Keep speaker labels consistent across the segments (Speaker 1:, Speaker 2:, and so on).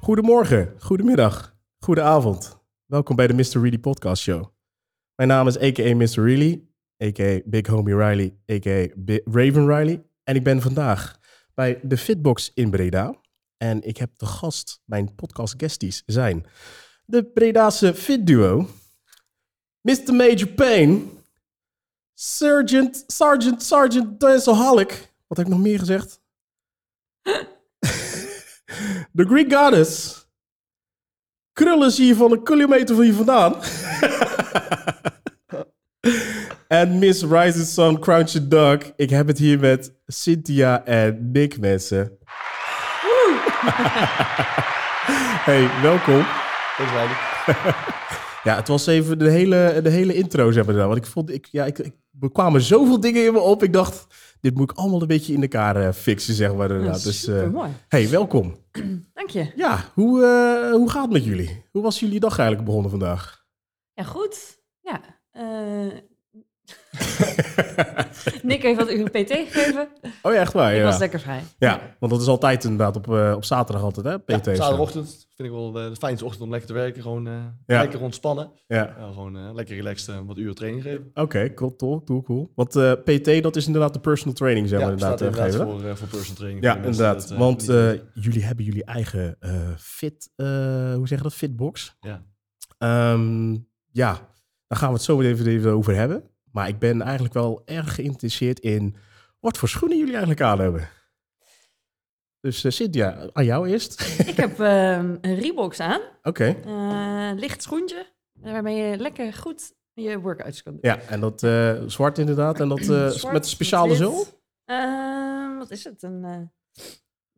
Speaker 1: Goedemorgen, goedemiddag, goedenavond. Welkom bij de Mr. Really Podcast Show. Mijn naam is a.k.a. Mr. Really, a.k.a. Big Homie Riley, a.k.a. Bi- Raven Riley. En ik ben vandaag bij de Fitbox in Breda. En ik heb de gast, mijn podcast guesties zijn de Bredaanse Fit Duo, Mr. Major Payne, Sergeant, Sergeant, Sergeant Danceaholic. Wat heb ik nog meer gezegd? The Greek Goddess. Krullen zie je van een kilometer van hier vandaan. En Miss Rising Sun, Crown Your Dog. Ik heb het hier met Cynthia en Nick, mensen. hey, welkom.
Speaker 2: Thanks, Riley.
Speaker 1: Ja, het was even de hele, de hele intro, zeg maar. nou, Want ik vond, ik, ja, ik, ik, er kwamen zoveel dingen in me op. Ik dacht, dit moet ik allemaal een beetje in elkaar eh, fixen, zeg maar. inderdaad. Dus, eh,
Speaker 3: supermooi.
Speaker 1: hey, welkom.
Speaker 3: Dank je.
Speaker 1: Ja, hoe, eh, hoe gaat het met jullie? Hoe was jullie dag eigenlijk begonnen vandaag?
Speaker 3: Ja, goed. Ja. eh, Nick heeft wat uur PT gegeven.
Speaker 1: Oh ja, echt waar,
Speaker 3: Ik
Speaker 1: ja.
Speaker 3: was lekker vrij.
Speaker 1: Ja, want dat is altijd inderdaad op, eh, op zaterdag altijd, hè? PT.
Speaker 2: Ja, zaterdagochtend vind ik wel de, de fijnste ochtend om lekker te werken. Gewoon eh, lekker ontspannen.
Speaker 1: Ja.
Speaker 2: Ja, gewoon eh, lekker relaxed eh, wat uren training geven.
Speaker 1: Oké, cool, cool, cool, cool. Want eh, PT, dat is inderdaad de personal training, zeg
Speaker 2: Ja,
Speaker 1: maar, inderdaad.
Speaker 2: staat
Speaker 1: eh,
Speaker 2: inderdaad
Speaker 1: geven, hè?
Speaker 2: voor, eh, voor personal training.
Speaker 1: ja,
Speaker 2: voor de mensen
Speaker 1: inderdaad.
Speaker 2: die dat, eh,
Speaker 1: want
Speaker 2: niet
Speaker 1: eh,
Speaker 2: weten.
Speaker 1: jullie hebben jullie eigen eh, fit, eh, hoe zeg je dat, fitbox.
Speaker 2: Ja.
Speaker 1: Ehm, ja, daar gaan we het zo meteen even- even over hebben. Maar ik ben eigenlijk wel erg geïnteresseerd in wat voor schoenen jullie eigenlijk aan hebben. Dus eh, Cynthia, aan jou eerst.
Speaker 3: Ik heb ehm, een Reeboks aan.
Speaker 1: Oké.
Speaker 3: Eh, licht schoentje. Waarmee je lekker goed je workouts kan doen.
Speaker 1: Ja, en dat eh, zwart inderdaad. En dat eh,
Speaker 3: Zwart
Speaker 1: met een speciale
Speaker 3: wit.
Speaker 1: zool? Oké.
Speaker 3: Ehm, wat is het? Een eh,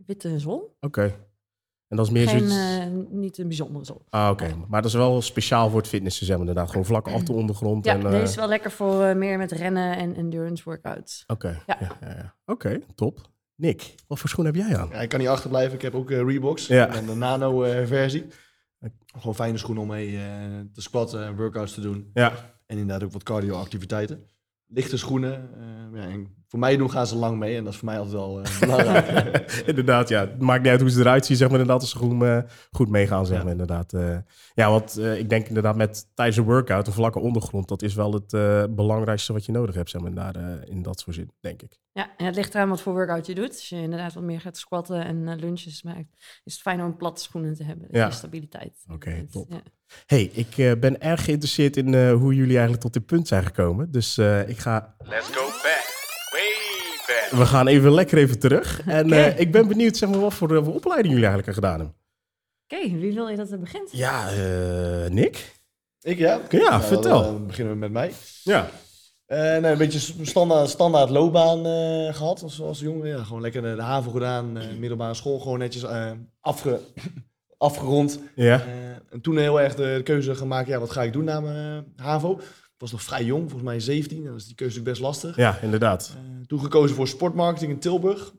Speaker 3: witte zool?
Speaker 1: En dat is meer
Speaker 3: Geen,
Speaker 1: zoiets...
Speaker 3: eh, niet een bijzondere zool.
Speaker 1: Ah, oké. Maar dat is wel speciaal voor het fitnessen, zeg maar inderdaad. Gewoon vlak af de ondergrond.
Speaker 3: Ja,
Speaker 1: en, eh,
Speaker 3: deze is wel lekker voor eh, meer met rennen en endurance workouts.
Speaker 1: Oké,
Speaker 3: Ja.
Speaker 1: ja, ja, ja. Oké, top. Nick, wat voor schoen heb jij aan?
Speaker 2: Ja, ik kan niet achterblijven. Ik heb ook eh Reeboks.
Speaker 1: Ja.
Speaker 2: En dan de nano-versie. Gewoon fijne schoenen om mee eh, te squatten en workouts te doen.
Speaker 1: Ja,
Speaker 2: En inderdaad ook wat cardio-activiteiten. Lichte schoenen. eh, ja, en voor mij doen gaan ze lang mee. En dat is voor mij altijd wel eh, belangrijk.
Speaker 1: inderdaad. Ja. Het maakt niet uit hoe ze eruit zien, zeg maar inderdaad. Als ze goed, eh, goed meegaan, zeg
Speaker 2: Ja.
Speaker 1: maar inderdaad. eh. ja, want eh, ik denk inderdaad met tijdens een workout, een vlakke ondergrond, dat is wel het eh, belangrijkste wat je nodig hebt, zeg maar daar, eh, in dat soort zin, denk ik.
Speaker 3: Ja, en het ligt eraan wat voor workout je doet. Als je inderdaad wat meer gaat squatten en eh, lunches maakt, is het fijn om platte schoenen te hebben.
Speaker 1: Ja.
Speaker 3: Ja. Stabiliteit.
Speaker 1: Oké,
Speaker 3: Ja.
Speaker 1: top. hey, ik eh, ben erg geïnteresseerd in eh, hoe jullie eigenlijk tot dit punt zijn gekomen. Dus eh, ik ga...
Speaker 4: Let's go back, way back.
Speaker 1: We gaan even lekker even terug. En
Speaker 3: Oké.
Speaker 1: eh, ik ben benieuwd, zeg maar, wat voor, eh, voor opleiding jullie eigenlijk gedaan hebben.
Speaker 3: Oké, wie wil je dat het begint?
Speaker 1: Ja, eh, Nick?
Speaker 2: ik, ja?
Speaker 1: Ja,
Speaker 2: Nou,
Speaker 1: vertel.
Speaker 2: Dan eh, beginnen we met mij.
Speaker 1: Ja.
Speaker 2: Eh, nee, een beetje s- standaard, standaard loopbaan eh, gehad als, als jongen. Ja, gewoon lekker de, de haven gedaan, eh, middelbare school gewoon netjes eh, afge, afgerond.
Speaker 1: Ja.
Speaker 2: Eh, en toen heel erg de, keuze gemaakt, ja, wat ga ik doen na mijn eh, HAVO? Ik was nog vrij jong, volgens mij 17, en dan is die keuze natuurlijk best lastig.
Speaker 1: Ja, inderdaad.
Speaker 2: Eh, toen gekozen voor sportmarketing in Tilburg.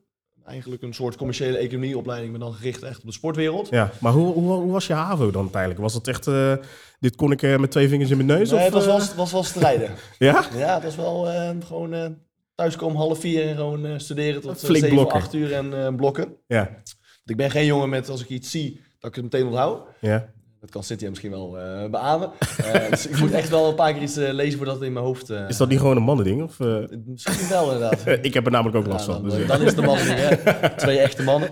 Speaker 2: Eigenlijk een soort commerciële economieopleiding, maar dan gericht echt op de sportwereld.
Speaker 1: Ja, maar hoe, hoe, hoe was je HAVO dan tijdelijk? Was dat echt, eh, dit kon ik eh, met twee vingers in mijn neus?
Speaker 2: Nee,
Speaker 1: of,
Speaker 2: het was wel,
Speaker 1: eh,
Speaker 2: het was wel strijden.
Speaker 1: Ja?
Speaker 2: Ja, het was wel eh, gewoon eh thuiskomen half vier en gewoon eh, studeren tot
Speaker 1: Flink
Speaker 2: eh, zeven,
Speaker 1: blokken.
Speaker 2: acht uur en eh, blokken. Want
Speaker 1: Ja.
Speaker 2: ik ben geen jongen met als ik iets zie, dat ik het meteen onthoud.
Speaker 1: Ja.
Speaker 2: Dat kan Cynthia misschien wel eh, beamen. Eh, dus ik moet echt wel een paar keer iets eh, lezen voordat het in mijn hoofd... eh,
Speaker 1: Is dat niet gewoon een mannending? Of, eh?
Speaker 2: Misschien wel inderdaad.
Speaker 1: ik heb er namelijk ook last
Speaker 2: Ja,
Speaker 1: van.
Speaker 2: dan,
Speaker 1: Dus, eh.
Speaker 2: dan is het de man hè. Twee echte mannen.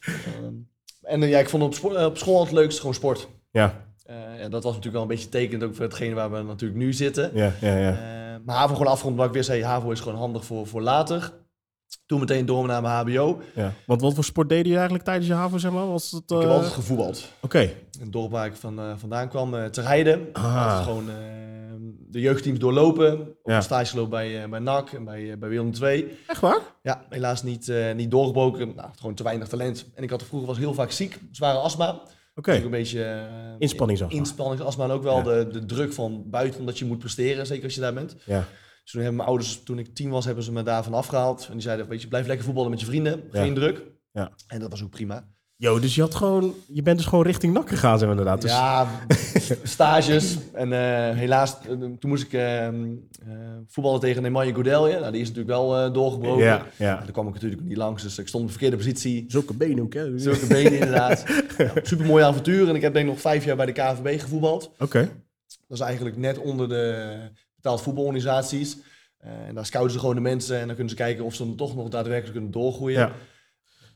Speaker 2: Ehm, en eh, ja, ik vond op, spo- eh, op school het leukste gewoon sport.
Speaker 1: ja.
Speaker 2: Eh, en dat was natuurlijk wel een beetje tekend ook voor hetgene waar we natuurlijk nu zitten.
Speaker 1: Ja, ja, ja.
Speaker 2: Eh, maar HAVO gewoon afgerond, omdat ik weer zei, HAVO is gewoon handig voor, voor later. Toen meteen door naar mijn HBO.
Speaker 1: ja. Want wat voor sport deed je eigenlijk tijdens je HAVO, zeg maar? Was het,
Speaker 2: Ik heb
Speaker 1: eh,
Speaker 2: altijd gevoetbald.
Speaker 1: Oké.
Speaker 2: In het dorp waar ik van, eh, vandaan kwam, eh te rijden.
Speaker 1: Ah.
Speaker 2: Altijd gewoon eh, de jeugdteams doorlopen. Op
Speaker 1: Ja.
Speaker 2: een stage loop bij, eh, bij NAC en bij, eh, bij Willem II.
Speaker 1: Echt waar?
Speaker 2: Ja, helaas niet, eh, niet doorgebroken. Nou, gewoon te weinig talent. En ik had vroeger was heel vaak ziek, zware astma.
Speaker 1: Oké.
Speaker 2: Ook een beetje... eh,
Speaker 1: Inspanningsastma.
Speaker 2: Inspanningsastma en ook wel
Speaker 1: Ja.
Speaker 2: de, de druk van buiten, omdat je moet presteren, zeker als je daar bent.
Speaker 1: Ja.
Speaker 2: Dus toen hebben mijn ouders, toen ik tien was, hebben ze me daarvan afgehaald. En die zeiden, weet je, blijf lekker voetballen met je vrienden.
Speaker 1: Ja.
Speaker 2: Geen druk.
Speaker 1: Ja.
Speaker 2: En dat was ook prima.
Speaker 1: Yo, dus je, had gewoon, je bent dus gewoon richting NAC gegaan, zeg maar, inderdaad. Dus,
Speaker 2: Ja, stages. En eh, helaas, eh, toen moest ik eh, eh, voetballen tegen Nemanja Goudelje. Nou, die is natuurlijk wel eh, doorgebroken.
Speaker 1: ja,
Speaker 2: En
Speaker 1: ja.
Speaker 2: daar kwam ik natuurlijk niet langs, dus ik stond op de verkeerde positie.
Speaker 1: Zulke benen ook, hè? Oké.
Speaker 2: Zulke benen inderdaad. Ja, supermooi avontuur. En ik heb denk ik nog vijf jaar bij de KVB gevoetbald. Dat is eigenlijk net onder de betaald voetbalorganisaties. Eh, en daar scouten ze gewoon de mensen en dan kunnen ze kijken of ze dan toch nog daadwerkelijk kunnen doorgroeien.
Speaker 1: Ja.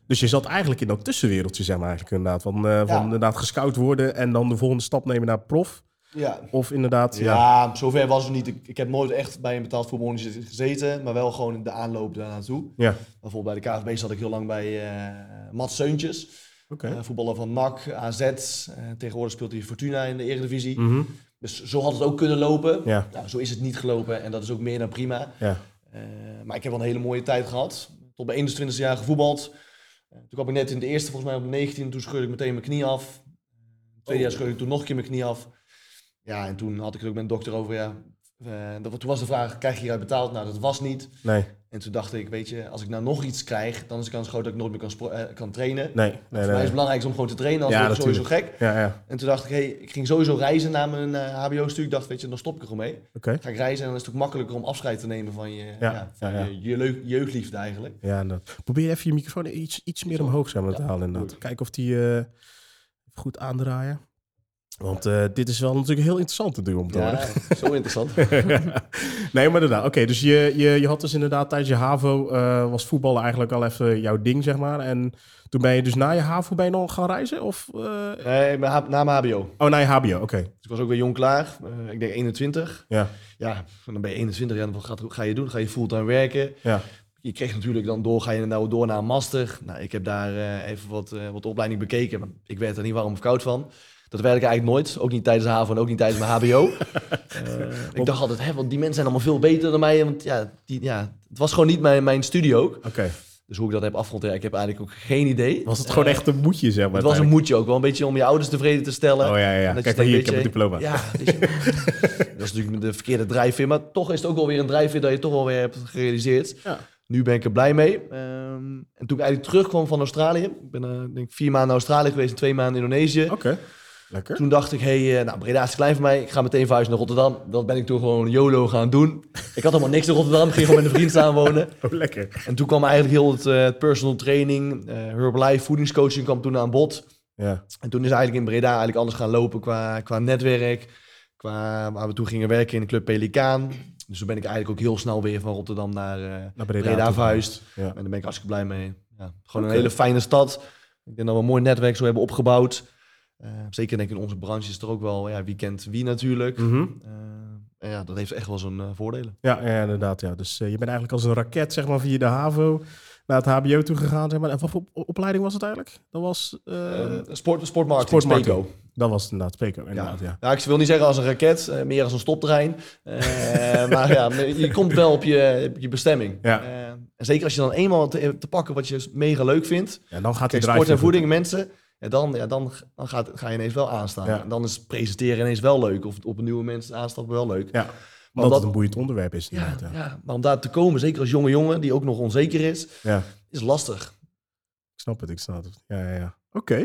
Speaker 1: Dus je zat eigenlijk in dat tussenwereldje, zeg maar, eigenlijk inderdaad. Van, eh, van
Speaker 2: Ja.
Speaker 1: inderdaad gescout worden en dan de volgende stap nemen naar prof.
Speaker 2: ja.
Speaker 1: Of inderdaad, ja.
Speaker 2: Ja, zover was het niet. Ik, ik heb nooit echt bij een betaald voetbalorganisatie gezeten, maar wel gewoon in de aanloop daarnaartoe.
Speaker 1: Ja,
Speaker 2: Bijvoorbeeld bij de KVB zat ik heel lang bij eh Mats Seuntjes,
Speaker 1: oké.
Speaker 2: eh, voetballer van NAC, AZ. eh, tegenwoordig speelt hij Fortuna in de Eredivisie.
Speaker 1: Mhm.
Speaker 2: Dus zo had het ook kunnen lopen.
Speaker 1: Ja.
Speaker 2: Nou, zo is het niet gelopen en dat is ook meer dan prima.
Speaker 1: Ja.
Speaker 2: Eh, maar ik heb wel een hele mooie tijd gehad. Tot mijn 21 jaar gevoetbald. Eh, toen kwam ik net in de eerste, volgens mij op 19, toen scheurde ik meteen mijn knie af. Eh, Tweede
Speaker 1: Oh.
Speaker 2: jaar scheurde ik toen nog een keer mijn knie af. Ja, en toen had ik het ook met een dokter over. Ja, eh, dat, toen was de vraag, krijg je hieruit betaald? Nou, dat was niet.
Speaker 1: Nee,
Speaker 2: En toen dacht ik, weet je, als ik nou nog iets krijg, dan is de kans groot dat ik nooit meer kan, spro- eh, kan trainen.
Speaker 1: nee, nee. nee,
Speaker 2: Voor mij is
Speaker 1: nee.
Speaker 2: het belangrijk om gewoon te trainen, anders
Speaker 1: Ja,
Speaker 2: word ik sowieso gek.
Speaker 1: Ja, ja.
Speaker 2: En toen dacht ik, hey, ik ging sowieso reizen na mijn HBO-studie. Ik dacht, weet je, dan stop ik er gewoon mee
Speaker 1: Oké.
Speaker 2: ga ik reizen en dan is het ook makkelijker om afscheid te nemen van je, ja, van
Speaker 1: ja, ja.
Speaker 2: je, je leuk, jeugdliefde eigenlijk.
Speaker 1: Ja, inderdaad. Probeer even je microfoon iets, iets meer omhoog zeg maar, te
Speaker 2: Ja,
Speaker 1: halen. Inderdaad.
Speaker 2: goed.
Speaker 1: Kijken of die eh, goed aandraaien. Want eh, dit is wel natuurlijk heel interessant natuurlijk om te horen.
Speaker 2: Ja, zo interessant.
Speaker 1: nee, maar inderdaad. Oké, dus je, je, je had dus inderdaad tijdens je HAVO... eh, was voetballen eigenlijk al even jouw ding, zeg maar. En toen ben je dus na je HAVO ben je nog gaan reizen? Of, eh,
Speaker 2: Nee, maar ha- na mijn HBO. Dus
Speaker 1: Oh, na je HBO, oké.
Speaker 2: ik was ook weer jong klaar. Eh, ik denk 21.
Speaker 1: Ja,
Speaker 2: Ja, dan ben je 21. Ja, dan wat gaat- ga je doen? Ga je fulltime werken?
Speaker 1: ja.
Speaker 2: Je kreeg natuurlijk dan door, ga je nou door naar een master? Nou, ik heb daar eh, even wat, eh, wat opleiding bekeken. Maar ik werd er niet warm of koud van. Dat werd ik eigenlijk nooit. Ook niet tijdens de HAVO en ook niet tijdens mijn HBO. Eh, ik dacht altijd, hè, want die mensen zijn allemaal veel beter dan mij. Want ja, die, ja het was gewoon niet mijn, mijn studie ook.
Speaker 1: Oké.
Speaker 2: Dus hoe ik dat heb afgerond, ja, ik heb eigenlijk ook geen idee.
Speaker 1: Was het
Speaker 2: Eh,
Speaker 1: gewoon echt een moedje, zeg maar?
Speaker 2: het was een
Speaker 1: uiteindelijk?
Speaker 2: moedje ook wel, een beetje om je ouders tevreden te stellen.
Speaker 1: Oh ja, ja, ja.
Speaker 2: En dat je
Speaker 1: Kijk maar
Speaker 2: denkt,
Speaker 1: hier, ik heb
Speaker 2: weet je,
Speaker 1: een diploma.
Speaker 2: Ja, weet je. dat is natuurlijk de verkeerde drijfveer, maar toch is het ook wel weer een drijfveer dat je toch wel weer hebt gerealiseerd.
Speaker 1: Ja.
Speaker 2: Nu ben ik er blij mee. Ehm, en toen ik eigenlijk terugkwam van Australië, ik ben eh, denk ik vier maanden in Australië geweest en twee maanden in Indonesië.
Speaker 1: Oké, lekker.
Speaker 2: Toen dacht ik, hé, hey, eh, nou, Breda is te klein voor mij. Ik ga meteen verhuizen naar Rotterdam. Dat ben ik toen gewoon YOLO gaan doen. Ik had helemaal niks in Rotterdam. Ging gewoon met een vriend samenwonen.
Speaker 1: Oh, lekker.
Speaker 2: En toen kwam eigenlijk heel het eh, personal training, eh Herbalife, voedingscoaching kwam toen aan bod.
Speaker 1: Ja,
Speaker 2: En toen is eigenlijk in Breda eigenlijk alles gaan lopen qua, qua netwerk, qua waar we toen gingen werken in de Club Pelikaan. Dus toen ben ik eigenlijk ook heel snel weer van Rotterdam naar eh,
Speaker 1: naar
Speaker 2: Breda,
Speaker 1: Breda. toe.
Speaker 2: verhuisd.
Speaker 1: Ja.
Speaker 2: En daar ben ik hartstikke blij mee. Ja, gewoon
Speaker 1: Oké.
Speaker 2: een hele fijne stad. Ik denk dat we een mooi netwerk zo hebben opgebouwd. Eh, zeker denk ik in onze branche is er ook wel, ja, wie kent wie natuurlijk.
Speaker 1: Mhm.
Speaker 2: Eh, en ja, dat heeft echt wel zijn eh, voordelen.
Speaker 1: Ja, ja, inderdaad. Ja. Dus eh, je bent eigenlijk als een raket zeg maar, via de HAVO naar het HBO toe gegaan. Zeg maar. En wat voor op- opleiding was het eigenlijk? Dat was, eh,
Speaker 2: Eh sport, sportmarketing,
Speaker 1: sportmarketing.
Speaker 2: Speco.
Speaker 1: dat was het inderdaad, Speco. Inderdaad, ja.
Speaker 2: Nou, ik wil niet zeggen als een raket, eh, meer als een stoptrein. Eh, maar ja, je komt wel op je, op je bestemming.
Speaker 1: Ja.
Speaker 2: Eh, en zeker als je dan eenmaal te, te pakken wat je mega leuk vindt.
Speaker 1: En dan gaat die drive
Speaker 2: Kijk, sport en
Speaker 1: weer goed.
Speaker 2: voeding, mensen. En dan, ja, dan, dan gaat, ga je ineens wel aanstaan.
Speaker 1: Ja.
Speaker 2: En dan is presenteren ineens wel leuk. Of op nieuwe mensen aanstappen wel leuk.
Speaker 1: Ja, omdat
Speaker 2: Want
Speaker 1: het
Speaker 2: dat-
Speaker 1: een boeiend onderwerp is.
Speaker 2: Ja,
Speaker 1: inderdaad, Ja, ja.
Speaker 2: ja, maar om daar te komen, zeker als jonge jongen die ook nog onzeker is, is lastig.
Speaker 1: ik snap het, ik snap het. Ja, ja, ja. Oké,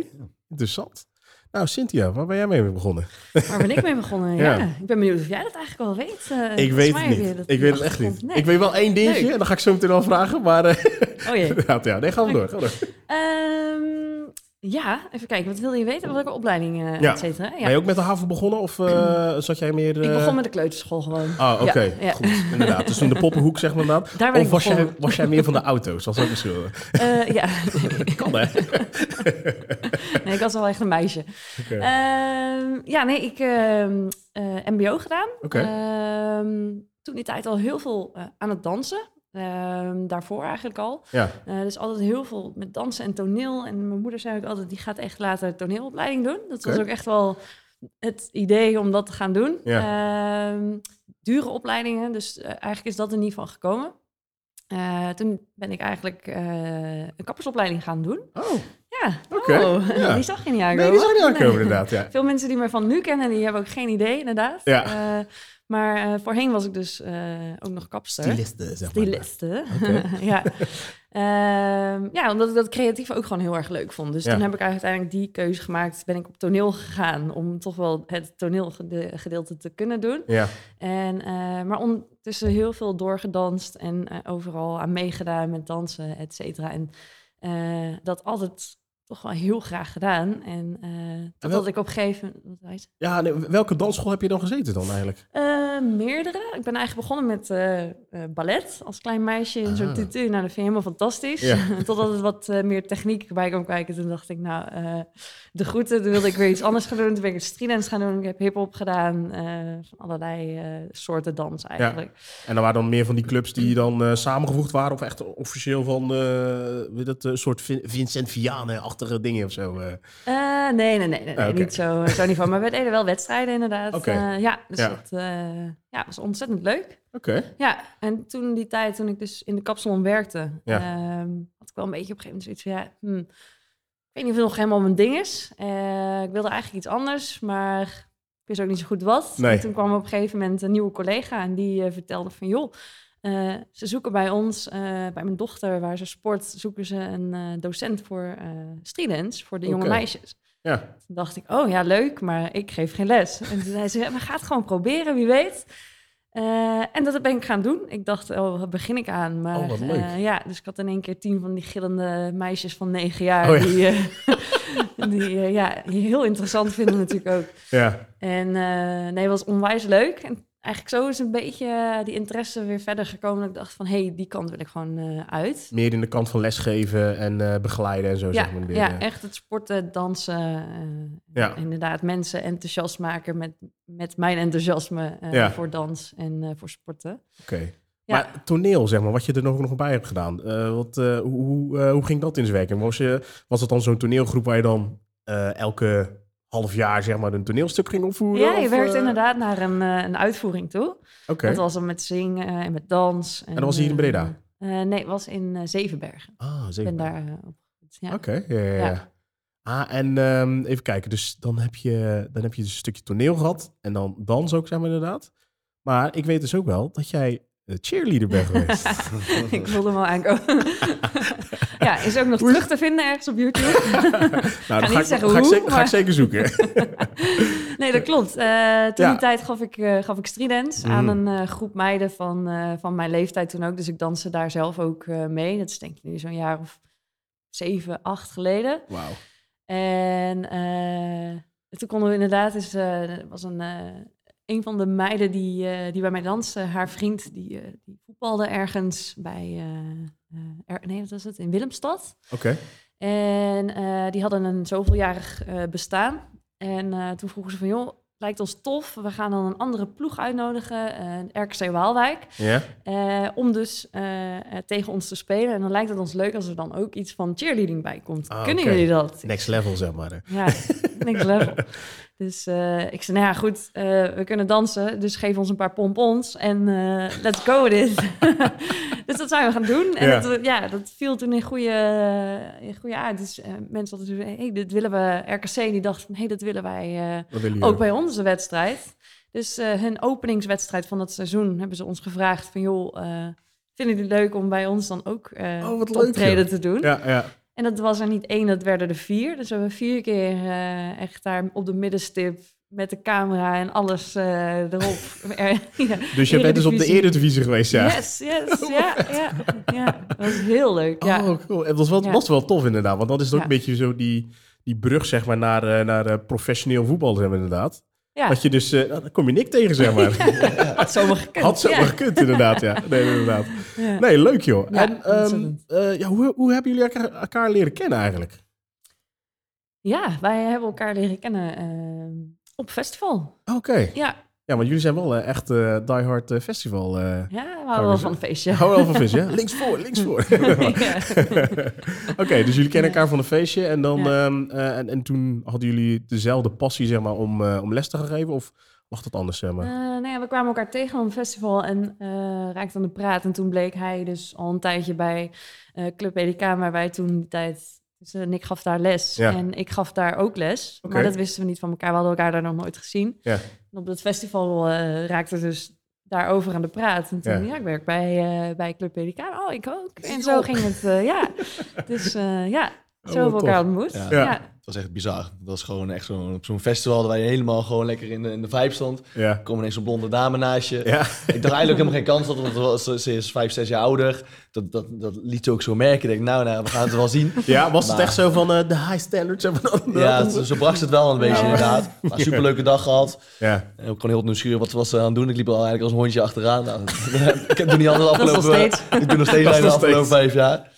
Speaker 1: interessant. Nou, Cynthia, waar ben jij mee begonnen?
Speaker 3: Waar ben ik mee begonnen?
Speaker 1: Ja.
Speaker 3: Ja. Ik ben benieuwd of jij dat eigenlijk al weet. Eh,
Speaker 1: ik
Speaker 3: volgens
Speaker 1: weet
Speaker 3: mij
Speaker 1: het
Speaker 3: heb je
Speaker 1: niet.
Speaker 3: dat
Speaker 1: Ik weet het echt niet.
Speaker 3: achtergrond. Nee.
Speaker 1: Ik weet wel één dingetje,
Speaker 3: Leuk.
Speaker 1: en dan ga ik zo meteen al vragen. Maar eh,
Speaker 3: Oh jee.
Speaker 1: inderdaad, ja, nee, gaan we door. Gaan we door.
Speaker 3: Ehm, ja, even kijken. Wat wilde je weten? Welke opleiding, eh
Speaker 1: Ja.
Speaker 3: et cetera? Ja.
Speaker 1: Ben je ook met de HAVO begonnen of eh, zat jij meer...
Speaker 3: Ik
Speaker 1: eh,
Speaker 3: begon met de kleuterschool gewoon.
Speaker 1: Ah, oké.
Speaker 3: Ja, ja.
Speaker 1: Goed, inderdaad. Dus in de poppenhoek, zeg maar dat.
Speaker 3: Daar ben
Speaker 1: of
Speaker 3: ik
Speaker 1: was jij,
Speaker 3: begonnen.
Speaker 1: was jij meer van de auto's? Dat is ook verschil.
Speaker 3: Eh, ja.
Speaker 1: Kan, hè?
Speaker 3: Nee, ik was wel echt een meisje.
Speaker 1: Oké.
Speaker 3: Ehm, ja, nee, ik ehm, eh, mbo gedaan.
Speaker 1: Oké.
Speaker 3: Ehm, toen die tijd al heel veel eh, aan het dansen. Ehm, daarvoor eigenlijk al.
Speaker 1: Ja.
Speaker 3: Eh, dus altijd heel veel met dansen en toneel. En mijn moeder zei ook altijd, die gaat echt later toneelopleiding doen. Dat was
Speaker 1: Oké.
Speaker 3: ook echt wel het idee om dat te gaan doen.
Speaker 1: Ja.
Speaker 3: Ehm, dure opleidingen, dus eh, eigenlijk is dat er niet van gekomen. Eh, toen ben ik eigenlijk eh, een kappersopleiding gaan doen.
Speaker 1: Oh,
Speaker 3: Ja,
Speaker 1: Oké,
Speaker 3: oh,
Speaker 1: ja.
Speaker 3: die zag je niet aankomen.
Speaker 1: Nee, die zou niet
Speaker 3: Nee.
Speaker 1: aankomen inderdaad, ja.
Speaker 3: Veel mensen die mij van nu kennen, die hebben ook geen idee, inderdaad.
Speaker 1: Ja.
Speaker 3: Eh, maar eh, voorheen was ik dus eh, ook nog kapster.
Speaker 1: Stylisten, zeg maar.
Speaker 3: Styliste.
Speaker 1: Oké.
Speaker 3: ja. Ehm, ja, omdat ik dat creatief ook gewoon heel erg leuk vond. Dus
Speaker 1: Ja.
Speaker 3: toen heb ik uiteindelijk die keuze gemaakt. Ben ik op toneel gegaan om toch wel het toneelgedeelte te kunnen doen.
Speaker 1: Ja,
Speaker 3: En, eh, maar ondertussen heel veel doorgedanst en eh, overal aan meegedaan met dansen, et cetera. En eh, dat altijd toch wel heel graag gedaan. En eh totdat
Speaker 1: wel-
Speaker 3: ik op een gegeven moment... wat wou je zeggen?
Speaker 1: ja nee, welke dansschool heb je dan gezeten dan eigenlijk?
Speaker 3: Eh, meerdere. Ik ben eigenlijk begonnen met eh, eh, ballet als klein meisje in zo'n
Speaker 1: Ah.
Speaker 3: tutu. Nou, dat vind je helemaal fantastisch.
Speaker 1: Ja.
Speaker 3: Totdat het wat eh, meer techniek erbij kwam kijken. Toen dacht ik, nou, eh, de groeten. Toen wilde ik weer iets anders gaan doen. Toen ben ik streetdance gaan doen. Ik heb hiphop gedaan. eh, van allerlei eh, soorten dans eigenlijk.
Speaker 1: En er waren dan meer van die clubs die dan eh, samengevoegd waren? Of echt officieel van, eh, weet dat, een soort Vin- Vincent Vianen-achtige dingen of zo? eh?
Speaker 3: Eh, nee, nee, nee, nee, nee,
Speaker 1: Ah, oké.
Speaker 3: niet zo, zo niveau. Maar we deden wel wedstrijden inderdaad.
Speaker 1: Oké.
Speaker 3: Eh, ja, dus
Speaker 1: Ja.
Speaker 3: dat eh, ja, was ontzettend leuk.
Speaker 1: Oké.
Speaker 3: Ja, en toen die tijd, toen ik dus in de kapsalon werkte,
Speaker 1: Ja.
Speaker 3: ehm, had ik wel een beetje op een gegeven moment zoiets van, ja, hmm, ik weet niet of het nog helemaal mijn ding is. Eh, ik wilde eigenlijk iets anders, maar ik wist ook niet zo goed wat.
Speaker 1: Nee.
Speaker 3: En toen kwam op een gegeven moment een nieuwe collega en die eh, vertelde van, joh, eh, ze zoeken bij ons, eh, bij mijn dochter, waar ze sport, zoeken ze een eh, docent voor eh streetdance, voor de jonge
Speaker 1: Oké.
Speaker 3: meisjes.
Speaker 1: Ja.
Speaker 3: Toen dacht ik, oh ja, leuk, maar ik geef geen les. En toen zei ze, ja, maar ga het gewoon proberen, wie weet. Eh, en dat ben ik gaan doen. Ik dacht, oh, wat begin ik aan? Maar,
Speaker 1: Oh, wat leuk.
Speaker 3: eh, ja, dus ik had in één keer tien van die gillende meisjes van negen jaar...
Speaker 1: Oh, ja.
Speaker 3: die, eh, die eh, ja, die heel interessant vinden natuurlijk ook.
Speaker 1: Ja.
Speaker 3: En eh, nee, was onwijs leuk. En eigenlijk zo is een beetje eh, die interesse weer verder gekomen. Dat ik dacht van, hé, hey, die kant wil ik gewoon eh, uit.
Speaker 1: Meer in de kant van lesgeven en eh, begeleiden en zo,
Speaker 3: Ja,
Speaker 1: zeg maar.
Speaker 3: ja, echt het sporten, dansen, eh,
Speaker 1: Ja.
Speaker 3: inderdaad mensen enthousiast maken met, met mijn enthousiasme eh,
Speaker 1: Ja.
Speaker 3: voor dans en eh, voor sporten.
Speaker 1: Oké.
Speaker 3: Ja.
Speaker 1: Maar toneel, zeg maar, wat je er nog, nog bij hebt gedaan. Eh, wat, eh, hoe, hoe, eh, hoe ging dat in zijn werking? Was, je, was het dan zo'n toneelgroep waar je dan eh, elke half jaar zeg maar, een toneelstuk ging opvoeren?
Speaker 3: ja, je
Speaker 1: Of,
Speaker 3: werkt
Speaker 1: eh,
Speaker 3: inderdaad naar een, eh, een uitvoering toe.
Speaker 1: Oké.
Speaker 3: Dat was dan met zingen en met dans. En,
Speaker 1: dat was hier in
Speaker 3: eh,
Speaker 1: Breda?
Speaker 3: eh, nee, het was in eh, Zevenbergen.
Speaker 1: Ah,
Speaker 3: Ik
Speaker 1: zeker.
Speaker 3: ben daar eh, op. Ja.
Speaker 1: Oké, ja, ja, ja.
Speaker 3: Ja.
Speaker 1: Ah, en ehm, even kijken. Dus dan heb, je, dan heb je dus een stukje toneel gehad. En dan dans ook, zeg maar, inderdaad. Maar ik weet dus ook wel dat jij eh, cheerleader bent geweest. Nou,
Speaker 3: ik voelde hem al aankomen. ja, is ook nog terug te vinden ergens op YouTube.
Speaker 1: nou,
Speaker 3: niet
Speaker 1: ga ik,
Speaker 3: zeggen
Speaker 1: ga ik
Speaker 3: hoe,
Speaker 1: zeker, ga ik
Speaker 3: maar-
Speaker 1: zeker zoeken.
Speaker 3: Nee, dat klopt. Eh, toen
Speaker 1: Ja.
Speaker 3: die tijd gaf ik, eh gaf ik streetdance
Speaker 1: Mhm.
Speaker 3: aan een eh, groep meiden van, eh, van mijn leeftijd toen ook. Dus ik danste daar zelf ook eh, mee. Dat is denk ik nu zo'n jaar of zeven, acht geleden.
Speaker 1: Wauw.
Speaker 3: En eh, toen konden we inderdaad eens... eh, er was een, eh, een van de meiden die, eh, die bij mij danste, haar vriend, die, eh, die voetbalde ergens bij... eh, eh, er- nee, dat was het, in Willemstad.
Speaker 1: Oké.
Speaker 3: En eh, die hadden een zoveeljarig eh, bestaan. En eh, toen vroegen ze van, joh, lijkt ons tof. We gaan dan een andere ploeg uitnodigen, eh RKC Waalwijk.
Speaker 1: Ja.
Speaker 3: eh, om dus eh, eh, tegen ons te spelen. En dan lijkt het ons leuk als er dan ook iets van cheerleading bij komt.
Speaker 1: Ah,
Speaker 3: Kunnen
Speaker 1: oké.
Speaker 3: jullie dat?
Speaker 1: Next level, zeg maar.
Speaker 3: Ja, next level. Dus eh, ik zei, nou ja, goed, eh, we kunnen dansen, dus geef ons een paar pompons en eh, let's go dit. dus dat zijn we gaan doen. En
Speaker 1: Ja.
Speaker 3: ja. Dat, ja, dat viel toen in goede, in goede aard. Dus eh, mensen hadden zoiets van, hey, dit willen we. RKC die dacht van, hey, dat willen wij eh,
Speaker 1: Wat willen
Speaker 3: ook bij onze wedstrijd. Dus eh, hun openingswedstrijd van dat seizoen hebben ze ons gevraagd van, joh, eh, vinden jullie het leuk om bij ons dan ook eh
Speaker 1: Oh, wat
Speaker 3: het
Speaker 1: leuk,
Speaker 3: optreden
Speaker 1: joh.
Speaker 3: te doen?
Speaker 1: Ja, ja.
Speaker 3: En dat was er niet één, dat werden er vier. Dus we hebben vier keer eh, echt daar op de middenstip met de camera en alles eh, erop. Eh, ja.
Speaker 1: Dus je bent dus op de
Speaker 3: Eredivisie.
Speaker 1: Eredivisie geweest, ja.
Speaker 3: Yes, yes, ja, ja, ja. Dat was heel leuk, ja.
Speaker 1: Oh, cool. Het was wel,
Speaker 3: Ja.
Speaker 1: was wel tof inderdaad. Want dat is ook
Speaker 3: Ja.
Speaker 1: een beetje zo die, die brug zeg maar, naar, eh, naar eh, professioneel voetbal zeg maar, inderdaad.
Speaker 3: Ja.
Speaker 1: Dat je dus, eh nou, daar kom je niks tegen zeg maar.
Speaker 3: Had zomaar gekund.
Speaker 1: Had zo
Speaker 3: ja.
Speaker 1: maar gekund inderdaad, ja. Nee, inderdaad.
Speaker 3: Ja.
Speaker 1: Nee, leuk joh.
Speaker 3: Ja,
Speaker 1: en ehm,
Speaker 3: ontzettend.
Speaker 1: eh, ja, hoe, hoe hebben jullie elkaar, elkaar leren kennen eigenlijk?
Speaker 3: Ja, wij hebben elkaar leren kennen eh, op festival.
Speaker 1: Oké.
Speaker 3: Ja,
Speaker 1: Ja, want jullie zijn wel eh, echt eh diehard eh, festival. eh
Speaker 3: ja we
Speaker 1: Gaan we
Speaker 3: houden wel
Speaker 1: zo-
Speaker 3: van een feestje.
Speaker 1: Hou wel van vis, hè? Links voor, links voor.
Speaker 3: Ja.
Speaker 1: Oké, dus jullie kennen elkaar van een feestje en dan
Speaker 3: Ja.
Speaker 1: ehm, eh, en, en toen hadden jullie dezelfde passie zeg maar om, eh, om les te gaan geven of lag dat anders zeg maar?
Speaker 3: Eh, nou ja, we kwamen elkaar tegen op een festival en eh raakten aan de praat. En toen bleek hij dus al een tijdje bij eh, Club EDK, waar wij toen die tijd Dus eh, Nick gaf daar les
Speaker 1: Ja.
Speaker 3: en ik gaf daar ook les.
Speaker 1: Oké.
Speaker 3: Maar dat wisten we niet van elkaar. We hadden elkaar daar nog nooit gezien.
Speaker 1: Ja.
Speaker 3: En op dat festival eh, raakte we dus daarover aan de praat. En toen,
Speaker 1: Ja.
Speaker 3: ja, ik werk bij, eh, bij Club Pelikaan. Oh, ik ook. En
Speaker 2: je
Speaker 3: zo
Speaker 2: ook.
Speaker 3: ging het, eh, ja. Dus eh, ja, zo
Speaker 1: Oh, wat
Speaker 3: hebben we elkaar
Speaker 1: tof.
Speaker 3: ontmoet.
Speaker 2: Ja.
Speaker 1: Ja.
Speaker 3: Ja.
Speaker 2: Het was echt bizar. Dat was gewoon echt zo'n, op zo'n festival waar je helemaal gewoon lekker in de, in de vibe stond. Er
Speaker 1: Ja.
Speaker 2: kwam ineens een blonde dame naast je.
Speaker 1: Ja.
Speaker 2: Ik dacht eigenlijk helemaal geen kans dat, want het was- ze is vijf, zes jaar ouder. Dat, dat, dat liet ze ook zo merken. Ik denk, nou, nou, we gaan het wel zien.
Speaker 1: ja, was het
Speaker 2: Maar-
Speaker 1: echt zo van eh, de high standards hebben we dan?
Speaker 2: Nou. Ja, het- zo bracht ze het wel een beetje
Speaker 3: Ja.
Speaker 2: inderdaad. Maar superleuke dag gehad.
Speaker 1: ja.
Speaker 2: En ook gewoon heel nieuwsgierig wat ze was aan het doen. Ik liep er al eigenlijk als een hondje achteraan. Nou, ik heb- doe niet anders de
Speaker 3: Dat is nog
Speaker 2: afgelopen...
Speaker 3: steeds.
Speaker 2: Ik doe nog steeds
Speaker 1: Dat is
Speaker 2: alleen de
Speaker 1: nog
Speaker 2: afgelopen
Speaker 1: steeds.
Speaker 2: vijf jaar.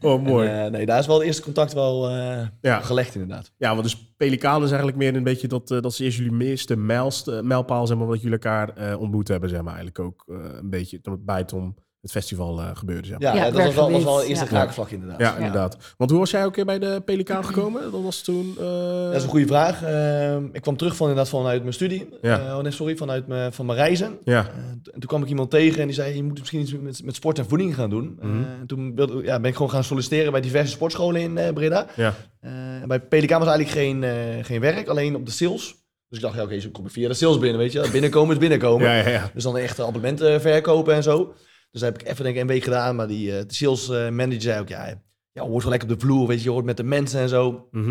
Speaker 1: Oh, mooi.
Speaker 2: En, eh, nee, daar is wel het eerste contact wel eh,
Speaker 1: Ja.
Speaker 2: gelegd inderdaad.
Speaker 1: Ja, want dus Pelikaan is eigenlijk meer een beetje dat, eh, dat ze eerst jullie meeste mijlst, eh, mijlpaal, zeg maar, dat jullie elkaar eh, ontmoet hebben, zeg maar. Eigenlijk ook eh, een beetje toen het bij Tom het festival eh, gebeurde, zeg maar.
Speaker 2: Ja,
Speaker 3: Ja,
Speaker 2: eh, dat was wel, was wel
Speaker 3: werkgebied,
Speaker 2: het eerste
Speaker 1: ja.
Speaker 2: raakvlak inderdaad.
Speaker 1: Ja, inderdaad. Want hoe was jij ook weer bij de Pelikaan gekomen? Dat was toen... eh,
Speaker 2: Dat is een goede vraag. Ehm, ik kwam terug van, inderdaad vanuit mijn studie.
Speaker 1: Ja.
Speaker 2: Eh, oh nee, sorry, vanuit mijn, van mijn reizen.
Speaker 1: Ja,
Speaker 2: Eh, en toen kwam ik iemand tegen en die zei, je moet misschien iets met, met sport en voeding gaan doen. Eh,
Speaker 1: Mhm.
Speaker 2: en toen wilde, ja, ben ik gewoon gaan solliciteren bij diverse sportscholen in eh, Breda.
Speaker 1: ja,
Speaker 2: Eh, en bij Pelikaan was eigenlijk geen, eh, geen werk, alleen op de sales. Dus ik dacht, ja, oké, zo kom ik via de sales binnen, weet je. wel. Binnenkomen is binnenkomen.
Speaker 1: ja, ja, ja.
Speaker 2: Dus dan echt abonnementen verkopen en zo. Dus dat heb ik even denk ik een week gedaan. Maar die eh, de sales eh, manager zei ook, ja, ja, hoort wel lekker op de vloer, weet je. Je hoort met de mensen en zo.
Speaker 1: Mhm.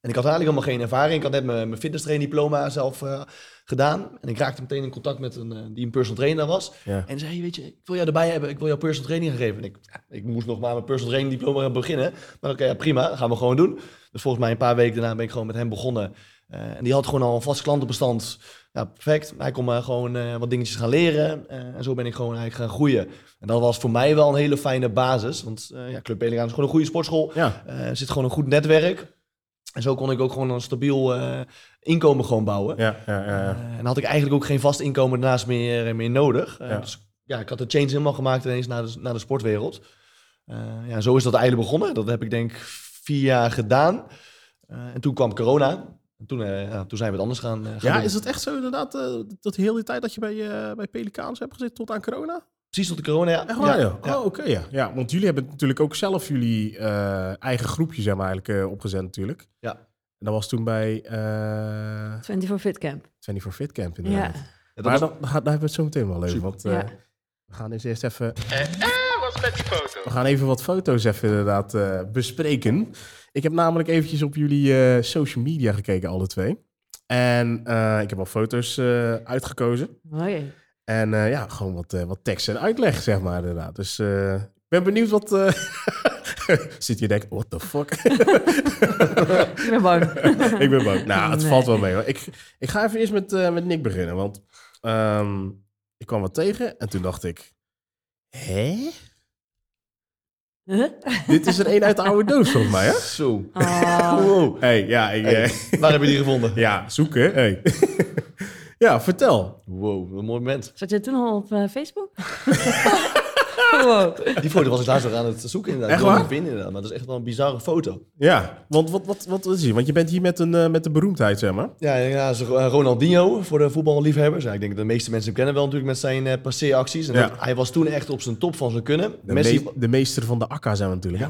Speaker 2: En ik had eigenlijk helemaal geen ervaring. Ik had net mijn, mijn fitness trainer diploma zelf eh, gedaan. En ik raakte meteen in contact met een, eh, die een personal trainer was.
Speaker 1: Ja.
Speaker 2: En zei, weet je, ik wil jou erbij hebben. Ik wil jou personal training gaan geven. En ik, ja, ik moest nog maar mijn personal training diploma gaan beginnen. Maar oké, ja, prima. Gaan we gewoon doen. Dus volgens mij een paar weken daarna ben ik gewoon met hem begonnen. Eh, en die had gewoon al een vast klantenbestand. Ja, perfect. Hij kon maar gewoon eh, wat dingetjes gaan leren. Eh, en zo ben ik gewoon eigenlijk gaan groeien. En dat was voor mij wel een hele fijne basis. Want eh, ja, Club Pelikaan is gewoon een goede sportschool.
Speaker 1: Ja,
Speaker 2: Eh, er zit gewoon een goed netwerk. En zo kon ik ook gewoon een stabiel eh, inkomen gewoon bouwen.
Speaker 1: ja, ja, ja, ja.
Speaker 2: Eh, en had ik eigenlijk ook geen vast inkomen daarnaast meer, meer nodig. Eh,
Speaker 1: Ja.
Speaker 2: Dus ja, ik had de change helemaal gemaakt ineens naar de, naar de sportwereld. Eh, ja, zo is dat eigenlijk begonnen. Dat heb ik denk vier jaar gedaan. Eh, en toen kwam corona. En toen, eh, ja, toen zijn we het anders gaan, eh, gaan
Speaker 1: Ja,
Speaker 2: doen.
Speaker 1: is het echt zo inderdaad, eh, dat heel die tijd dat je bij, eh, bij Pelikaans hebt gezeten tot aan corona?
Speaker 2: Precies tot de corona, ja.
Speaker 1: Echt waar,
Speaker 2: ja,
Speaker 1: joh?
Speaker 2: ja.
Speaker 1: Oh, oké, ja. ja. Want jullie hebben natuurlijk ook zelf jullie eh, eigen groepje, zeg maar, eigenlijk eh, opgezet natuurlijk.
Speaker 2: Ja.
Speaker 1: En dat was toen bij eh
Speaker 3: 24 Fit Camp.
Speaker 1: 24 Fit Camp
Speaker 3: Ja.
Speaker 1: inderdaad.
Speaker 2: Ja, dat
Speaker 1: maar
Speaker 2: was-
Speaker 1: dan, daar hebben we het zo meteen wel over.
Speaker 2: Super.
Speaker 1: Want eh,
Speaker 3: Ja.
Speaker 1: we gaan dus eerst even...
Speaker 4: Eh, was met die foto?
Speaker 1: We gaan even wat foto's even inderdaad eh, bespreken. Ik heb namelijk eventjes op jullie eh, social media gekeken, alle twee. En eh, ik heb al foto's eh, uitgekozen.
Speaker 3: Oh jee.
Speaker 1: En eh, ja, gewoon wat, eh, wat tekst en uitleg, zeg maar, inderdaad. Dus eh, ik ben benieuwd wat... eh, Zit je en denkt, what the fuck?
Speaker 3: Ik ben bang.
Speaker 1: ik ben bang. Nou, het
Speaker 3: Nee.
Speaker 1: valt wel mee. Hoor. Ik, ik ga even eerst met, eh, met Nick beginnen, want ehm, ik kwam wat tegen en toen dacht ik... Hé?
Speaker 3: Huh?
Speaker 1: Dit is er één uit de oude doos, volgens mij, hè?
Speaker 2: Zo.
Speaker 3: Oh.
Speaker 1: Hé, hey, ja, ik,
Speaker 2: Hey,
Speaker 1: eh,
Speaker 2: waar heb je die gevonden?
Speaker 1: ja, zoeken. Hey. ja, vertel.
Speaker 2: Wow, wat een mooi moment.
Speaker 3: Zat je toen al op eh, Facebook? wow.
Speaker 2: Die foto was ik laatst nog aan het zoeken inderdaad.
Speaker 1: Echt
Speaker 2: Ik kon
Speaker 1: waar?
Speaker 2: hem vinden inderdaad, maar dat is echt wel een bizarre foto.
Speaker 1: Ja, want wat, wat, wat is hier? Want je bent hier met een, eh, met een beroemdheid, zeg maar.
Speaker 2: Ja, ja, zo- eh, Ronaldinho voor de voetballiefhebbers. Ja, ik denk dat de meeste mensen hem kennen wel natuurlijk met zijn eh, passeeracties. En
Speaker 1: Ja.
Speaker 2: dat- hij was toen echt op zijn top van zijn kunnen.
Speaker 1: De,
Speaker 2: Messi,
Speaker 1: me- de meester van de akka zijn we natuurlijk. hè?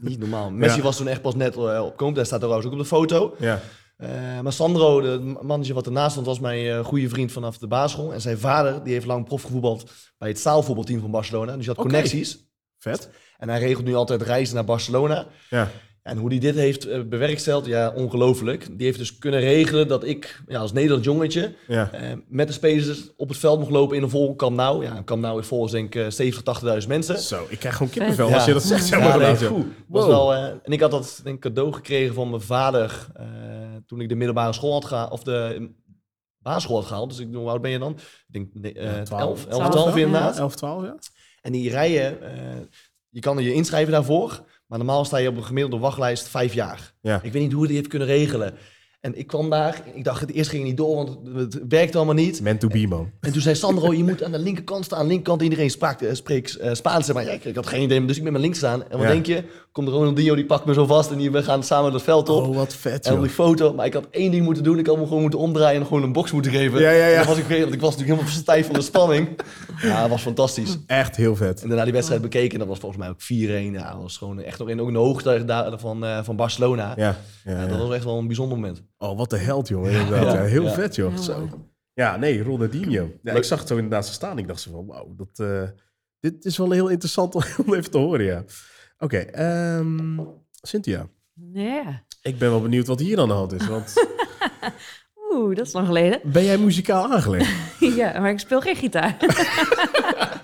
Speaker 2: niet normaal. Messi
Speaker 1: Ja.
Speaker 2: was toen echt pas net eh, op komst. Daar staat trouwens ook op de foto.
Speaker 1: Ja.
Speaker 2: Eh, maar Sandro, de mannetje wat ernaast stond, was mijn eh, goede vriend vanaf de basisschool. En zijn vader, die heeft lang prof gevoetbald bij het zaalvoetbalteam van Barcelona. Dus hij had
Speaker 1: Oké.
Speaker 2: connecties.
Speaker 1: Vet.
Speaker 2: En hij regelt nu altijd reizen naar Barcelona.
Speaker 1: Ja.
Speaker 2: En hoe die dit heeft eh, bewerksteld, ja, ongelooflijk. Die heeft dus kunnen regelen dat ik ja, als Nederlands jongetje
Speaker 1: Ja.
Speaker 2: Eh, met de spelers op het veld mocht lopen in een vol Camp Nou. Ja, Camp Nou is volgens denk ik eh, 70, 80.000 mensen.
Speaker 1: Zo, ik krijg gewoon kippenvel
Speaker 2: Ja.
Speaker 1: als je dat zegt. Zeg maar,
Speaker 2: Ja, nee,
Speaker 1: inderdaad, joh.
Speaker 2: goed. Was
Speaker 1: Wow.
Speaker 2: wel, eh, en ik had dat denk ik, cadeau gekregen van mijn vader eh, toen ik de middelbare school had gehaald, of de mm, basisschool had gehaald. Dus ik, hoe oud ben je dan? Ik denk nee, eh,
Speaker 1: Ja,
Speaker 2: 11,
Speaker 1: twaalf.
Speaker 2: 11,
Speaker 3: Twaalf,
Speaker 2: 12
Speaker 3: ja.
Speaker 2: inderdaad.
Speaker 1: 11, 12, ja?
Speaker 2: En die rijen, eh, je kan je inschrijven daarvoor, maar normaal sta je op een gemiddelde wachtlijst vijf jaar.
Speaker 1: Ja.
Speaker 2: Ik weet niet hoe hij heeft kunnen regelen. En ik kwam daar, ik dacht, het eerst ging het niet door, want het, het werkte allemaal niet.
Speaker 1: Man to be, man.
Speaker 2: En toen zei Sandro, je moet aan de linkerkant staan. Aan de linkerkant, iedereen sprak, eh, spreekt eh, Spaans. Maar ja, ik, ik had geen idee, dus ik ben met links staan. En wat
Speaker 1: Ja.
Speaker 2: denk je? Komt Ronaldinho, die pakt me zo vast en die, we gaan samen het veld op.
Speaker 1: Oh, wat vet,
Speaker 2: en op die foto, maar ik had één ding moeten doen. Ik had me gewoon moeten omdraaien en gewoon een box moeten geven.
Speaker 1: Ja, ja, ja.
Speaker 2: En dat was ik vergeten, want ik was natuurlijk helemaal verstijfd van de spanning. Ja, het was fantastisch.
Speaker 1: Echt heel vet.
Speaker 2: En daarna die wedstrijd bekeken, en dat was volgens mij ook 4-1. Ja, dat was gewoon echt nog in, ook in de hoogte daar, van, eh, van Barcelona.
Speaker 1: Ja, ja,
Speaker 2: Ja,
Speaker 1: ja.
Speaker 2: dat was echt wel een bijzonder moment.
Speaker 1: Oh, wat de held, jongen. Inderdaad.
Speaker 2: Ja.
Speaker 1: Ja, heel
Speaker 2: Ja.
Speaker 1: vet, joh.
Speaker 3: Ja,
Speaker 1: Zo.
Speaker 3: man.
Speaker 1: Ja, nee, Ronaldinho. Ja,
Speaker 2: Leuk.
Speaker 1: ik zag het zo inderdaad zo staan. Ik dacht zo van, wauw, dat, eh, dit is wel heel interessant om even te horen, ja. Oké, ehm, Cynthia.
Speaker 3: Ja.
Speaker 1: Ik ben wel benieuwd wat hier aan de hand is. Want
Speaker 3: Oeh, dat is lang geleden.
Speaker 1: ben jij muzikaal aangelegd?
Speaker 3: ja, maar ik speel geen gitaar. Ik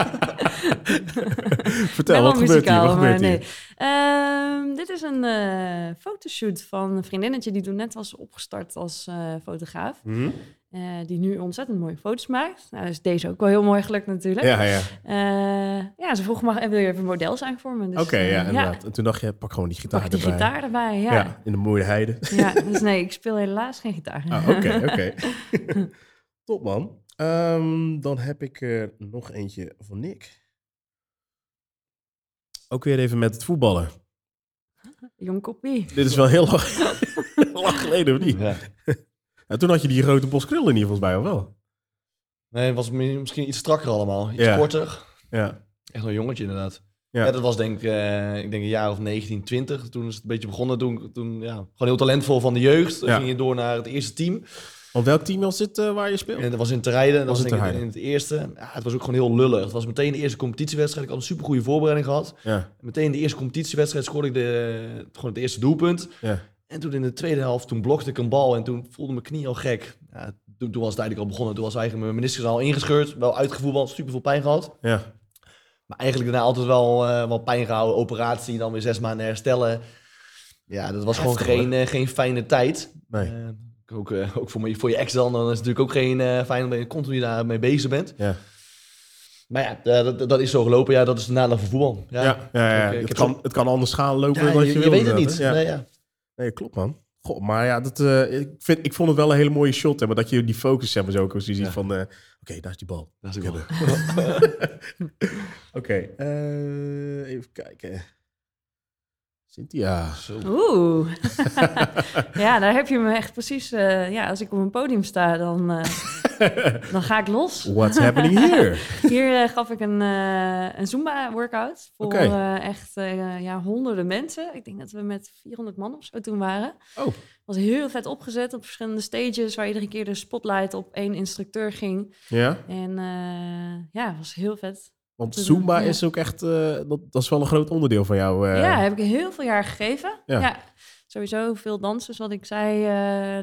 Speaker 1: Vertel,
Speaker 3: ben wel
Speaker 1: wat gebeurt hier?
Speaker 3: muzikaal,
Speaker 1: Wat
Speaker 3: maar
Speaker 1: gebeurt
Speaker 3: nee.
Speaker 1: hier?
Speaker 3: Ehm, dit is een eh, fotoshoot van een vriendinnetje die toen net was opgestart als eh, fotograaf.
Speaker 1: Hm?
Speaker 3: Eh, die nu ontzettend mooie foto's maakt. Nou, dus deze ook wel heel mooi gelukt natuurlijk.
Speaker 1: Ja, ja.
Speaker 3: Eh, ja, ze vroeg, mag, wil je even model zijn voor me? Dus,
Speaker 1: Oké,
Speaker 3: eh,
Speaker 1: ja, inderdaad. En toen dacht je, pak gewoon die gitaar
Speaker 3: Pak die
Speaker 1: erbij.
Speaker 3: gitaar erbij, ja.
Speaker 1: ja.
Speaker 3: ja.
Speaker 1: in de mooie heide.
Speaker 3: dus nee, ik speel helaas geen gitaar.
Speaker 1: Ah, oké, oké. Top, man. Ehm, dan heb ik er nog eentje van Nick. Ook weer even met het voetballen.
Speaker 3: Jong kopie.
Speaker 1: Dit is wel heel lang, heel lang geleden, of niet?
Speaker 2: Ja.
Speaker 1: En toen had je die grote bos krullen hier volgens mij, of wel?
Speaker 2: Nee, het was mi- misschien iets strakker allemaal. Iets
Speaker 1: Ja.
Speaker 2: korter.
Speaker 1: Ja.
Speaker 2: Echt een jongetje inderdaad.
Speaker 1: Ja.
Speaker 2: Ja. dat was denk ik, eh, ik denk een jaar of 19, 20. Toen is het een beetje begonnen. Toen, toen ja, gewoon heel talentvol van de jeugd.
Speaker 1: Ja.
Speaker 2: Ging je door naar het eerste team.
Speaker 1: Want welk team was dit eh, waar je speelt?
Speaker 2: En dat was in Terreiden. Dat
Speaker 1: Was
Speaker 2: was,
Speaker 1: in
Speaker 2: denk ik in
Speaker 1: Terreiden.
Speaker 2: het eerste. Ja, het was ook gewoon heel lullig. Het was meteen de eerste competitiewedstrijd. Ik had een supergoeie voorbereiding gehad.
Speaker 1: Ja,
Speaker 2: Meteen de eerste competitiewedstrijd scoorde ik de, gewoon het eerste doelpunt.
Speaker 1: ja.
Speaker 2: En toen in de tweede helft, toen blokte ik een bal en toen voelde mijn knie al gek. Ja, toen, toen was het eigenlijk al begonnen. Toen was eigenlijk mijn meniscus al ingescheurd. Wel uitgevoerd, super veel pijn gehad.
Speaker 1: ja.
Speaker 2: Maar eigenlijk daarna altijd wel, eh, wel pijn gehouden. Operatie, dan weer zes maanden herstellen. Ja, dat was
Speaker 1: Heftig,
Speaker 2: gewoon geen, eh, geen fijne tijd.
Speaker 1: Nee.
Speaker 2: Eh, ook, eh, ook voor, me, voor je ex dan, dan is het natuurlijk ook geen eh fijn omdat je continu daarmee bezig bent.
Speaker 1: Ja,
Speaker 2: Maar ja, eh, dat, dat is zo gelopen. Ja, dat is de nadeel van voetbal.
Speaker 1: ja,
Speaker 2: Ja,
Speaker 1: ja. ja,
Speaker 2: Ik, eh,
Speaker 1: het,
Speaker 2: ik heb
Speaker 1: kan, het kan anders gaan lopen
Speaker 2: Ja,
Speaker 1: dan je,
Speaker 2: je, je
Speaker 1: wil.
Speaker 2: weet het
Speaker 1: inderdaad,
Speaker 2: niet.
Speaker 1: hè? Ja.
Speaker 2: Nee, ja.
Speaker 1: Nee, klopt man. Goh, maar ja, dat, eh, ik, vind, ik vond het wel een hele mooie shot. Hè, maar dat je die focus hebben zo ook als je ziet
Speaker 2: Ja.
Speaker 1: van... eh, Oké, daar is die bal.
Speaker 2: Dat is ook wel.
Speaker 1: Oké, eh, even kijken. Cynthia.
Speaker 2: Zo.
Speaker 3: Oeh. ja, daar heb je me echt precies... eh, ja, als ik op een podium sta, dan, eh, dan ga ik los.
Speaker 1: What's happening here?
Speaker 3: Hier eh, gaf ik een, eh, een Zumba-workout voor
Speaker 1: Oké.
Speaker 3: eh, echt eh, ja, honderden mensen. Ik denk dat we met 400 man of zo toen waren.
Speaker 1: Oh,
Speaker 3: was heel vet opgezet op verschillende stages... waar iedere keer de spotlight op één instructeur ging.
Speaker 1: ja?
Speaker 3: En eh, ja, was heel vet.
Speaker 1: Want
Speaker 3: Dus,
Speaker 1: Zumba
Speaker 3: ja.
Speaker 1: is ook echt... eh, dat, dat is wel een groot onderdeel van jou. eh,
Speaker 3: Ja, heb ik heel veel jaar gegeven.
Speaker 1: Ja.
Speaker 3: Ja. Sowieso veel dansers, wat ik zei,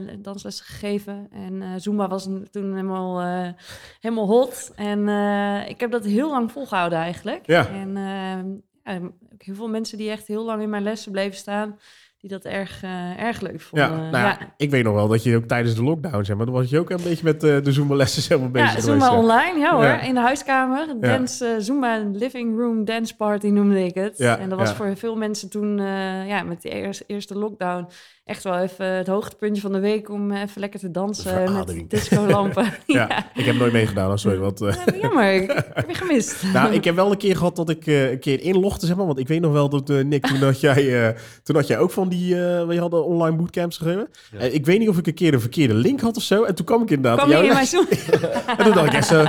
Speaker 3: eh danslessen gegeven. En eh Zumba was n- toen helemaal, eh, helemaal hot. En eh, ik heb dat heel lang volgehouden eigenlijk.
Speaker 1: Ja.
Speaker 3: En eh, ja, ook heel veel mensen die echt heel lang in mijn lessen bleven staan, die dat erg, eh, erg leuk vonden.
Speaker 1: Ja, nou ja,
Speaker 3: ja.
Speaker 1: ik weet nog wel dat je ook tijdens de lockdown, zeg maar, dan was je ook een beetje met eh, de Zumba-lessen helemaal bezig
Speaker 3: Ja,
Speaker 1: geweest.
Speaker 3: Zumba
Speaker 1: ja.
Speaker 3: online, ja hoor.
Speaker 1: Ja.
Speaker 3: In de huiskamer. Dance, eh, Zumba Living Room Dance Party noemde ik het.
Speaker 1: Ja,
Speaker 3: en dat was
Speaker 1: ja.
Speaker 3: voor veel mensen toen, eh, ja, met die eers- eerste lockdown, echt wel even het hoogtepuntje van de week om eh, even lekker te dansen
Speaker 1: verademing.
Speaker 3: met discolampen. ja.
Speaker 1: Ja, ik heb nooit meegedaan, oh, sorry. Want, eh,
Speaker 3: Ja, maar jammer, ik heb je gemist.
Speaker 1: nou, ik heb wel een keer gehad dat ik eh, een keer inlogde, zeg maar. Want ik weet nog wel dat, eh, Nick, toen had, jij, eh, toen had jij ook van die... eh we hadden online bootcamps gegeven.
Speaker 2: Ja.
Speaker 1: En ik weet niet of ik een keer een verkeerde link had of zo. En toen kwam ik inderdaad...
Speaker 3: Kwam
Speaker 1: in
Speaker 3: je
Speaker 1: jouw
Speaker 3: in mijn
Speaker 1: les.
Speaker 3: Zumba?
Speaker 1: En toen dacht ik echt zo...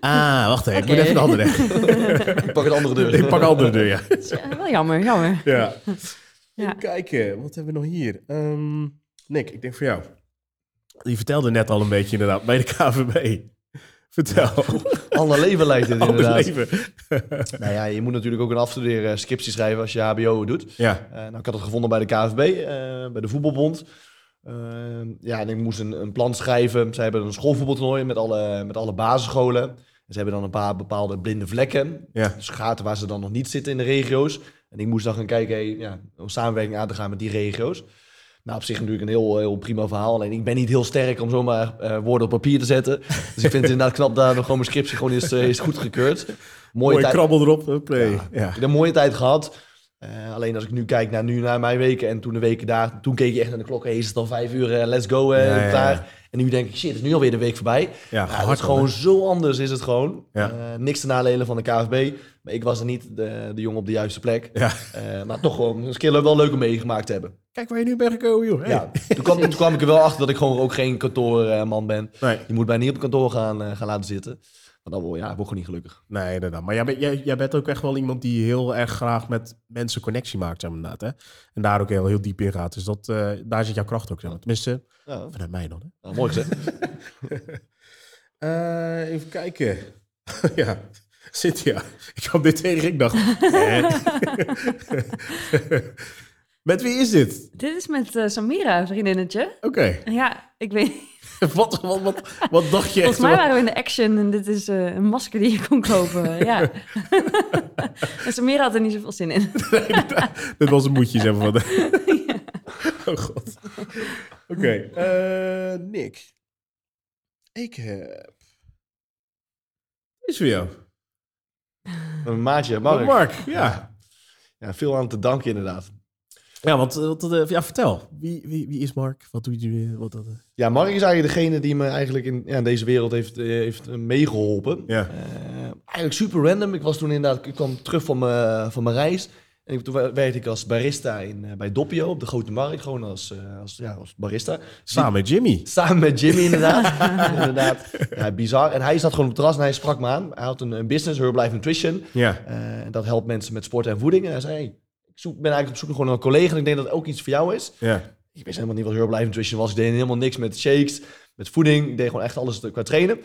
Speaker 1: Ah, wacht even, ik moet
Speaker 3: Oké.
Speaker 1: even de andere
Speaker 2: Ik pak het andere deur.
Speaker 1: Ik pak de andere deur, ja.
Speaker 3: Ja, wel jammer, jammer.
Speaker 1: ja.
Speaker 3: Ja.
Speaker 1: Even kijken, wat hebben we nog hier? Ehm, Nick, ik denk voor jou. Die vertelde net al een beetje inderdaad, bij de KVB. Vertel.
Speaker 2: Ander leven lijkt dit
Speaker 1: Anders
Speaker 2: inderdaad.
Speaker 1: leven.
Speaker 2: Nou ja, je moet natuurlijk ook een afstuderen scriptie schrijven als je HBO doet.
Speaker 1: Ja,
Speaker 2: Eh, nou, ik had het gevonden bij de KVB, eh, bij de voetbalbond. Eh, ja, en ik moest een, een plan schrijven. Ze hebben een schoolvoetbaltoernooi met alle, met alle basisscholen. En ze hebben dan een paar bepaalde blinde vlekken.
Speaker 1: ja,
Speaker 2: Dus gaten waar ze dan nog niet zitten in de regio's. En ik moest dan gaan kijken hey, ja, om samenwerking aan te gaan met die regio's. Nou, op zich natuurlijk een heel, heel prima verhaal. Alleen ik ben niet heel sterk om zomaar eh, woorden op papier te zetten. Dus ik vind het inderdaad knap dat nog gewoon mijn scriptie gewoon is, eh, is goedgekeurd. Mooie,
Speaker 1: mooie
Speaker 2: tijd,
Speaker 1: krabbel erop. Play. Ja.
Speaker 2: ik heb een mooie tijd gehad. Eh, alleen als ik nu kijk naar, nu, naar mijn weken en toen de weken daar, toen keek je echt naar de klok, hey, is het al vijf uur, eh, let's go, eh,
Speaker 1: Ja, ja, ja.
Speaker 2: klaar. En nu denk ik, shit, is nu alweer de week voorbij.
Speaker 1: Ja,
Speaker 2: Ja, het
Speaker 1: hard
Speaker 2: is gewoon zo anders is het gewoon.
Speaker 1: Ja.
Speaker 2: Eh, niks te nadelen van de KVB. Maar ik was er niet de, de jongen op de juiste plek.
Speaker 1: Ja.
Speaker 2: Eh, maar toch gewoon een keer wel leuk om meegemaakt te hebben.
Speaker 1: Kijk waar je nu bent gekomen, joh. Hey.
Speaker 2: Ja. Toen, kwam, toen kwam ik er wel achter dat ik gewoon ook geen kantoorman ben.
Speaker 1: Nee.
Speaker 2: Je moet mij niet op het kantoor gaan, eh, gaan laten zitten. Want dan word, ja, word ik gewoon niet gelukkig.
Speaker 1: Nee, inderdaad. Maar jij, bent- jij, jij bent ook echt wel iemand die heel erg graag met mensen connectie maakt, zeg maar, inderdaad. Hè? En daar ook heel, heel diep in gaat. Dus dat, eh, daar zit jouw kracht ook, zeg maar. Tenminste,
Speaker 2: Ja,
Speaker 1: vanuit mij dan. Hè?
Speaker 2: nou, mooi gezegd.
Speaker 1: Eh, even kijken. ja, Cynthia. Ik kwam dit tegen, ik dacht... hè? met wie is dit?
Speaker 3: Dit is met eh, Samira, een vriendinnetje.
Speaker 1: Oké.
Speaker 3: Ja, ik weet
Speaker 1: wat, wat, wat, wat dacht je echt?
Speaker 3: Volgens mij
Speaker 1: wel?
Speaker 3: waren we in de action en dit is eh, een masker die je kon kopen. ja. en Samira had er niet zoveel zin in.
Speaker 1: Dit was een moedje, zeg maar. Oh god. Oké, eh, Nick. Ik heb... Is voor jou.
Speaker 2: Een maatje, Mark.
Speaker 1: ja.
Speaker 2: Ja, veel aan te danken inderdaad.
Speaker 1: Ja, want eh, wat, eh, ja, vertel. Wie, wie, wie is Mark? Wat doet je? eh, Wat, dat? eh?
Speaker 2: Ja, Mark is eigenlijk degene die me eigenlijk in ja, deze wereld heeft, eh, heeft eh, meegeholpen.
Speaker 1: Ja.
Speaker 2: Eh, eigenlijk super random. Ik was toen inderdaad, ik kwam terug van mijn, eh, van mijn reis. En ik, toen wer- werkte ik als barista in, eh, bij Doppio op de Grote Markt. Gewoon als, eh, als, ja, als barista.
Speaker 1: Samen met Jimmy.
Speaker 2: Samen met Jimmy inderdaad. inderdaad. Ja, bizar. En hij zat gewoon op het terras en hij sprak me aan. Hij had een, een business, Herbalife Nutrition.
Speaker 1: Ja.
Speaker 2: Eh, en dat helpt mensen met sport en voeding. En hij zei, hey, ik zoek, ben eigenlijk op zoek naar gewoon een collega. En ik denk dat het ook iets voor jou is.
Speaker 1: Ja.
Speaker 2: Ik wist helemaal niet wat Herbalife Nutrition was. Ik deed helemaal niks met shakes, met voeding. Ik deed gewoon echt alles qua trainen. En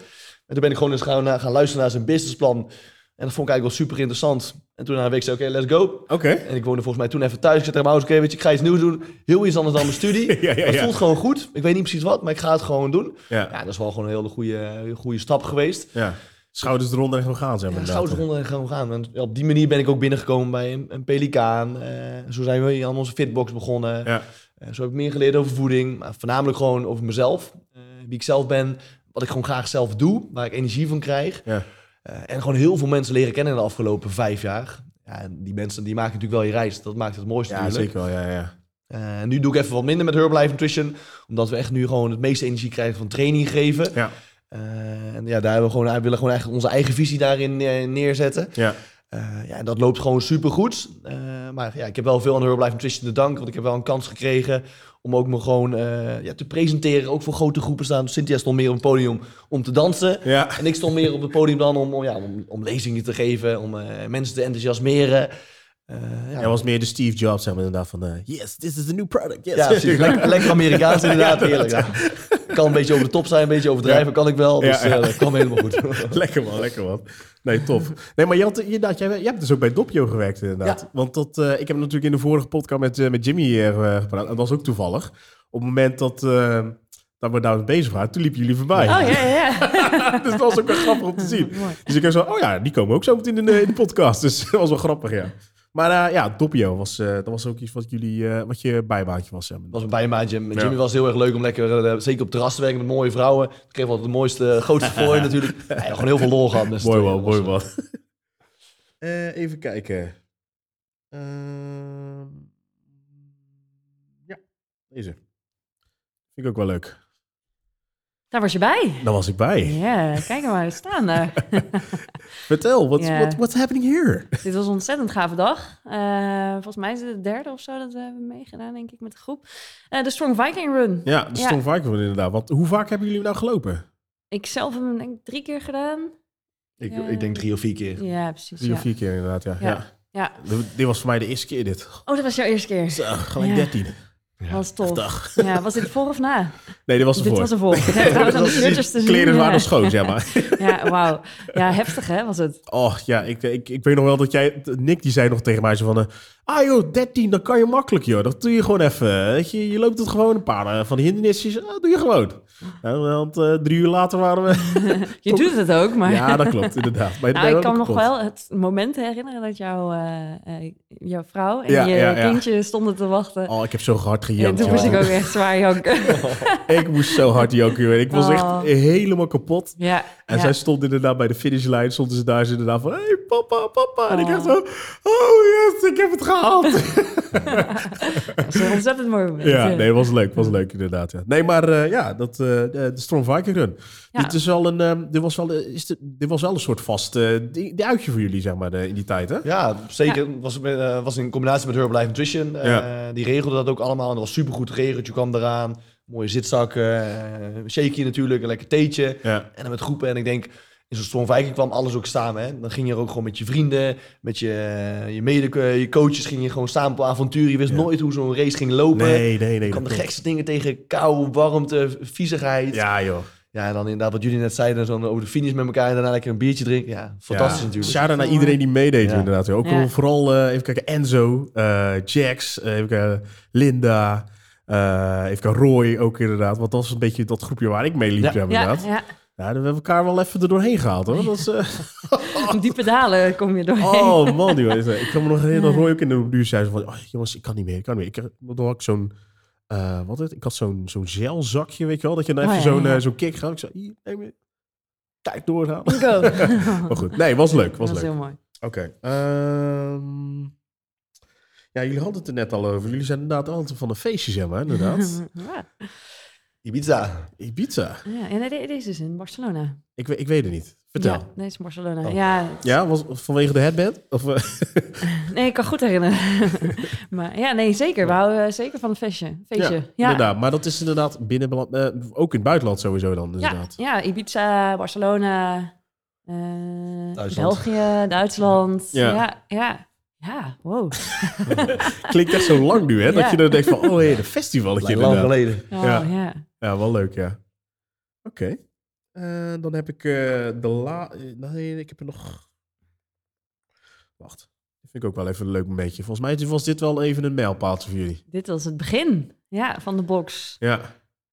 Speaker 2: toen ben ik gewoon eens gaan, eh, gaan luisteren naar zijn businessplan. En dat vond ik eigenlijk wel super interessant. En toen na een week zei ik, oké, let's go.
Speaker 1: Oké.
Speaker 2: En ik woonde volgens mij toen even thuis. Ik zei tegen mijn ouders, oké, weet je, ik ga iets nieuws doen. Heel iets anders dan mijn studie.
Speaker 1: Ja, ja,
Speaker 2: Maar het
Speaker 1: ja.
Speaker 2: voelt gewoon goed. Ik weet niet precies wat, maar ik ga het gewoon doen.
Speaker 1: Ja.
Speaker 2: Ja, dat is wel gewoon een hele goede, hele goede stap geweest.
Speaker 1: ja. Schouders eronder en gewoon gaan, zeg maar.
Speaker 2: Ja,
Speaker 1: inderdaad.
Speaker 2: schouders eronder en gaan gaan. En op die manier ben ik ook binnengekomen bij een, een pelikaan. Eh, zo zijn we aan onze fitbox begonnen.
Speaker 1: Ja.
Speaker 2: Eh, zo heb ik meer geleerd over voeding, maar voornamelijk gewoon over mezelf. Eh, wie ik zelf ben, wat ik gewoon graag zelf doe, waar ik energie van krijg.
Speaker 1: Ja.
Speaker 2: Eh, en gewoon heel veel mensen leren kennen in de afgelopen vijf jaar. Ja, en die mensen die maken natuurlijk wel je reis. Dat maakt het mooiste
Speaker 1: Ja,
Speaker 2: natuurlijk.
Speaker 1: zeker wel. Ja, ja.
Speaker 2: Eh, nu doe ik even wat minder met Herbalife Nutrition. Omdat we echt nu gewoon het meeste energie krijgen van training geven.
Speaker 1: Ja.
Speaker 2: Eh, en ja, daar hebben we gewoon, we willen gewoon eigenlijk onze eigen visie daarin eh, neerzetten.
Speaker 1: Ja.
Speaker 2: Eh, ja, en dat loopt gewoon supergoed. Eh maar ja, ik heb wel veel aan de Herbalife Nutrition te danken. Want ik heb wel een kans gekregen om ook me gewoon eh, ja, te presenteren. Ook voor grote groepen staan. Dus Cynthia stond meer op het podium om te dansen.
Speaker 1: Ja.
Speaker 2: En ik stond meer op het podium dan om, om, ja, om, om lezingen te geven. Om eh, mensen te enthousiasmeren. Eh, ja,
Speaker 1: Jij was meer de Steve Jobs, zeg maar, inderdaad. Van, eh, yes, this is the new product. Yes.
Speaker 2: ja, precies. Lekker, lekker Amerikaans inderdaad. Heerlijk. Ja. Kan een beetje over de top zijn, een beetje overdrijven. Kan ik wel. Dus
Speaker 1: Ja, ja.
Speaker 2: eh, dat kwam helemaal goed.
Speaker 1: Lekker man, lekker man. Nee, tof. Nee, maar je had, inderdaad, jij, jij hebt dus ook bij Dopio gewerkt inderdaad. Want dat, eh, ik heb natuurlijk in de vorige podcast met, eh, met Jimmy hier eh, gepraat. En dat was ook toevallig. Op het moment dat, eh, dat we daarmee bezig waren, toen liepen jullie voorbij.
Speaker 3: Oh ja, ja, ja.
Speaker 1: dus dat was ook wel grappig om te zien.
Speaker 3: Mooi.
Speaker 1: Dus ik heb zo, oh ja, die komen ook zo meteen in de, in de podcast. Dus dat was wel grappig, ja. Maar eh, ja, Dopio was, eh, dat was ook iets wat, jullie, eh, wat je bijbaantje was. zeg maar.
Speaker 2: was een bijbaantje. Met
Speaker 1: Ja.
Speaker 2: Jimmy was het heel erg leuk om lekker, eh, zeker op het terras te werken met mooie vrouwen. Ik kreeg wel de mooiste, eh, grootste fooi natuurlijk. Ja, gewoon heel veel lol gehad. met z'n
Speaker 1: Mooi
Speaker 2: tweeën.
Speaker 1: man,
Speaker 2: Dat was,
Speaker 1: mooi man. Eh, even kijken. Ehm, ja, deze. Vind ik ook wel leuk.
Speaker 3: Daar was je bij.
Speaker 1: Daar was ik bij.
Speaker 3: Ja, kijk er maar eens staan daar.
Speaker 1: Vertel, wat
Speaker 3: Ja.
Speaker 1: what, what's happening here?
Speaker 3: Dit was een ontzettend gave dag. Eh, volgens mij is het de derde of zo dat we hebben meegedaan, denk ik, met de groep. Eh, de Strong Viking Run.
Speaker 1: Ja, de
Speaker 3: Ja.
Speaker 1: Strong Viking inderdaad. Want hoe vaak hebben jullie nou gelopen?
Speaker 3: Ik zelf heb hem denk ik drie keer gedaan.
Speaker 2: Ik,
Speaker 3: Ja.
Speaker 2: ik denk drie of vier keer.
Speaker 3: Ja, precies.
Speaker 1: Drie
Speaker 3: Ja.
Speaker 1: of vier keer inderdaad, ja. ja.
Speaker 3: Ja. Ja.
Speaker 1: D- Dit was voor mij de eerste keer dit.
Speaker 3: Oh, dat was jouw eerste keer.
Speaker 1: Zo, gelijk
Speaker 3: Ja.
Speaker 1: 13.
Speaker 3: Dat was tof.
Speaker 1: Dag.
Speaker 3: Ja, was dit voor of na?
Speaker 1: Nee, dit was
Speaker 3: Dit
Speaker 1: ervoor.
Speaker 3: was ervoor. Ik heb trouwens aan de shirtjes te zien.
Speaker 1: Kleren waren
Speaker 3: ja.
Speaker 1: nog schoon, zeg maar.
Speaker 3: Ja, wauw. Ja, heftig hè, was het.
Speaker 1: Oh ja, ik, ik, ik weet nog wel dat jij, Nick die zei nog tegen mij zo van, eh, ah joh, 13, dat kan je makkelijk joh, dat doe je gewoon even. Weet je, je loopt het gewoon een paar eh, van die eh, hindernisjes, ah, doe je gewoon. Ja, want eh, drie uur later waren we...
Speaker 3: Je doet het ook, maar...
Speaker 1: Ja, dat klopt, inderdaad. Maar je bent
Speaker 3: Nou, ik
Speaker 1: ook
Speaker 3: kan me nog
Speaker 1: kapot.
Speaker 3: wel het moment herinneren dat jouw, eh, eh, jouw vrouw en
Speaker 1: Ja,
Speaker 3: je
Speaker 1: ja, ja.
Speaker 3: kindje stonden te wachten.
Speaker 1: Oh, ik heb zo hard
Speaker 3: en
Speaker 1: gejamd.
Speaker 3: toen moest
Speaker 1: jongen.
Speaker 3: ik ook echt zwaar janken.
Speaker 1: Ik moest zo hard jokken. Ik was
Speaker 3: Oh.
Speaker 1: echt helemaal kapot.
Speaker 3: ja,
Speaker 1: En
Speaker 3: ja.
Speaker 1: zij stond inderdaad bij de finishlijn. Stonden ze daar ze inderdaad van... hey, papa, papa. En ik
Speaker 3: Oh.
Speaker 1: dacht zo... Oh yes, ik heb het gehaald.
Speaker 3: dat is een ontzettend mooi moment.
Speaker 1: ja, nee, was leuk. Was leuk inderdaad. Ja. Nee, maar eh, ja, dat, eh, de de Storm Viking Run.
Speaker 3: Ja.
Speaker 1: Dit, is wel een, ehm, dit, was wel, eh, is dit, dit was wel een soort vast... eh, die, die uitje voor jullie, zeg maar, eh, in die tijd, hè?
Speaker 2: Ja, zeker. Was, met, eh, was in combinatie met Herbalife Nutrition. Eh,
Speaker 1: Ja.
Speaker 2: Die regelde dat ook allemaal. En dat was supergoed geregeld. Je kwam eraan. Mooie zitzakken. eh shakeje natuurlijk. Een lekker theetje.
Speaker 1: Ja.
Speaker 2: En dan met groepen. En ik denk, in zo'n Storm Viking kwam alles ook samen. Hè? Dan ging je er ook gewoon met je vrienden, met je, eh, je mede, je coaches. Ging je gewoon samen op avontuur. Je wist
Speaker 1: Ja.
Speaker 2: nooit hoe zo'n race ging lopen.
Speaker 1: Nee, nee, nee.
Speaker 2: Je kwam de
Speaker 1: dat klopt.
Speaker 2: gekste dingen tegen. Kou, warmte, viezigheid.
Speaker 1: Ja, joh.
Speaker 2: Ja, en dan inderdaad wat jullie net zeiden. Zo'n over de finish met elkaar. En daarna lekker een biertje drinken. Ja, fantastisch
Speaker 1: Ja.
Speaker 2: natuurlijk.
Speaker 1: Shout-out naar iedereen die meedeed
Speaker 2: Ja.
Speaker 1: inderdaad. Ook
Speaker 3: Ja.
Speaker 1: vooral, eh, even kijken, Enzo, eh, Jax, eh, even kijken, Linda, eh, even kijken, Roy ook inderdaad. Want dat was een beetje dat groepje waar ik mee liep,
Speaker 2: Ja.
Speaker 1: ja,
Speaker 3: ja,
Speaker 1: inderdaad. Ja,
Speaker 3: ja.
Speaker 1: daar hebben we elkaar wel even er doorheen gehaald, hoor. Dat is, eh,
Speaker 3: diepe dalen kom je doorheen.
Speaker 1: oh man, joh. Ik kan me nog herinneren dat Roy ook in de duur zei van, oh, jongens, ik kan niet meer, ik kan niet meer. Ik, eh, toen had ik zo'n... eh, wat het? Ik had zo'n zo'n gelzakje, weet je wel, dat je dan
Speaker 3: Oh,
Speaker 1: even
Speaker 3: ja,
Speaker 1: zo'n
Speaker 3: ja,
Speaker 1: eh,
Speaker 3: ja.
Speaker 1: zo'n kick gaat. Ik zei, hier, neem je, tijd doorgaan.
Speaker 3: Go.
Speaker 1: Maar goed, nee, was leuk, was
Speaker 3: dat is
Speaker 1: leuk.
Speaker 3: heel mooi.
Speaker 1: Oké. ehm, ja, jullie hadden het er net al over. Jullie zijn inderdaad altijd van een feestje, zeg maar, inderdaad.
Speaker 3: Ja,
Speaker 2: Ibiza.
Speaker 1: Ibiza.
Speaker 3: ja. En deze is dus in Barcelona.
Speaker 1: Ik, we- ik weet het niet. Vertel.
Speaker 3: Ja,
Speaker 1: Ja,
Speaker 3: nee, het is in Barcelona.
Speaker 2: Oh.
Speaker 3: Ja,
Speaker 1: was vanwege de headband? Of, eh,
Speaker 3: nee, ik kan goed herinneren. maar ja, nee, zeker. We houden eh, zeker van een feestje. feestje. ja.
Speaker 1: inderdaad. Maar dat is inderdaad binnen... eh, ook in het buitenland sowieso dan,
Speaker 3: Ja,
Speaker 1: inderdaad.
Speaker 3: ja, Ibiza, Barcelona, eh,
Speaker 2: Duitsland.
Speaker 3: België, Duitsland.
Speaker 1: Ja.
Speaker 3: Ja, ja, ja. wow.
Speaker 1: Klinkt echt zo lang nu, hè? Dat
Speaker 3: Ja.
Speaker 1: je dan denkt van, oh hé, een festivaletje
Speaker 2: Lang
Speaker 1: inderdaad.
Speaker 2: geleden.
Speaker 3: Oh,
Speaker 1: Ja.
Speaker 3: ja.
Speaker 1: Ja, wel leuk, ja. Oké. Eh, dan heb ik eh, de la... eh, Nee, ik heb er nog... Wacht. Dat vind ik ook wel even een leuk momentje. Volgens mij was dit wel even een mijlpaaltje voor jullie.
Speaker 3: Dit was het begin ja, van de box.
Speaker 1: Ja.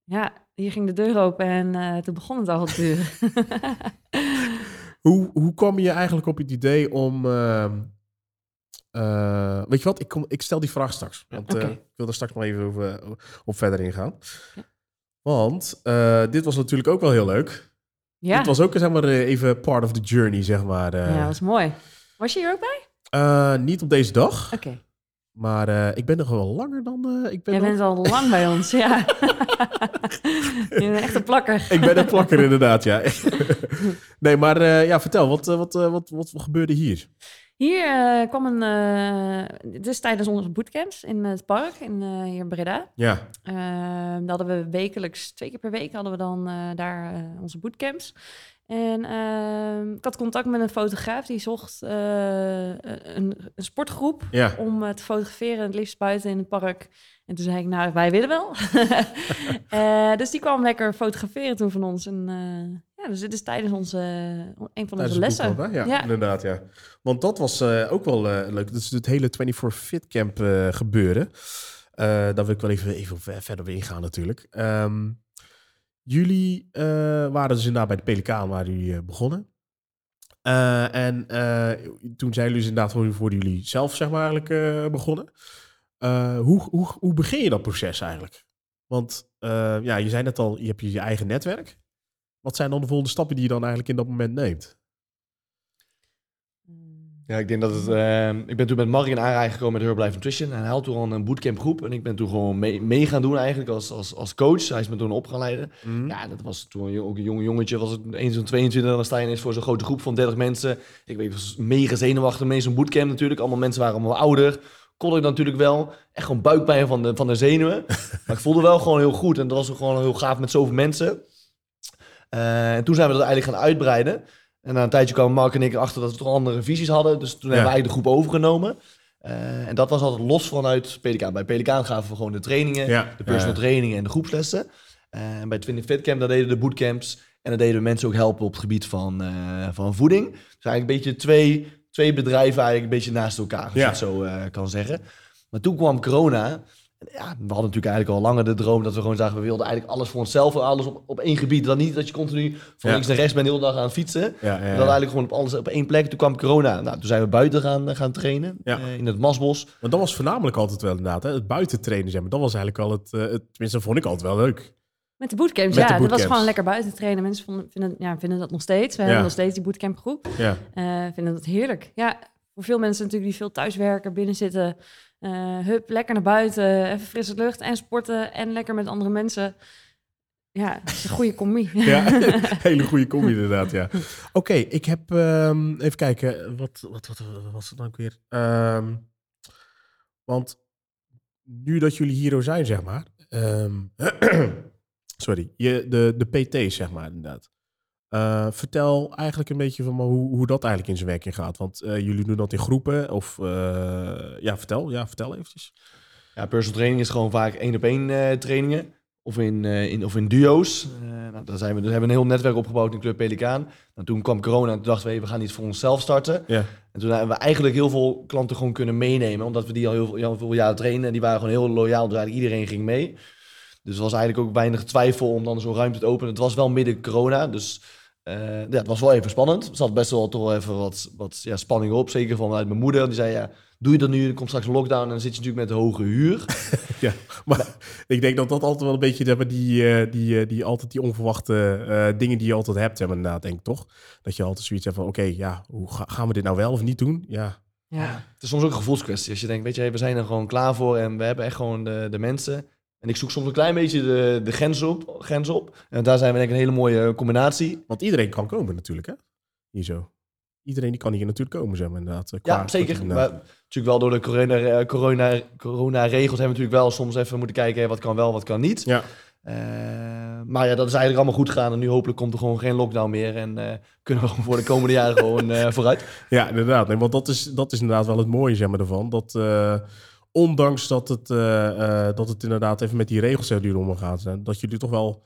Speaker 3: Ja, hier ging de deur open en eh, toen begon het avontuur.
Speaker 1: Hoe, hoe kwam je eigenlijk op het idee om... ehm, eh, weet je wat? Ik, kom, ik stel die vraag straks. Want eh,
Speaker 3: Oké.
Speaker 1: ik wil daar straks nog even over, op verder ingaan. Want eh, dit was natuurlijk ook wel heel leuk.
Speaker 3: ja.
Speaker 1: Dit was ook zeg maar, eh, even part of the journey, zeg maar. eh.
Speaker 3: ja, dat was mooi. Was je hier ook bij?
Speaker 1: Eh, niet op deze dag.
Speaker 3: Oké.
Speaker 1: Maar eh, ik ben nog wel langer dan... eh, ik, ben
Speaker 3: Jij
Speaker 1: nog-
Speaker 3: bent al lang bij ons, ja. je bent echt een plakker.
Speaker 1: ik ben een plakker inderdaad, ja. nee, maar eh, ja, vertel, wat, eh, wat, eh, wat, wat, gebeurde hier?
Speaker 3: Hier eh, kwam een... eh dit is tijdens onze bootcamps in het park in, eh, hier in Breda.
Speaker 1: Ja,
Speaker 3: Ehm, dan hadden we wekelijks, twee keer per week hadden we dan eh, daar eh, onze bootcamps. En ehm, ik had contact met een fotograaf die zocht eh, een, een sportgroep
Speaker 1: ja.
Speaker 3: om eh, te fotograferen, het liefst buiten in het park. En toen zei ik, nou, wij willen wel. Eh, dus die kwam lekker fotograferen toen van ons. En eh, ja, dus dit is tijdens onze, een van
Speaker 1: Tijdens
Speaker 3: onze
Speaker 1: de
Speaker 3: lessen.
Speaker 1: boekclub, hè? ja,
Speaker 3: Ja.
Speaker 1: inderdaad, ja. Want dat was eh, ook wel eh, leuk. Dus het hele 24 Fit Camp eh, gebeuren. Eh, daar wil ik wel even, even ver- verder op ingaan natuurlijk. Ehm, jullie eh, waren dus inderdaad bij de Pelikaan waar jullie eh, begonnen. Eh, en eh, toen zijn jullie dus inderdaad voor, voor jullie zelf zeg maar eigenlijk eh, begonnen. Eh, hoe, hoe, hoe begin je dat proces eigenlijk? Want eh, ja, je zei net al, je hebt je eigen netwerk. Wat zijn dan de volgende stappen die je dan eigenlijk in dat moment neemt?
Speaker 2: Ja, ik denk dat het. ehm, ik ben toen met Mark in aanraking gekomen met Herbalife Nutrition. En hij had toen al een bootcamp groep. En ik ben toen gewoon mee, mee gaan doen eigenlijk als, als, als coach. Hij is me toen op gaan leiden. Ja, dat was toen een jo- ook een jong jongetje. Was het eens zo'n 22 en dan sta je ineens voor zo'n grote groep van 30 mensen. Ik weet, ik was mega zenuwachtig mee zo'n bootcamp natuurlijk. Allemaal mensen waren allemaal ouder. Kon ik natuurlijk wel. Echt gewoon buikpijn van de, van de zenuwen. maar ik voelde wel gewoon heel goed. En dat was ook gewoon heel gaaf met zoveel mensen. Eh, en toen zijn we dat eigenlijk gaan uitbreiden. En na een tijdje kwamen Mark en ik erachter dat we toch andere visies hadden. Dus toen
Speaker 1: Ja.
Speaker 2: hebben we eigenlijk de groep overgenomen. Eh, en dat was altijd los vanuit Pelikaan. Bij Pelikaan gaven we gewoon de trainingen,
Speaker 1: Ja,
Speaker 2: de personal
Speaker 1: ja.
Speaker 2: trainingen en de groepslessen. Eh, en bij 20 Fit Camp, daar deden we de bootcamps. En daar deden we mensen ook helpen op het gebied van, eh, van voeding. Dus eigenlijk een beetje twee, twee bedrijven eigenlijk een beetje naast elkaar, als
Speaker 1: Ja.
Speaker 2: je het zo eh, kan zeggen. Maar toen kwam corona. En ja, we hadden natuurlijk eigenlijk al langer de droom dat we gewoon zagen, we wilden eigenlijk alles voor onszelf, alles op, op één gebied. Dan niet dat je continu van
Speaker 1: Ja.
Speaker 2: links naar rechts bent de hele dag aan het fietsen.
Speaker 1: Ja, ja,
Speaker 2: En
Speaker 1: ja.
Speaker 2: dan eigenlijk gewoon op alles op één plek. Toen kwam corona. Nou, toen zijn we buiten gaan, gaan trainen.
Speaker 1: Ja.
Speaker 2: eh, in het Masbos.
Speaker 1: Want dat was voornamelijk altijd wel inderdaad, hè? het buitentrainen. Zeg maar. Dat was eigenlijk al het, eh, het, tenminste dat vond ik altijd wel leuk.
Speaker 3: Met de bootcamps,
Speaker 1: Met
Speaker 3: ja.
Speaker 1: de
Speaker 3: Dat was
Speaker 1: bootcamps.
Speaker 3: gewoon lekker buiten trainen. Mensen vonden, vinden, ja, vinden dat nog steeds. We hebben nog steeds die bootcampgroep.
Speaker 1: Ja,
Speaker 3: Eh vinden dat heerlijk. Ja, voor veel mensen natuurlijk die veel thuiswerken, binnen zitten. eh, hup, lekker naar buiten, even frisse lucht en sporten en lekker met andere mensen. Ja, dat is een goede combi.
Speaker 1: ja. hele goede combi inderdaad, ja. Oké, ik heb, ehm, even kijken, wat, wat, wat, wat was het dan ook weer? Ehm, want nu dat jullie hier zijn, zeg maar, ehm, sorry, je, de, de PT's, zeg maar, inderdaad. Eh, vertel eigenlijk een beetje van maar hoe, hoe dat eigenlijk in zijn werking gaat. Want eh, jullie doen dat in groepen of... eh, ja, vertel, ja, vertel eventjes.
Speaker 2: Ja, personal training is gewoon vaak één op één eh, trainingen. Of in, eh, in, of in duo's. Eh, nou, daar zijn we, dus hebben we een heel netwerk opgebouwd in Club Pelikaan. Nou, toen kwam corona en toen dachten we, hey, we gaan iets voor onszelf starten.
Speaker 1: Ja.
Speaker 2: En toen hebben we eigenlijk heel veel klanten gewoon kunnen meenemen. Omdat we die al heel, veel- heel veel jaren trainen. En die waren gewoon heel loyaal. Dus eigenlijk iedereen ging mee. Dus er was eigenlijk ook weinig twijfel om dan zo'n ruimte te openen. Het was wel midden corona. Dus eh, ja, het was wel even spannend. Er zat best wel toch even wat, wat ja, spanning op. Zeker vanuit mijn moeder. Die zei, ja, doe je dat nu? Er komt straks een lockdown. En dan zit je natuurlijk met hoge huur.
Speaker 1: Ja, maar ik denk dat dat altijd wel een beetje zeg maar, die, eh, die, eh, die, altijd die onverwachte eh, dingen die je altijd hebt, zeg maar, inderdaad, denk ik toch? Dat je altijd zoiets hebt van, oké, ja, hoe ga- gaan we dit nou wel of niet doen? Ja,
Speaker 3: Ja.
Speaker 2: Het is soms ook een gevoelskwestie. Als je denkt, weet je, hey, we zijn er gewoon klaar voor en we hebben echt gewoon de, de mensen. En ik zoek soms een klein beetje de, de grens, op, grens op. En daar zijn we denk ik een hele mooie eh, combinatie.
Speaker 1: want iedereen kan komen natuurlijk, hè? Hier zo. Iedereen die kan hier natuurlijk komen, zeg maar, inderdaad. eh,
Speaker 2: Ja,
Speaker 1: qua-
Speaker 2: zeker.
Speaker 1: inderdaad.
Speaker 2: Maar natuurlijk wel door de corona, eh, corona, corona-regels hebben we natuurlijk wel soms even moeten kijken hey, wat kan wel, wat kan niet.
Speaker 1: Ja.
Speaker 2: Eh, maar ja, dat is eigenlijk allemaal goed gegaan. En nu hopelijk komt er gewoon geen lockdown meer. En eh, kunnen we gewoon voor de komende jaren gewoon eh, vooruit.
Speaker 1: Ja, inderdaad. Nee, want dat is, dat is inderdaad wel het mooie zeg maar, ervan. Dat eh, ondanks dat het, eh, eh, dat het inderdaad even met die regels hebben die eronder gaan zijn, dat jullie toch wel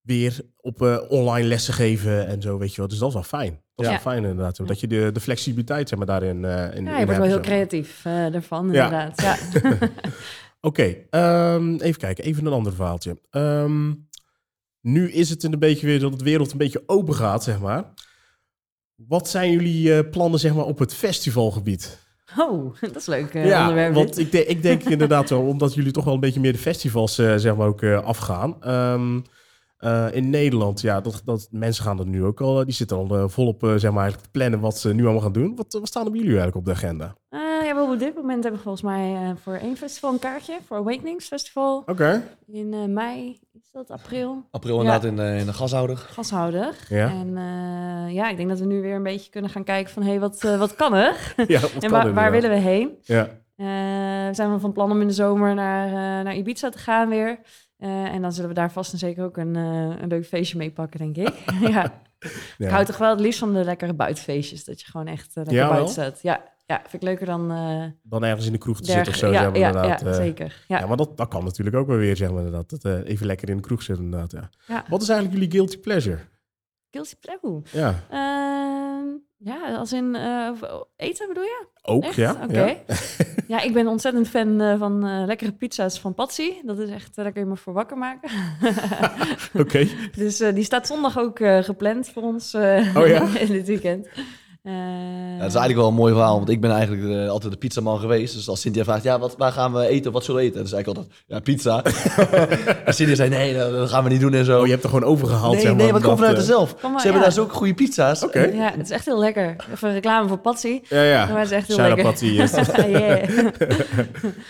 Speaker 1: weer op eh, online lessen geven en zo, weet je wel. Dus dat is wel fijn. Dat is
Speaker 3: Ja.
Speaker 1: wel fijn inderdaad. zeg maar, Dat je de, de flexibiliteit zeg maar, daarin eh, in,
Speaker 3: Ja,
Speaker 1: in
Speaker 3: je wordt wel heel
Speaker 1: hebt, zeg maar.
Speaker 3: creatief eh daarvan,
Speaker 1: Ja.
Speaker 3: inderdaad. Ja.
Speaker 1: Oké, ehm, even kijken. Even een ander verhaaltje. Ehm, nu is het een beetje weer dat het wereld een beetje open gaat, zeg maar. Wat zijn jullie eh, plannen zeg maar, op het festivalgebied?
Speaker 3: Oh, dat is leuk eh,
Speaker 1: ja,
Speaker 3: onderwerp. dit.
Speaker 1: want ik, denk- ik denk inderdaad wel, omdat jullie toch wel een beetje meer de festivals eh, zeg maar ook eh, afgaan. Ehm, eh, in Nederland, ja, dat, dat, mensen gaan dat nu ook al. eh, Die zitten al eh, volop eh, zeg maar, eigenlijk te plannen wat ze nu allemaal gaan doen. Wat, eh, wat staan er bij jullie eigenlijk op de agenda?
Speaker 3: Eh, ja, wel, op dit moment hebben we volgens mij eh, voor één festival een kaartje. Voor Awakenings Festival.
Speaker 1: Oké.
Speaker 3: In eh, mei, is dat april?
Speaker 2: April
Speaker 3: Ja.
Speaker 2: inderdaad in, de- in de gashouder.
Speaker 3: Gashouder.
Speaker 1: Ja,
Speaker 3: En eh, ja, ik denk dat we nu weer een beetje kunnen gaan kijken van... hé, hey, wat, eh, wat kan er?
Speaker 1: ja wat
Speaker 3: en
Speaker 1: kan
Speaker 3: waar, waar
Speaker 1: inderdaad.
Speaker 3: willen we heen?
Speaker 1: Ja,
Speaker 3: Eh, we zijn wel van plan om in de zomer naar, eh, naar Ibiza te gaan weer. Eh, en dan zullen we daar vast en zeker ook een, eh, een leuk feestje mee pakken, denk ik. ja.
Speaker 1: ja.
Speaker 3: Ik hou toch wel het liefst van de lekkere buitenfeestjes. Dat je gewoon echt eh, lekker
Speaker 1: Ja, wel?
Speaker 3: buiten staat. Ja, ja, vind ik leuker dan... eh
Speaker 1: Dan ergens in de kroeg te zitten
Speaker 3: dergelijke-
Speaker 1: of zo,
Speaker 3: ja,
Speaker 1: zeg maar,
Speaker 3: ja,
Speaker 1: inderdaad.
Speaker 3: ja,
Speaker 1: eh.
Speaker 3: zeker. Ja.
Speaker 1: Ja, maar dat, dat kan natuurlijk ook wel weer, zeg maar, inderdaad. Dat, eh, even lekker in de kroeg zitten, inderdaad, ja.
Speaker 3: Ja.
Speaker 1: Wat is eigenlijk jullie guilty pleasure?
Speaker 3: Guilty pleasure.
Speaker 1: Ja,
Speaker 3: Ehm, ja, als in eh, v- eten bedoel je?
Speaker 1: ook,
Speaker 3: Echt?
Speaker 1: ja.
Speaker 3: Oké.
Speaker 1: ja.
Speaker 3: Ja. ik ben ontzettend fan eh, van eh, lekkere pizza's van Patsy. Dat is echt, eh, daar kun je me voor wakker maken.
Speaker 1: Oké.
Speaker 3: dus eh, die staat zondag ook eh, gepland voor ons eh,
Speaker 1: Oh ja?
Speaker 3: in dit weekend. Eh,
Speaker 2: Ja, het is eigenlijk wel een mooi verhaal, want ik ben eigenlijk de- altijd de pizzaman geweest. Dus als Cynthia vraagt, ja, wat, waar gaan we eten? Wat zullen we eten? Dan zei ik altijd, ja, pizza. en Cynthia zei, nee, dat, dat gaan we niet doen en zo.
Speaker 1: Oh, je hebt er gewoon overgehaald,
Speaker 2: nee,
Speaker 1: zeg maar.
Speaker 2: nee, wat
Speaker 1: dat,
Speaker 2: komt vanuit
Speaker 1: eh,
Speaker 2: zelf?
Speaker 3: Kom maar,
Speaker 2: Ze hebben
Speaker 3: ja.
Speaker 2: daar zulke goede pizza's.
Speaker 1: Oké.
Speaker 3: Ja, het is echt heel lekker. Even reclame voor Patsy.
Speaker 1: Ja, ja.
Speaker 3: Maar het is echt heel
Speaker 1: Sarah
Speaker 3: lekker.
Speaker 1: Patty is dat.
Speaker 3: yeah.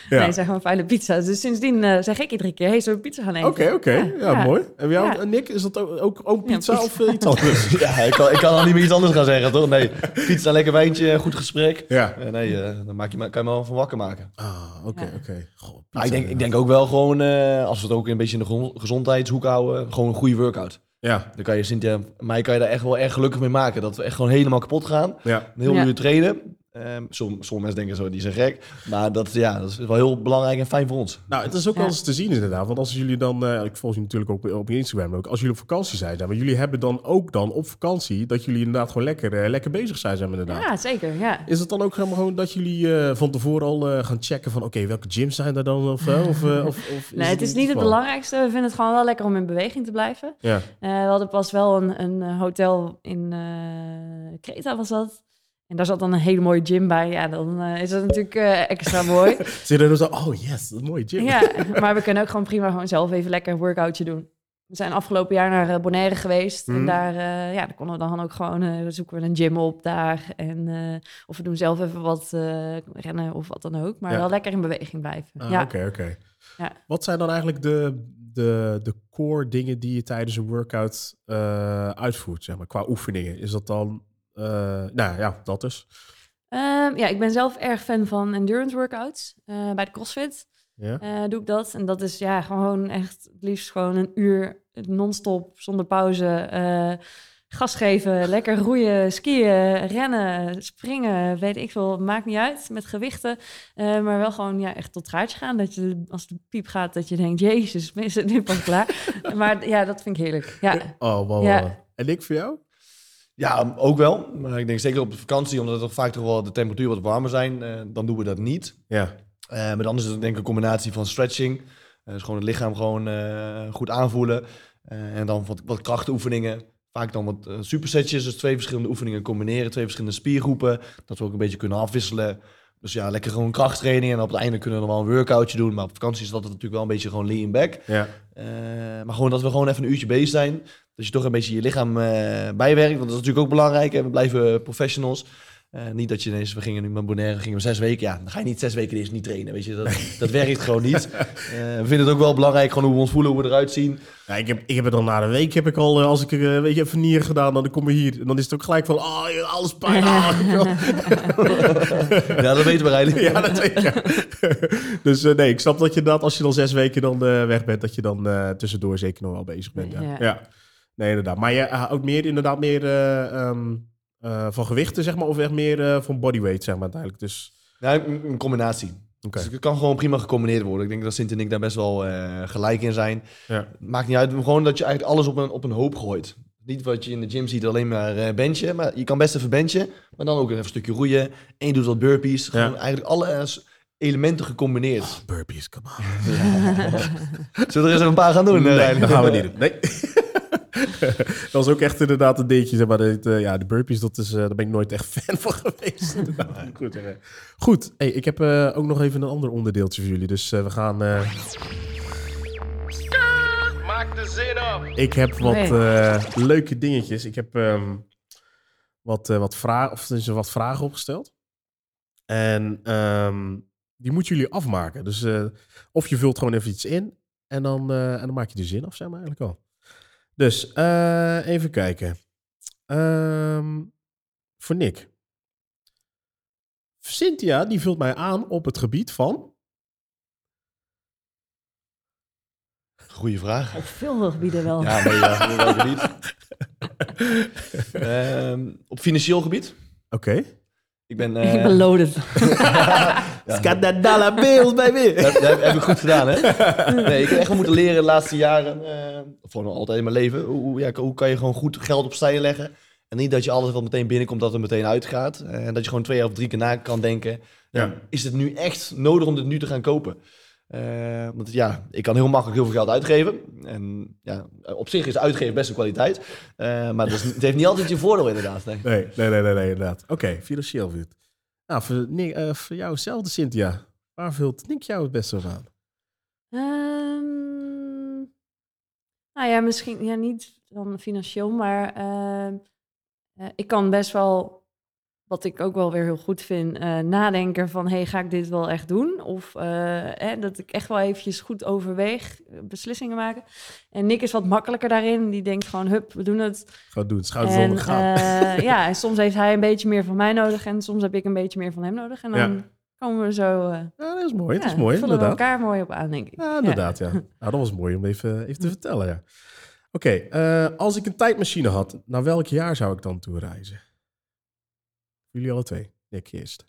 Speaker 1: Ja.
Speaker 3: Nee, zeg maar fijne pizza's. Dus sindsdien eh, zeg ik iedere keer, hey, zullen we pizza gaan eten?
Speaker 1: Oké, oké. Ja,
Speaker 3: ja.
Speaker 1: mooi. En bij jou,
Speaker 3: Ja.
Speaker 1: eh, Nick, is dat ook, ook, ook
Speaker 3: Ja,
Speaker 1: pizza
Speaker 3: pizza.
Speaker 1: of eh, iets anders?
Speaker 2: Ja, ik kan, ik kan al niet meer iets anders gaan zeggen, toch? Nee, pizza, lekker wijntje, goed gesprek.
Speaker 1: ja.
Speaker 2: Eh, nee, eh, dan maak je, me- kan je me wel van wakker maken.
Speaker 1: Ah, oké,
Speaker 3: Ja.
Speaker 1: oké. Goh,
Speaker 2: Maar Ah, ik
Speaker 1: pizza,
Speaker 2: denk, ik denk ook wel gewoon, eh, als we het ook een beetje in de gro- gezondheidshoek houden, gewoon een goede workout.
Speaker 1: Ja,
Speaker 2: Dan kan je Cynthia, mij kan je daar echt wel erg gelukkig mee maken. Dat we echt gewoon helemaal kapot gaan.
Speaker 1: ja.
Speaker 2: Een heel
Speaker 3: Ja.
Speaker 2: uur trainen. Ehm, som- sommige mensen denken zo, die zijn gek. Maar dat, ja, dat is wel heel belangrijk en fijn voor ons.
Speaker 1: Nou, het is ook
Speaker 3: Ja.
Speaker 1: wel eens te zien inderdaad. Want als jullie dan, eh, ik volg je natuurlijk ook op Instagram ook, als jullie op vakantie zijn, zeg maar jullie hebben dan ook dan op vakantie dat jullie inderdaad gewoon lekker, eh, lekker bezig zijn, zeg maar inderdaad.
Speaker 3: Ja, zeker. Ja.
Speaker 1: Nou. Is het dan ook helemaal gewoon dat jullie eh, van tevoren al eh, gaan checken van oké, welke gyms zijn er dan of, eh, of, eh, of, of
Speaker 3: Nee, het is niet het
Speaker 1: toeval?
Speaker 3: belangrijkste. We vinden het gewoon wel lekker om in beweging te blijven.
Speaker 1: Ja.
Speaker 3: Eh, we hadden pas wel een, een eh, hotel in eh Kreta was dat. En daar zat dan een hele mooie gym bij. Ja, dan eh, is dat natuurlijk eh, extra mooi.
Speaker 1: Zit er dan zo, oh yes, dat is een mooie gym.
Speaker 3: ja, maar we kunnen ook gewoon prima gewoon zelf even lekker een workoutje doen. We zijn afgelopen jaar naar eh, Bonaire geweest. En
Speaker 1: Mhm.
Speaker 3: daar, eh, ja, daar konden we dan ook gewoon, eh, zoeken we een gym op daar. En, eh, of we doen zelf even wat eh, rennen of wat dan ook. Maar
Speaker 1: Ja.
Speaker 3: wel lekker in beweging blijven.
Speaker 1: Ah,
Speaker 3: ja.
Speaker 1: Oké, oké.
Speaker 3: Ja.
Speaker 1: Wat zijn dan eigenlijk de, de, de core dingen die je tijdens een workout eh, uitvoert, zeg maar, qua oefeningen? Is dat dan, eh, nou ja, dat dus.
Speaker 3: Ehm, ja, ik ben zelf erg fan van endurance workouts. eh, bij de CrossFit
Speaker 1: Ja?
Speaker 3: eh, doe ik dat. En dat is ja, gewoon echt het liefst gewoon een uur non-stop, zonder pauze. eh gas geven, lekker roeien, skiën, rennen, springen, weet ik veel. Maakt niet uit, met gewichten. Eh, maar wel gewoon ja, echt tot raadje gaan. Dat je als de piep gaat, dat je denkt, jezus, is het nu pas klaar? maar ja, dat vind ik heerlijk. Ja,
Speaker 1: Oh, wow.
Speaker 3: Ja.
Speaker 1: wow. En ik voor jou?
Speaker 2: Ja, ook wel. Maar ik denk zeker op de vakantie, omdat het vaak toch wel de temperatuur wat warmer zijn, eh, dan doen we dat niet.
Speaker 1: Ja.
Speaker 2: Eh, maar dan is het denk ik een combinatie van stretching. eh, dus gewoon het lichaam gewoon eh, goed aanvoelen. Eh, en dan wat, wat krachtoefeningen. Vaak dan wat eh, supersetjes. Dus twee verschillende oefeningen combineren. Twee verschillende spiergroepen. Dat we ook een beetje kunnen afwisselen. Dus ja, lekker gewoon krachttraining. En op het einde kunnen we nog wel een workoutje doen. Maar op vakantie is dat natuurlijk wel een beetje gewoon lean back.
Speaker 1: Ja.
Speaker 2: Eh, maar gewoon dat we gewoon even een uurtje bezig zijn. Dat je toch een beetje je lichaam eh, bijwerkt. Want dat is natuurlijk ook belangrijk. En we blijven professionals. Eh, niet dat je ineens, we gingen nu met Bonaire, gingen we zes weken. Ja, dan ga je niet zes weken eerst niet trainen. Weet je, dat, dat werkt gewoon niet. Eh, we vinden het ook wel belangrijk, gewoon hoe we ons voelen, hoe we eruit zien.
Speaker 1: Ja, ik, heb, ik heb het al na een week, heb ik al, eh, als ik eh, een beetje even nier gedaan, dan kom je hier. En dan is het ook gelijk van, ah, joh, alles pijn. ah, weet je wel.
Speaker 2: Ja, dat weten we eigenlijk.
Speaker 1: ja, dat weet je. dus eh, nee, ik snap dat je dat, als je dan zes weken dan eh, weg bent, dat je dan eh, tussendoor zeker nog wel bezig bent. Ja.
Speaker 3: Ja.
Speaker 1: Ja. Nee, inderdaad. Maar je eh, ook meer, inderdaad, meer eh, ehm, eh, van gewichten, zeg maar, of echt meer eh, van bodyweight, zeg maar, uiteindelijk. Dus,
Speaker 2: Ja, een, een combinatie.
Speaker 1: oké.
Speaker 2: Dus het kan gewoon prima gecombineerd worden. Ik denk dat Sint en ik daar best wel eh, gelijk in zijn.
Speaker 1: Ja.
Speaker 2: Maakt niet uit, gewoon dat je eigenlijk alles op een, op een hoop gooit. Niet wat je in de gym ziet, alleen maar eh benchen. Maar je kan best even benchen, maar dan ook even een stukje roeien. En je doet wat burpees. Gewoon eigenlijk alle eh, s- elementen gecombineerd.
Speaker 1: Burpees, come on.
Speaker 2: Zullen we er eens even een paar gaan doen? eh,
Speaker 1: Nee,
Speaker 2: Rijn?
Speaker 1: dat gaan we niet doen. Nee. dat was ook echt inderdaad een dingetje. Zeg maar dit, eh, ja, de burpees, dat is, eh, daar ben ik nooit echt fan van geweest. inderdaad. Goed, eh. Goed hey, ik heb eh, ook nog even een ander onderdeeltje voor jullie. Dus eh, we gaan... eh,
Speaker 4: Maak de zin op.
Speaker 1: ik heb wat
Speaker 3: Nee.
Speaker 1: eh, leuke dingetjes. Ik heb ehm, wat, eh, wat, vragen, of, tenminste, wat vragen opgesteld. En ehm, die moeten jullie afmaken. Dus eh, of je vult gewoon even iets in en dan, eh, en dan maak je de zin af, zeg maar eigenlijk al. Dus eh, even kijken. Ehm, voor Nick. Cynthia die vult mij aan op het gebied van.
Speaker 2: Goeie vraag.
Speaker 3: op veel gebieden wel.
Speaker 2: Ja, nee, ja, op welk gebied? Ehm, op financieel gebied.
Speaker 1: Oké.
Speaker 2: Ik ben... eh,
Speaker 3: Ik ben loaded.
Speaker 1: Scandadala beeld bij weer.
Speaker 2: Dat, dat heb ik goed gedaan, hè? Nee, ik heb echt wel moeten leren de laatste jaren, eh voor nog altijd in mijn leven, hoe, hoe- ja, hoe kan je gewoon goed geld opzij leggen. En niet dat je alles wat meteen binnenkomt, dat er meteen uitgaat. Eh, En dat je gewoon twee of drie keer na kan denken,
Speaker 1: Ja.
Speaker 2: is het nu echt nodig om dit nu te gaan kopen? Eh, want ja, ik kan heel makkelijk heel veel geld uitgeven. En ja, op zich is uitgeven best een kwaliteit. Eh, maar dat is, het heeft niet altijd je voordeel inderdaad. Nee.
Speaker 1: Nee, nee, nee, nee, nee, inderdaad. Oké, financieel vult. Nou, voor, Nick, eh, voor jou hetzelfde, Cynthia. Waar vult Nick jou het beste van aan?
Speaker 3: Ehm, nou ja, misschien ja, niet dan financieel, maar ehm, eh, ik kan best wel, wat ik ook wel weer heel goed vind, eh, nadenken van hey, ga ik dit wel echt doen? Of eh, eh, dat ik echt wel eventjes goed overweeg, eh, beslissingen maken. En Nick is wat makkelijker daarin, die denkt gewoon hup, we doen het.
Speaker 1: Gewoon doen, schouders onder
Speaker 3: En,
Speaker 1: gaan.
Speaker 3: eh, ja, en soms heeft hij een beetje meer van mij nodig en soms heb ik een beetje meer van hem nodig. En dan
Speaker 1: Ja.
Speaker 3: komen we zo, eh
Speaker 1: ja, dat is mooi, dat
Speaker 3: ja,
Speaker 1: is mooi,
Speaker 3: vullen we
Speaker 1: inderdaad.
Speaker 3: elkaar mooi op aan, denk ik.
Speaker 1: Ja, inderdaad, ja. Nou, dat was mooi om even, even te
Speaker 3: Hm.
Speaker 1: vertellen, ja. Oké, eh, als ik een tijdmachine had, naar welk jaar zou ik dan toe reizen? Jullie alle twee. Nick eerst.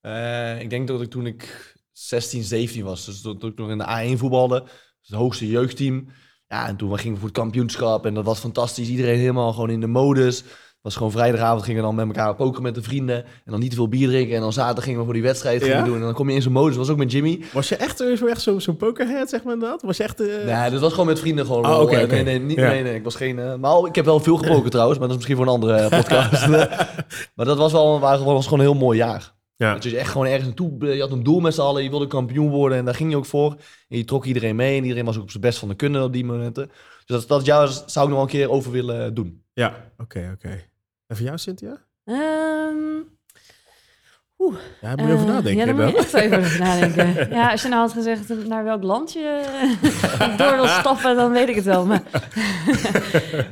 Speaker 2: Eh, ik denk dat ik toen ik 16, 17 was, dus dat dat ik nog in de A1 voetbalde, dus het hoogste jeugdteam. Ja, en toen we gingen voor het kampioenschap en dat was fantastisch. Iedereen helemaal gewoon in de modus. Het was gewoon vrijdagavond gingen we dan met elkaar pokeren met de vrienden. En dan niet te veel bier drinken. En dan zaterdag gingen we voor die wedstrijd gingen
Speaker 1: Ja?
Speaker 2: doen. En dan kom je in zo'n modus. Dat was ook met Jimmy.
Speaker 1: Was je echt, eh, zo- echt zo- zo'n pokerhead, zeg maar dat? Was je echt... eh,
Speaker 2: Nee, dat was gewoon met vrienden gewoon.
Speaker 1: Ah,
Speaker 2: Oh,
Speaker 1: oké, oké.
Speaker 2: Nee, nee, niet,
Speaker 1: Ja.
Speaker 2: nee, nee, ik was geen... eh, maar ik heb wel veel gebroken trouwens, maar dat is misschien voor een andere eh, podcast. maar dat was wel was gewoon een heel mooi jaar.
Speaker 1: Ja.
Speaker 2: Dat je echt gewoon ergens naartoe... eh, Je had een doel met z'n allen, je wilde kampioen worden en daar ging je ook voor. En je trok iedereen mee en iedereen was ook op zijn best van de kunde op die momenten. Dus dat, dat jaar zou ik nog wel een keer over willen eh, doen.
Speaker 1: Ja, oké, oké. En voor jou, Cynthia?
Speaker 3: Ehm,
Speaker 1: Ja, daar moet je over
Speaker 3: Eh,
Speaker 1: nadenken.
Speaker 3: Ja, daar moet
Speaker 1: inderdaad.
Speaker 3: je echt even over nadenken. Ja, als je nou had gezegd naar welk land je door wil stappen, dan weet ik het wel. Maar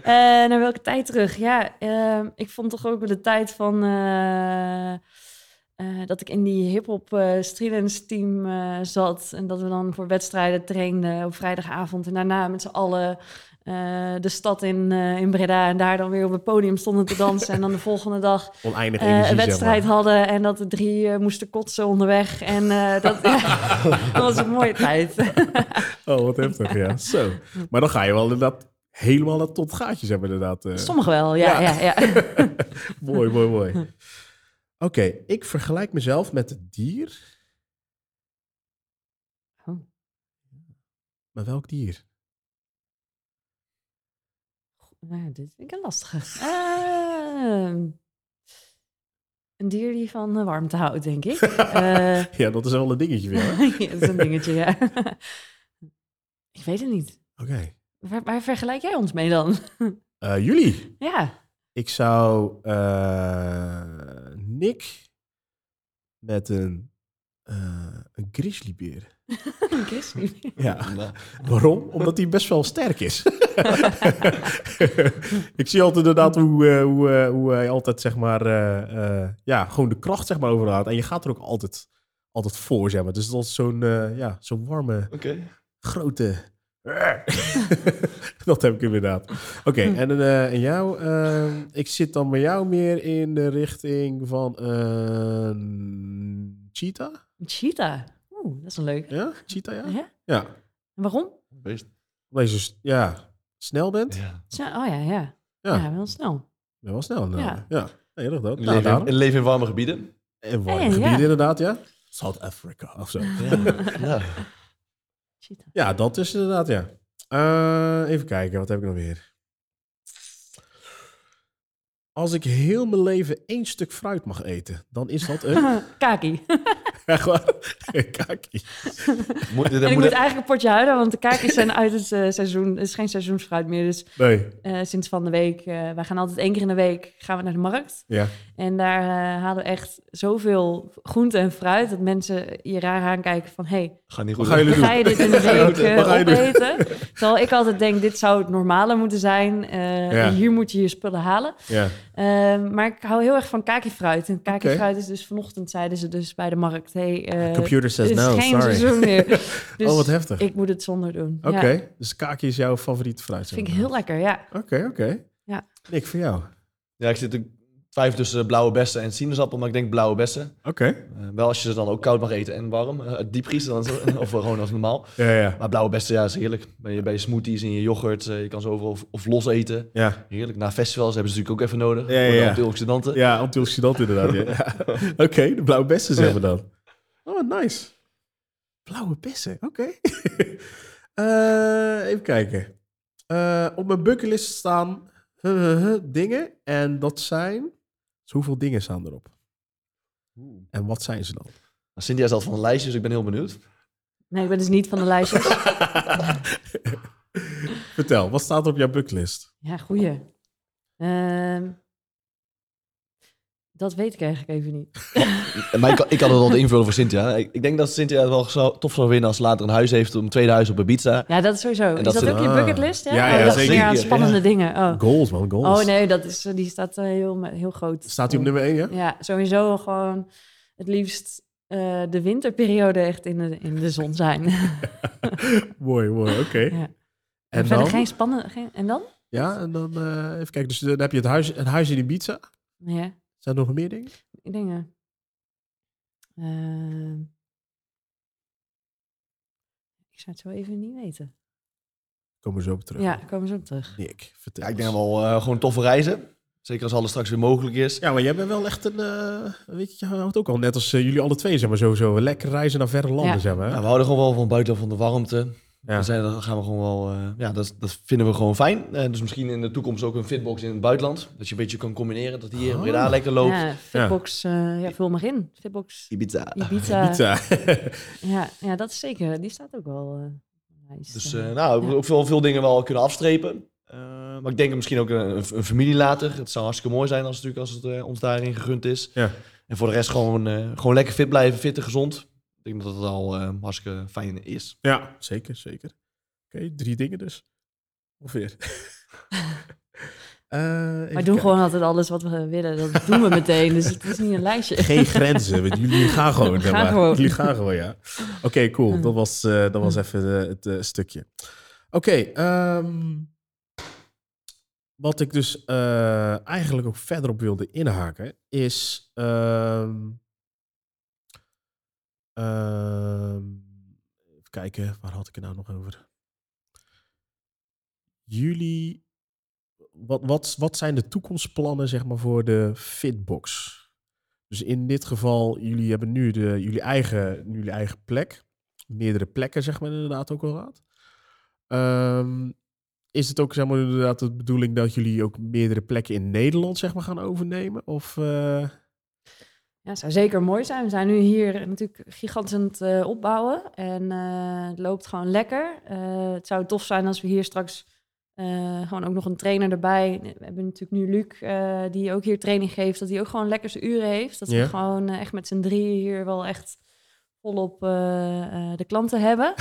Speaker 3: Eh, naar welke tijd terug? Ja, ehm, ik vond toch ook de tijd van eh, eh, dat ik in die hip-hop eh streelance team eh, zat. En dat we dan voor wedstrijden trainden op vrijdagavond. En daarna met z'n allen eh, de stad in, eh, in Breda. En daar dan weer op het podium stonden te dansen. En dan de volgende dag
Speaker 1: Oneindig
Speaker 3: eh,
Speaker 1: energie,
Speaker 3: een
Speaker 1: zeg
Speaker 3: wedstrijd
Speaker 1: maar.
Speaker 3: hadden en dat de drie eh, moesten kotsen onderweg. En eh, dat, ja, dat was een mooie tijd.
Speaker 1: Oh, wat heftig, ja. Zo. Maar dan ga je wel inderdaad helemaal dat tot gaatjes hebben, inderdaad. eh.
Speaker 3: Sommige wel, ja.
Speaker 1: Ja.
Speaker 3: ja. ja, ja.
Speaker 1: mooi, mooi, mooi. Oké, ik vergelijk mezelf met het dier.
Speaker 3: Oh.
Speaker 1: Maar welk dier?
Speaker 3: Nou, dit vind ik een lastige. Ehm, een dier die van eh, warmte houdt, denk ik. Eh,
Speaker 1: Ja, dat is wel een dingetje weer. hè?
Speaker 3: ja, dat is een dingetje, ja. ik weet het niet.
Speaker 1: Oké.
Speaker 3: Waar, waar vergelijk jij ons mee dan?
Speaker 1: Eh, jullie?
Speaker 3: ja,
Speaker 1: Ik zou eh, Nick met een, eh een grizzlybeer.
Speaker 3: een grizzly.
Speaker 1: Ja.
Speaker 2: Nou,
Speaker 1: Waarom? Omdat hij best wel sterk is. ik zie altijd inderdaad hoe, eh, hoe, eh, hoe hij altijd, zeg maar, eh, eh, ja, gewoon de kracht zeg maar, overhaalt. En je gaat er ook altijd, altijd voor, zeg maar. Dus dat is zo'n eh, ja, zo'n warme,
Speaker 2: Oké.
Speaker 1: grote... dat heb ik inderdaad. Oké, en, eh, en jou? ehm, ik zit dan bij jou meer in de richting van een cheetah?
Speaker 3: Een cheetah. Oeh, dat is een leuke.
Speaker 1: Ja, cheetah, ja?
Speaker 3: Ja?
Speaker 1: Ja.
Speaker 3: En waarom?
Speaker 2: Best.
Speaker 1: Omdat je zo s- ja, snel bent.
Speaker 2: Ja.
Speaker 3: Snel- Oh ja, ja.
Speaker 1: Ja.
Speaker 3: Ja, wel snel.
Speaker 1: Ja, wel snel. Nou. Ja.
Speaker 3: Ja.
Speaker 1: ja. Nee, dat dat.
Speaker 2: Een
Speaker 1: Nou,
Speaker 2: leven, in-
Speaker 1: daarom.
Speaker 2: een leven in warme gebieden.
Speaker 1: In warme
Speaker 3: Hey, ja.
Speaker 1: gebieden inderdaad, ja. Zuid-Afrika of zo.
Speaker 2: Ja.
Speaker 3: Cheetah.
Speaker 1: Ja, dat is inderdaad, ja. Eh, even kijken, wat heb ik nog meer? Als ik heel mijn leven één stuk fruit mag eten, dan is dat een...
Speaker 3: Kaki.
Speaker 1: Echt waar? Een Kaki.
Speaker 2: Moet, dit-
Speaker 3: En ik
Speaker 2: moet-
Speaker 3: moet eigenlijk een potje houden, want de kaakjes zijn uit het eh, seizoen. Het is geen seizoensfruit meer. Dus
Speaker 1: Nee.
Speaker 3: eh, sinds van de week, eh, wij gaan altijd één keer in de week gaan we naar de markt.
Speaker 1: Ja.
Speaker 3: En daar eh, halen we echt zoveel groente en fruit dat mensen je raar aankijken van... hey,
Speaker 2: Gaat niet
Speaker 1: Wat
Speaker 2: goed.
Speaker 1: gaan jullie doen?
Speaker 3: ga je dit in de
Speaker 1: Ga je
Speaker 3: week
Speaker 1: doen?
Speaker 3: eh,
Speaker 1: Wat ga je doen?
Speaker 3: opeten? Terwijl ik altijd denk, dit zou het normale moeten zijn. eh,
Speaker 1: Ja.
Speaker 3: en Hier moet je je spullen halen.
Speaker 1: Ja. Oh,
Speaker 3: Ehm, maar ik hou heel erg van kakifruit. En kakifruit
Speaker 1: Oké.
Speaker 3: is dus vanochtend zeiden ze dus bij de markt... Hey, eh,
Speaker 1: Computer says
Speaker 3: dit is
Speaker 1: no,
Speaker 3: geen
Speaker 1: sorry.
Speaker 3: seizoen meer. Dus
Speaker 1: oh, wat heftig.
Speaker 3: ik moet het zonder doen.
Speaker 1: Oké,
Speaker 3: Ja.
Speaker 1: dus Kaki is jouw favoriete fruit.
Speaker 3: Dat vind ik heel lekker, ja.
Speaker 1: Oké, oké.
Speaker 3: Ja.
Speaker 1: Nick, voor jou. Oké.
Speaker 2: Ja, ik zit te twijfel tussen blauwe bessen en sinaasappel, maar ik denk blauwe bessen. Eh, wel als je ze dan ook koud mag eten en warm. eh, Diep diepvriezen dan, zo- of gewoon als normaal.
Speaker 1: Ja, ja.
Speaker 2: Maar blauwe bessen, ja, is heerlijk. Bij je, bij je smoothies en je yoghurt, eh, je kan ze overal of, of los eten.
Speaker 1: Ja.
Speaker 2: Heerlijk. Na festivals hebben ze natuurlijk ook even nodig.
Speaker 1: Ja, ja,
Speaker 2: Voor de
Speaker 1: ja.
Speaker 2: antioxidanten.
Speaker 1: Ja, antioxidant inderdaad. ja. Ja. Oké, de blauwe bessen zeggen we dan. Oh, nice. Blauwe bessen, oké. Eh, even kijken. Eh, op mijn bucketlist staan huh, huh, huh, dingen. En dat zijn... Dus hoeveel dingen staan erop? En wat zijn ze dan?
Speaker 2: Nou, Cynthia is al van de lijstjes, dus ik ben heel benieuwd.
Speaker 3: Nee, ik ben dus niet van de lijstjes.
Speaker 1: Vertel, wat staat er op jouw bucketlist?
Speaker 3: Ja, goeie. Ehm, dat weet ik eigenlijk even niet.
Speaker 2: Eh, Maar ik, kan- ik kan het al invullen voor Cynthia. Ik, ik denk dat Cynthia het wel zo, tof zou winnen als ze later een huis heeft, een tweede huis op Ibiza.
Speaker 3: Ja, dat is sowieso.
Speaker 2: En
Speaker 3: Is
Speaker 2: dat
Speaker 3: dat,
Speaker 2: ze-
Speaker 3: ook je
Speaker 1: ah.
Speaker 3: bucketlist?
Speaker 1: Ja,
Speaker 3: Oh,
Speaker 1: ja,
Speaker 3: dat is
Speaker 2: zeker.
Speaker 3: meer aan spannende dingen. Oh.
Speaker 1: Goals, man, goals.
Speaker 3: oh nee, dat is, die staat eh, heel, me- heel groot.
Speaker 1: Staat hij op nummer 1, ja?
Speaker 3: Ja, sowieso gewoon het liefst eh, de winterperiode echt in de, in de zon zijn.
Speaker 1: mooi, mooi, oké.
Speaker 3: Ja.
Speaker 1: En
Speaker 3: Verder
Speaker 1: dan?
Speaker 3: geen spannende... Geen, en dan?
Speaker 1: Ja, en dan eh, even kijken. Dus dan heb je het huis, een huis in Ibiza.
Speaker 3: Ja.
Speaker 1: Zijn er nog meer dingen?
Speaker 3: dingen. Eh, ik zou het zo even niet weten.
Speaker 1: Komen we zo op terug.
Speaker 3: Ja, komen ze op terug.
Speaker 1: Nick, vertel
Speaker 2: Ja, ik
Speaker 1: eens.
Speaker 2: denk wel eh, gewoon toffe reizen. Zeker als alles straks weer mogelijk is.
Speaker 1: Ja, maar jij bent wel echt een... eh, weet je, je houdt ook al net als eh, jullie alle twee, zeg maar, sowieso. Lekker reizen naar verre landen,
Speaker 3: Ja.
Speaker 1: zeg maar. hè?
Speaker 2: Ja, Nou, we houden gewoon wel van buiten van de warmte.
Speaker 1: Ja.
Speaker 2: Dan, zijn, dan gaan we gewoon wel. eh, ja, dat, dat vinden we gewoon fijn. Eh, dus misschien in de toekomst ook een fitbox in het buitenland. Dat je een beetje kan combineren. Dat die hier in
Speaker 1: Oh.
Speaker 2: Breda lekker loopt.
Speaker 3: Ja, Fitbox, eh, ja, vul maar in. Fitbox
Speaker 2: Ibiza.
Speaker 3: Ibiza.
Speaker 1: Pizza. eh,
Speaker 3: Ja, ja, dat is zeker. Die staat ook wel eh, nice.
Speaker 2: Dus eh, nou, we hebben ook veel, veel dingen wel kunnen afstrepen. Eh, maar ik denk misschien ook een, een een familie later. Het zou hartstikke mooi zijn als, natuurlijk, als het eh, ons daarin gegund is.
Speaker 1: Ja.
Speaker 2: En voor de rest gewoon, eh, gewoon lekker fit blijven, fit en gezond. Ik denk dat het al eh, hartstikke fijn is.
Speaker 1: ja, zeker, zeker. Oké, drie dingen dus. Ongeveer.
Speaker 2: Eh,
Speaker 3: maar doen gewoon altijd alles wat we willen. Dat doen we meteen. Dus het is niet een lijstje.
Speaker 1: Geen grenzen, want jullie gaan gewoon.
Speaker 3: We
Speaker 1: zeg
Speaker 3: gaan
Speaker 1: maar.
Speaker 3: gewoon.
Speaker 1: Jullie gaan gewoon, ja. Oké, cool. Dat was, eh, dat was even eh, het eh, stukje. Oké, ehm, wat ik dus eh, eigenlijk ook verder op wilde inhaken, is... ehm, ehm, even kijken, waar had ik het nou nog over? Jullie... Wat, wat, wat zijn de toekomstplannen, zeg maar, voor de Fitbox? Dus in dit geval, jullie hebben nu de, jullie, eigen, jullie eigen plek. Meerdere plekken, zeg maar inderdaad ook al raad. Ehm, is het ook zeg maar, inderdaad de bedoeling dat jullie ook meerdere plekken in Nederland zeg maar, gaan overnemen? Of, eh,
Speaker 3: Ja, zou zeker mooi zijn. We zijn nu hier natuurlijk gigantisch aan het eh, opbouwen. En eh, het loopt gewoon lekker. Eh, het zou tof zijn als we hier straks eh, gewoon ook nog een trainer erbij... We hebben natuurlijk nu Luc, eh, die ook hier training geeft. Dat hij ook gewoon lekker zijn uren heeft. Dat
Speaker 1: Ja.
Speaker 3: we gewoon eh, echt met z'n drieën hier wel echt volop eh, eh, de klanten hebben.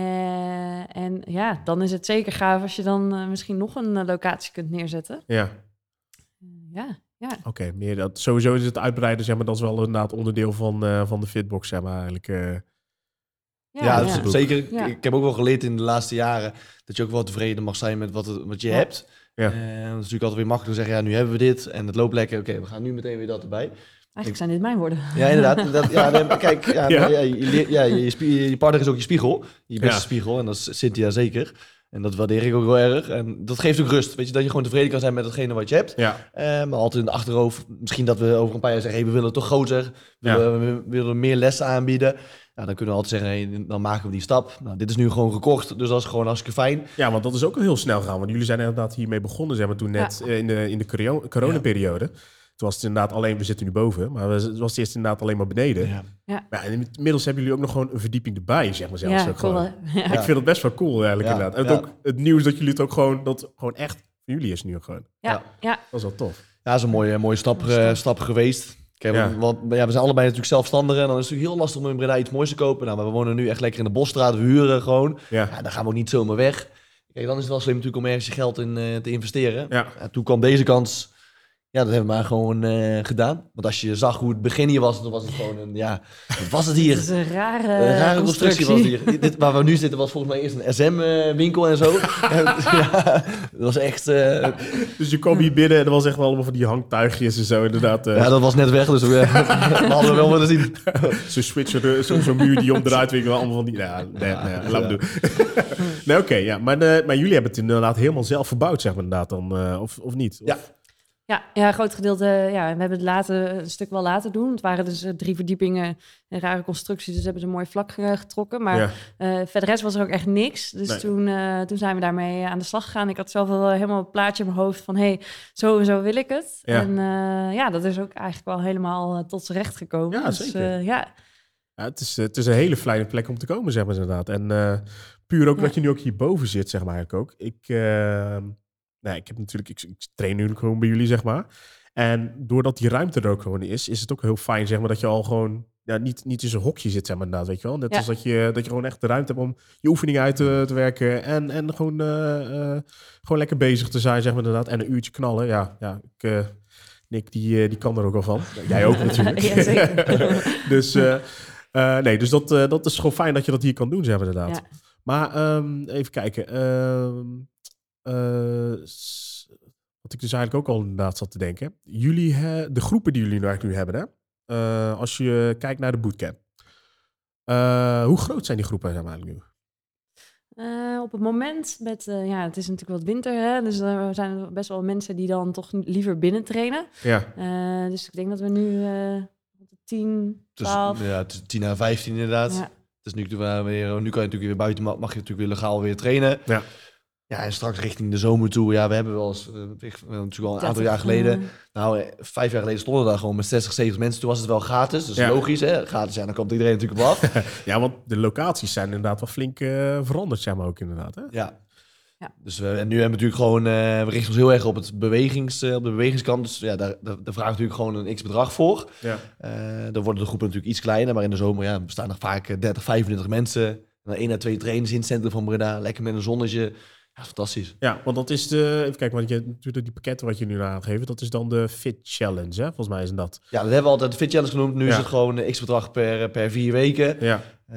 Speaker 3: Eh, en ja, dan is het zeker gaaf als je dan eh, misschien nog een eh, locatie kunt neerzetten.
Speaker 1: ja,
Speaker 3: ja, ja.
Speaker 1: oké. meer dat, sowieso is het uitbreiden, zeg maar, dat is wel inderdaad onderdeel van, eh, van de fitbox, zeg maar eigenlijk. eh.
Speaker 2: Ja,
Speaker 1: dat
Speaker 2: dat
Speaker 1: is
Speaker 2: is
Speaker 1: het ook.
Speaker 2: zeker. Ik-
Speaker 3: Ja.
Speaker 2: Ik heb ook wel geleerd in de laatste jaren dat je ook wel tevreden mag zijn met wat, het- wat je
Speaker 3: Ja.
Speaker 2: hebt.
Speaker 1: Ja.
Speaker 2: Eh, dat is natuurlijk altijd weer makkelijk zeggen, ja, nu hebben we dit en het loopt lekker. Oké, we gaan nu meteen weer dat erbij.
Speaker 3: Eigenlijk zijn dit mijn woorden.
Speaker 2: Ja, inderdaad. Dat, ja, nee, maar kijk, ja,
Speaker 1: Ja.
Speaker 2: maar ja, je, leert- ja, je, spie- je partner is ook je spiegel. Je beste
Speaker 1: Ja.
Speaker 2: spiegel. En dat is Cynthia zeker. En dat waardeer ik ook wel erg. En dat geeft ook rust. Weet je, dat je gewoon tevreden kan zijn met datgene wat je hebt.
Speaker 1: Ja,
Speaker 2: Eh, maar altijd in de achterhoofd. Misschien dat we over een paar jaar zeggen, hey, we willen het toch groter. We
Speaker 1: Ja.
Speaker 2: willen, we willen meer lessen aanbieden. Ja, dan kunnen we altijd zeggen, hey, dan maken we die stap. Nou, dit is nu gewoon gekocht. Dus dat is gewoon hartstikke fijn.
Speaker 1: ja, want dat is ook al heel snel gaan. Want jullie zijn inderdaad hiermee begonnen, zeg maar, toen net eh, in de, in de corona- coronaperiode. Toen was het inderdaad alleen, we zitten nu boven, maar het was eerst inderdaad alleen maar beneden. Ja, en inmiddels hebben jullie ook nog gewoon een verdieping erbij, zeg maar zelfs.
Speaker 3: ja,
Speaker 1: ook gewoon.
Speaker 3: cool, hè? Ja.
Speaker 1: Ik vind het best wel cool eigenlijk
Speaker 2: Ja,
Speaker 1: inderdaad. En
Speaker 2: ja.
Speaker 1: ook het nieuws dat jullie het ook gewoon, dat gewoon echt van jullie is nu ook gewoon.
Speaker 3: Ja, ja.
Speaker 1: Dat is wel tof.
Speaker 2: Ja, dat is een mooie, mooie stap, eh, stap geweest. Kijk,
Speaker 1: Ja.
Speaker 2: want- want ja, we zijn allebei natuurlijk zelfstandigen. En dan is het natuurlijk heel lastig om in Breda iets moois te kopen. Nou, maar we wonen nu echt lekker in de bosstraat. We huren gewoon.
Speaker 1: Ja,
Speaker 2: Ja, dan gaan we ook niet zomaar weg. Kijk, dan is het wel slim natuurlijk om ergens je geld in eh, te investeren.
Speaker 1: ja,
Speaker 2: Ja, toen kwam deze kans. Ja, dat hebben we maar gewoon eh, gedaan. Want als je zag hoe het begin hier was, dan was het gewoon een... Ja, wat was het
Speaker 3: Het
Speaker 2: hier?
Speaker 3: is een rare,
Speaker 2: Een rare constructie was
Speaker 3: constructie.
Speaker 2: het hier. Dit, waar we nu zitten was volgens mij eerst een SM-winkel en zo. En, ja, dat was echt... eh,
Speaker 1: Dus je kwam hier binnen en er was echt wel allemaal van die hangtuigjes en zo inderdaad. eh,
Speaker 2: Ja, dat was net weg, dus we, we hadden wel willen zien.
Speaker 1: Zo'n switcher, zo- zo'n muur die om draait, weet ik wel, allemaal van die... Nou, nee, nee, laat me doen. nee, oké, ja. Maar, eh, maar jullie hebben het inderdaad helemaal zelf verbouwd, zeg maar inderdaad dan, eh, of, of niet?
Speaker 2: Ja.
Speaker 3: Ja, ja, groot gedeelte. Ja, en we hebben het later, een stuk wel laten doen. Het waren dus eh, drie verdiepingen, een rare constructie. Dus hebben ze een mooi vlak eh, getrokken. Maar
Speaker 1: Ja.
Speaker 3: eh, verder rest was er ook echt niks. Dus
Speaker 1: Nee.
Speaker 3: toen, eh, toen zijn we daarmee eh, aan de slag gegaan. Ik had zelf wel eh, helemaal een plaatje in mijn hoofd van... hé, hey, zo en zo wil ik het.
Speaker 1: Ja.
Speaker 3: En eh, ja, dat is ook eigenlijk wel helemaal eh, tot z'n recht gekomen.
Speaker 1: Ja,
Speaker 3: dus,
Speaker 1: zeker.
Speaker 3: eh, ja.
Speaker 1: Ja, het, is, eh, het is een hele fijne plek om te komen, zeg maar inderdaad. En eh, puur ook
Speaker 3: Ja.
Speaker 1: dat je nu ook hierboven zit, zeg maar eigenlijk ook. Ik, eh, nou, ik heb natuurlijk, ik, ik train nu gewoon bij jullie, zeg maar. En doordat die ruimte er ook gewoon is, is het ook heel fijn, zeg maar, dat je al gewoon ja, niet, niet in zo'n hokje zit, zeg maar inderdaad, weet je wel. Net
Speaker 3: Ja.
Speaker 1: als dat je, dat je gewoon echt de ruimte hebt om je oefeningen uit te, te werken en, en gewoon, eh, eh, gewoon lekker bezig te zijn, zeg maar inderdaad. En een uurtje knallen, ja, ja, ik... eh, Nick, die, eh, die kan er ook al van. Jij ook natuurlijk.
Speaker 3: Ja, zeker.
Speaker 1: dus eh, eh, nee, dus dat, eh, dat is gewoon fijn dat je dat hier kan doen, zeg maar inderdaad.
Speaker 3: Ja.
Speaker 1: Maar ehm, even kijken. ehm, eh, s- Wat ik dus eigenlijk ook al inderdaad zat te denken. Jullie, hè, de groepen die jullie nu eigenlijk nu hebben, hè? Eh, als je kijkt naar de bootcamp. Eh, hoe groot zijn die groepen zeg maar, eigenlijk nu?
Speaker 3: Eh, op het moment, met, eh, ja, het is natuurlijk wat winter, hè, dus er zijn er best wel mensen die dan toch liever binnen trainen.
Speaker 1: Ja.
Speaker 3: Eh, dus ik denk dat we nu eh 10,
Speaker 2: Dus,
Speaker 3: 12...
Speaker 2: ja, het is 10 à 15 inderdaad.
Speaker 3: Ja.
Speaker 2: Dus nu, eh, weer, nu kan je natuurlijk weer buiten, mag mag je natuurlijk weer legaal weer trainen.
Speaker 1: Ja.
Speaker 2: Ja, en straks richting de zomer toe. Ja, we hebben wel eens, eh, ik- eh, natuurlijk al een aantal jaar
Speaker 3: 30,
Speaker 2: geleden.
Speaker 3: eh,
Speaker 2: Nou, eh, vijf jaar geleden stonden we daar gewoon met 60, 70 mensen. Toen was het wel gratis, dus
Speaker 1: Ja.
Speaker 2: logisch hè. Gratis, ja, dan komt iedereen natuurlijk op af.
Speaker 1: ja, want de locaties zijn inderdaad wel flink eh, veranderd, zeg maar ook inderdaad. Hè?
Speaker 2: ja.
Speaker 3: Ja.
Speaker 2: Dus we, en nu hebben we natuurlijk gewoon, eh, we richten ons heel erg op, het bewegings, eh, op de bewegingskant. Dus ja, daar, daar, daar vragen we natuurlijk gewoon een x-bedrag voor.
Speaker 1: Ja.
Speaker 2: Eh, dan worden de groepen natuurlijk iets kleiner, maar in de zomer ja, bestaan er vaak eh, 30, 35 mensen. En dan één à twee trainers in het centrum van Breda, lekker met een zonnetje. Ja, fantastisch.
Speaker 1: Ja, want dat is de. Even kijken, want je hebt natuurlijk die pakketten wat je nu aangeeft, dat is dan de Fit Challenge, hè? Volgens mij is dat.
Speaker 2: Ja, dat hebben we altijd de Fit Challenge genoemd. Nu
Speaker 1: Ja.
Speaker 2: is het gewoon eh, x-bedrag per, eh, per vier weken.
Speaker 1: Ja.
Speaker 2: Eh,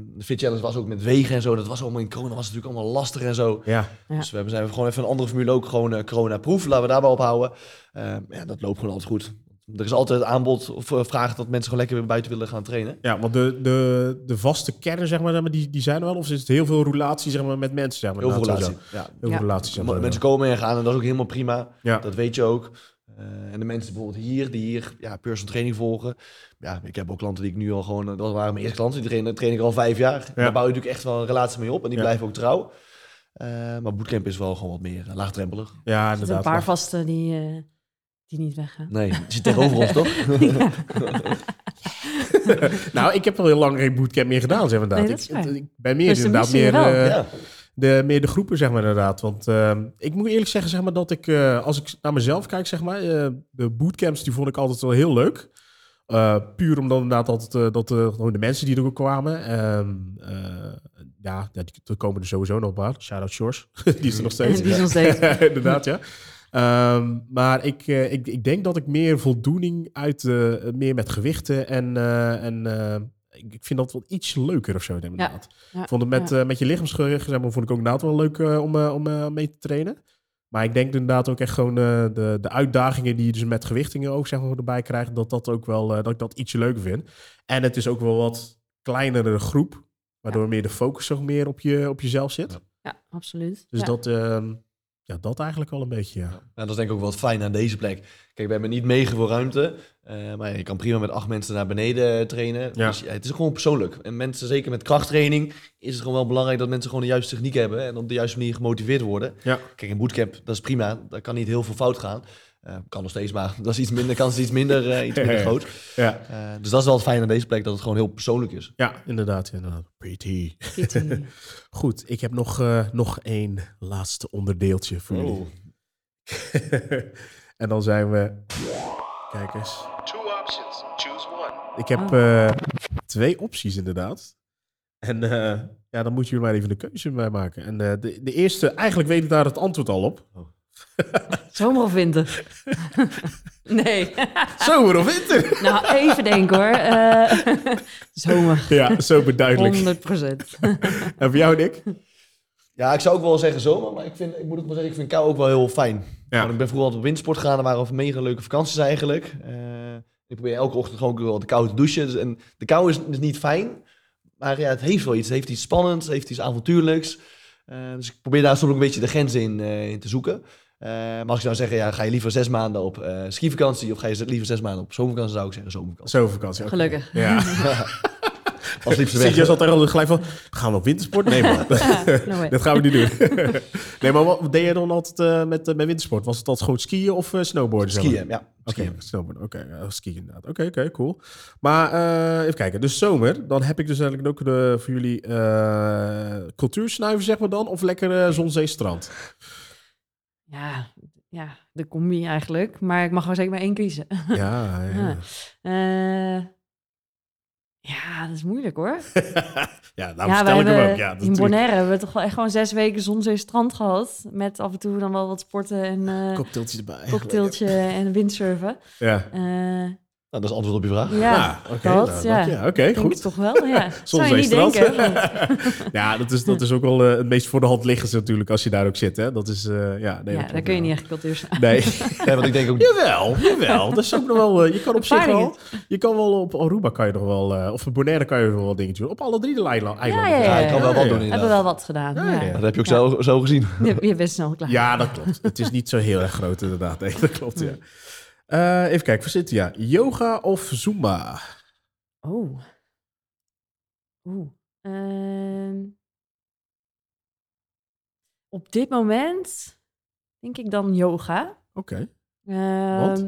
Speaker 2: de Fit Challenge was ook met wegen en zo. Dat was allemaal in corona, was het natuurlijk allemaal lastig en zo.
Speaker 1: Ja.
Speaker 3: Ja.
Speaker 2: Dus we hebben, zijn we gewoon even een andere formule ook, gewoon eh, corona-proof. Laten we daarbij ophouden. Eh, ja, dat loopt gewoon altijd goed. Er is altijd aanbod of eh, vraag dat mensen gewoon lekker weer buiten willen gaan trainen.
Speaker 1: Ja, want de, de, de vaste kern, zeg maar, zeg maar, die, die zijn er wel. Of is het heel veel relatie, zeg maar, met mensen, zeg maar.
Speaker 2: Heel veel
Speaker 1: Laten we
Speaker 2: relatie.
Speaker 1: zo-
Speaker 2: Ja,
Speaker 1: Heel
Speaker 3: Ja.
Speaker 1: veel relaties, zeg
Speaker 2: Mo-
Speaker 1: maar.
Speaker 2: Mensen komen en gaan en dat is ook helemaal prima.
Speaker 1: Ja.
Speaker 2: Dat weet je ook. Eh, en de mensen bijvoorbeeld hier, die hier ja, personal training volgen. Ja, ik heb ook klanten die ik nu al gewoon... eh, Dat waren mijn eerste klanten. Die train, train ik al vijf jaar. Daar bouw je natuurlijk echt wel een relatie mee op. En die
Speaker 1: Ja.
Speaker 2: blijven ook trouw. Eh, maar bootcamp is wel gewoon wat meer eh, laagdrempelig.
Speaker 1: Ja,
Speaker 3: Er zijn een
Speaker 1: inderdaad.
Speaker 3: paar vasten die, eh, die niet weggaan.
Speaker 2: Nee, je zit tegenover ons toch?
Speaker 1: Nou, ik heb al heel lang geen bootcamp meer gedaan, zeg maar.
Speaker 3: Nee,
Speaker 1: inderdaad.
Speaker 3: dat is
Speaker 1: ik,
Speaker 3: waar.
Speaker 1: ik ben meer
Speaker 3: Dus dan
Speaker 1: inderdaad
Speaker 3: missen je
Speaker 1: meer,
Speaker 3: wel.
Speaker 1: eh,
Speaker 2: ja.
Speaker 1: de, meer de groepen, zeg maar, inderdaad. Want ehm, ik moet eerlijk zeggen, zeg maar, dat ik, eh, als ik naar mezelf kijk, zeg maar, eh, de bootcamps, die vond ik altijd wel heel leuk. Eh, puur omdat inderdaad altijd, eh, dat eh, gewoon de mensen die er ook kwamen. ehm, eh, ja, ja, die, er komen er sowieso nog maar. Shout-out Shores, die is er nog steeds.
Speaker 3: Die is nog steeds.
Speaker 1: Inderdaad, ja. Ehm, maar ik, eh, ik, ik denk dat ik meer voldoening uit eh, meer met gewichten en, eh, en eh, ik ik vind dat wel iets leuker of zo. Nou, Inderdaad.
Speaker 3: ja,
Speaker 1: vond het met, eh, met je lichaamsgewicht zeg maar, vond ik ook inderdaad wel leuk eh, om, eh, om eh, mee te trainen. Maar ik denk inderdaad ook echt gewoon eh, de, de uitdagingen die je dus met gewichtingen ook zeg maar, erbij krijgt, dat dat ook wel eh, dat ik dat ietsje leuker vind. En het is ook wel wat kleinere groep, waardoor meer de focus ook meer op, je, op jezelf zit.
Speaker 3: Ja, absoluut.
Speaker 1: Dus
Speaker 3: ja.
Speaker 1: dat, ehm, ja, dat eigenlijk wel een beetje. Ja.
Speaker 2: Ja, dat is denk ik ook wel fijn aan deze plek. Kijk, we hebben niet mega veel ruimte. eh, maar je kan prima met acht mensen naar beneden trainen.
Speaker 1: Ja.
Speaker 2: Dus, ja, het is gewoon persoonlijk. En mensen, zeker met krachttraining, is het gewoon wel belangrijk dat mensen gewoon de juiste techniek hebben. En op de juiste manier gemotiveerd worden.
Speaker 1: Ja.
Speaker 2: Kijk, in bootcamp, dat is prima. Daar kan niet heel veel fout gaan. Eh, kan nog steeds, maar dat is iets minder, kans is iets minder, eh, iets minder
Speaker 1: Ja, ja.
Speaker 2: groot.
Speaker 1: Ja.
Speaker 2: Eh, dus dat is wel het fijn aan deze plek, dat het gewoon heel persoonlijk is.
Speaker 1: ja, inderdaad. inderdaad. Pretty.
Speaker 3: Kitty.
Speaker 1: Goed, ik heb nog, eh, nog één laatste onderdeeltje
Speaker 2: Oh.
Speaker 1: voor jullie. en dan zijn we. Kijk eens.
Speaker 4: Two options. Choose one.
Speaker 1: Ik heb eh, twee opties inderdaad. En eh, ja, dan moeten jullie maar even de keuze bij maken. En eh, de, de eerste, eigenlijk weet ik daar het antwoord al op.
Speaker 3: Zomer of winter? nee.
Speaker 1: Zomer of winter?
Speaker 3: nou, even denken hoor. Eh, zomer.
Speaker 1: Ja, zo beduidelijk.
Speaker 3: 100 procent.
Speaker 1: En voor jou, Nick?
Speaker 2: Ja, ik zou ook wel zeggen zomer, maar ik, vind, ik moet ook wel zeggen, ik vind kou ook wel heel fijn.
Speaker 1: Ja.
Speaker 2: Want ik ben vroeger altijd op windsport gegaan, er waren mega leuke vakanties eigenlijk. Eh, ik probeer elke ochtend gewoon ook wel de kou te douchen. Dus- en de kou is, is niet fijn, maar ja, het heeft wel iets. Het heeft iets spannends, het heeft iets avontuurlijks. Eh, dus ik probeer daar soms ook een beetje de grens in, eh, in te zoeken. Eh, maar als ik zou zeggen, ja, ga je liever zes maanden op eh skivakantie of ga je liever zes maanden op zomervakantie, zou ik zeggen zomervakantie.
Speaker 1: Zomervakantie. oké.
Speaker 3: Gelukkig.
Speaker 1: Ja.
Speaker 2: Als liefste
Speaker 1: Sint-Jas
Speaker 2: weg.
Speaker 1: zat er al gelijk van, gaan we op wintersport? Nee man,
Speaker 3: No way.
Speaker 1: dat gaan we niet doen. nee, maar wat deed je dan altijd eh, met, eh, met wintersport? Was het altijd gewoon skiën of eh, snowboarden? zeg maar?
Speaker 2: Skiën, ja.
Speaker 1: Oké,
Speaker 2: skiën.
Speaker 1: snowboarden. Oké, ja, skiën inderdaad. Oké, oké, cool. Maar eh, even kijken, dus zomer. Dan heb ik dus eigenlijk ook de, voor jullie eh cultuursnuiven, zeg maar dan. Of lekker eh, zon, zee, strand.
Speaker 3: Ja, ja, de combi eigenlijk. Maar ik mag wel zeker maar één kiezen.
Speaker 1: ja, ja.
Speaker 3: Eh, ja, dat is moeilijk hoor.
Speaker 1: ja, nou
Speaker 3: ja,
Speaker 1: vertel ik hem
Speaker 3: hebben
Speaker 1: ook. Ja,
Speaker 3: in
Speaker 1: natuurlijk.
Speaker 3: Bonaire hebben we toch wel echt gewoon zes weken zon, zee, strand gehad. Met af en toe dan wel wat sporten en eh
Speaker 1: Cocktailtjes erbij.
Speaker 3: cocktailtje en windsurfen.
Speaker 1: Ja,
Speaker 3: Eh,
Speaker 2: Nou, dat is antwoord op je vraag.
Speaker 3: Ja,
Speaker 1: Ah, oké,
Speaker 3: dat,
Speaker 1: nou,
Speaker 3: ja.
Speaker 1: dank je. Oké,
Speaker 3: Denk
Speaker 1: goed.
Speaker 3: het toch wel, ja. Zou je
Speaker 1: zijn
Speaker 3: niet
Speaker 1: ze dat.
Speaker 3: denken. want-
Speaker 1: ja, dat is, dat is ook wel eh, het meest voor de hand liggende natuurlijk als je daar ook zit. Hè? Dat is, eh, ja, nee,
Speaker 3: ja,
Speaker 1: dat
Speaker 3: daar
Speaker 1: klopt,
Speaker 3: kun je niet
Speaker 1: ja.
Speaker 3: echt cultuur zijn.
Speaker 1: Nee,
Speaker 2: Nee, want ik denk ook
Speaker 1: jawel, jawel. Dat is ook nog wel, eh, je kan op zich wel,
Speaker 3: Ervaringen.
Speaker 1: je kan wel op Aruba kan je nog wel, eh, of op Bonaire kan je nog wel dingetjes doen. Op alle drie de eila- eilanden.
Speaker 3: ja,
Speaker 2: Ja, ik kan wel wat
Speaker 1: ja.
Speaker 2: doen
Speaker 3: Hebben we
Speaker 2: inderdaad.
Speaker 3: wel wat gedaan.
Speaker 1: Ja,
Speaker 3: Ja,
Speaker 1: ja.
Speaker 2: Dat heb je ook zo, zo gezien.
Speaker 3: Je, je bent snel klaar.
Speaker 1: Ja, dat klopt. Het is niet zo heel erg groot inderdaad. Nee, dat klopt, ja. Eh, even kijken, voor Cynthia. Yoga of Zumba?
Speaker 3: Oh. Oeh. Ehm, op dit moment denk ik dan yoga.
Speaker 1: Oké.
Speaker 3: Ehm,
Speaker 1: Want?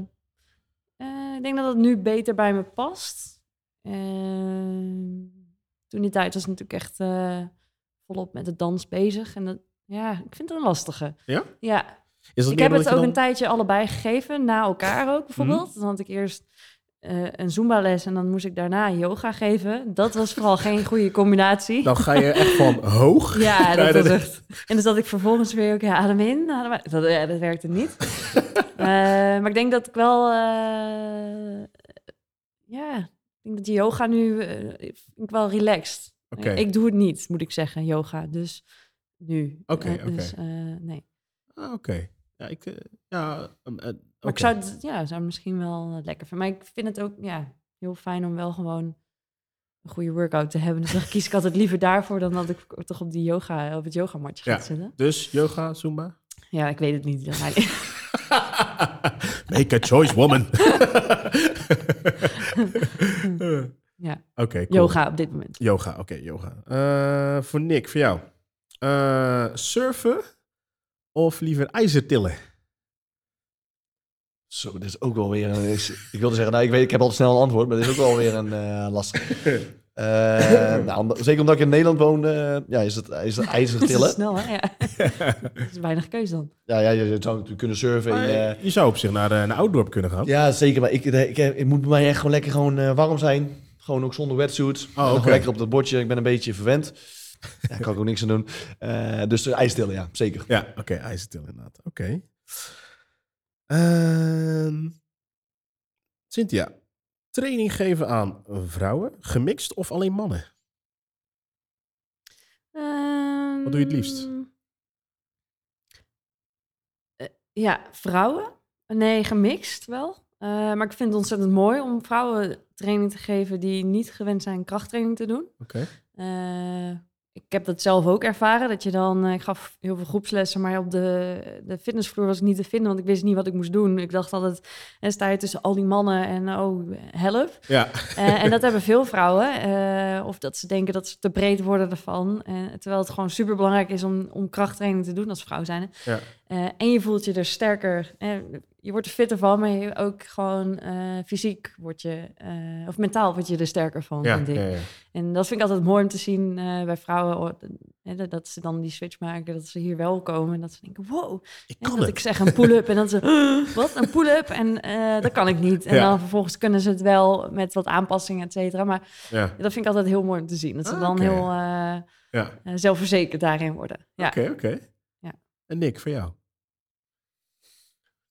Speaker 3: eh, ik denk dat het nu beter bij me past. Ehm, toen die tijd was ik natuurlijk echt eh, volop met de dans bezig. En dat, ja, ik vind het een lastige.
Speaker 1: Ja?
Speaker 3: Ja,
Speaker 1: Is dat
Speaker 3: Ik
Speaker 1: meer
Speaker 3: heb
Speaker 1: omdat
Speaker 3: het
Speaker 1: je
Speaker 3: ook
Speaker 1: dan- Mhm.
Speaker 3: een tijdje allebei gegeven, na elkaar ook bijvoorbeeld. Dan had ik eerst eh, een Zumba-les en dan moest ik daarna yoga geven. Dat was vooral geen goede combinatie.
Speaker 1: Dan ga je echt van hoog.
Speaker 3: Ja,
Speaker 1: Nee,
Speaker 3: dat was
Speaker 1: dat-
Speaker 3: echt. En dus dat ik vervolgens weer ook ja, adem in, adem uit. Dat, ja, dat werkte niet. Eh, maar ik denk dat ik wel... eh, ja, ik denk dat die yoga nu... eh, vind ik wel relaxed. Eh,
Speaker 1: Oké.
Speaker 3: Ik doe het niet, moet ik zeggen, yoga. Dus nu.
Speaker 1: Oké,
Speaker 3: Eh,
Speaker 1: oké.
Speaker 3: Dus eh, nee.
Speaker 1: Ah, Oké. Ja, ik... eh, ja, ehm, eh,
Speaker 3: Maar
Speaker 1: oké.
Speaker 3: ik zou het ja, zou het misschien wel eh, lekker vinden. Maar ik vind het ook ja, heel fijn om wel gewoon een goede workout te hebben. Dus dan kies ik altijd liever daarvoor dan dat ik toch op, die yoga, op het yogamatje ga
Speaker 1: Ja.
Speaker 3: zitten.
Speaker 1: Dus yoga, Zumba?
Speaker 3: Ja, ik weet het niet. eh, Dat mij-
Speaker 1: Make a choice, woman.
Speaker 3: ja,
Speaker 1: Oké, cool.
Speaker 3: yoga op dit moment.
Speaker 1: Yoga, oké, yoga. Eh, voor Nick, voor jou. Eh, surfen of liever ijzer tillen?
Speaker 2: Zo, dat is ook wel weer een... Ik, ik wilde zeggen, nou, ik, weet, ik heb altijd snel een antwoord, maar dit is ook wel weer een eh, lastig. Eh, nou, omdat- zeker omdat ik in Nederland woon, eh, ja, is het, is het ijzer
Speaker 3: Dat is
Speaker 2: tillen.
Speaker 3: snel, hè? Ja. dat is weinig keus dan.
Speaker 2: Ja, ja, je, je zou natuurlijk kunnen surfen. in, eh,
Speaker 1: je zou op zich naar, eh naar Ouddorp kunnen gaan.
Speaker 2: ja, zeker, maar ik, eh, ik, ik, het moet bij mij echt gewoon lekker gewoon, eh, warm zijn. Gewoon ook zonder wetsuit. En dan
Speaker 1: oké.
Speaker 2: Gewoon lekker op dat bordje. Ik ben een beetje verwend. Ja, kan ik ook niks aan doen. Eh, dus eh, ijs tillen, ja, zeker.
Speaker 1: Ja, oké, ijzer tillen inderdaad. Oké. Ehm, Cynthia, training geven aan vrouwen, gemixt of alleen mannen? Wat doe je het liefst?
Speaker 3: Ehm, eh, ja, vrouwen. Nee, gemixt wel. Eh, maar ik vind het ontzettend mooi om vrouwen training te geven die niet gewend zijn krachttraining te doen.
Speaker 1: Oké.
Speaker 3: Eh, ik heb dat zelf ook ervaren. Dat je dan, eh, ik gaf heel veel groepslessen, maar op de, de fitnessvloer was ik niet te vinden, want ik wist niet wat ik moest doen. Ik dacht altijd, en sta je tussen al die mannen en oh, help.
Speaker 1: Ja,
Speaker 3: Eh, en dat hebben veel vrouwen. eh, of dat ze denken dat ze te breed worden ervan. Eh, terwijl het gewoon super belangrijk is om, om krachttraining te doen als vrouw zijn.
Speaker 1: Ja.
Speaker 3: en je voelt je er sterker. eh, je wordt er fitter van, maar je ook gewoon eh, fysiek word je, eh, of mentaal word je er sterker van.
Speaker 1: ja,
Speaker 3: vind ik.
Speaker 1: ja, ja.
Speaker 3: En dat vind ik altijd mooi om te zien eh, bij vrouwen. oh, eh, dat- dat ze dan die switch maken, dat ze hier wel komen. En dat ze denken, wow.
Speaker 1: Ik
Speaker 3: En
Speaker 1: kan
Speaker 3: dat
Speaker 1: het.
Speaker 3: ik zeg een pull-up en dan ze, "Huh, wat, een pull-up? En eh, dat kan ik niet. En
Speaker 1: Ja.
Speaker 3: dan vervolgens kunnen ze het wel met wat aanpassingen, et cetera. Maar
Speaker 1: Ja,
Speaker 3: dat vind ik altijd heel mooi om te zien. Dat ze
Speaker 1: Ah,
Speaker 3: dan
Speaker 1: oké.
Speaker 3: heel eh, eh,
Speaker 1: ja.
Speaker 3: zelfverzekerd daarin worden. Ja.
Speaker 1: Oké, oké.
Speaker 3: Ja.
Speaker 1: En Nick, voor jou?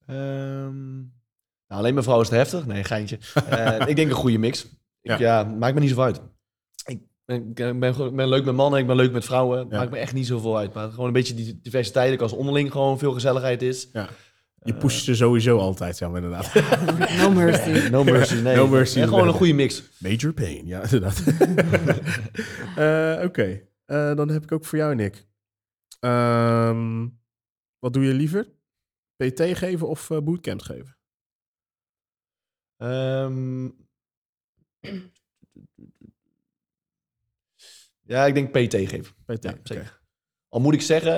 Speaker 2: Ehm, nou, alleen mijn vrouw is te heftig. Nee, geintje. Eh, ik denk een goede mix.
Speaker 1: Ja.
Speaker 2: Ik- ja. maakt me niet zoveel uit. Ik ben, ik eh, ben, gewoon- ik ben leuk met mannen, ik ben leuk met vrouwen.
Speaker 1: Ja.
Speaker 2: Maakt me echt niet zoveel uit. Maar gewoon een beetje die diversiteit. Ik als onderling gewoon veel gezelligheid is.
Speaker 1: Je
Speaker 2: Eh.
Speaker 1: pusht ze sowieso altijd, ja, maar inderdaad.
Speaker 3: No mercy.
Speaker 2: No mercy, nee.
Speaker 1: No mercy,
Speaker 2: En gewoon een
Speaker 1: inderdaad.
Speaker 2: goede mix.
Speaker 1: Major pain, ja, inderdaad. Eh, Oké, Eh, dan heb ik ook voor jou, Nick. Ehm, wat doe je liever? PT geven of eh, bootcamp geven?
Speaker 2: Ehm, ja, ik denk PT geven.
Speaker 1: PT,
Speaker 2: Ja,
Speaker 1: oké.
Speaker 2: zeker. Al moet ik zeggen,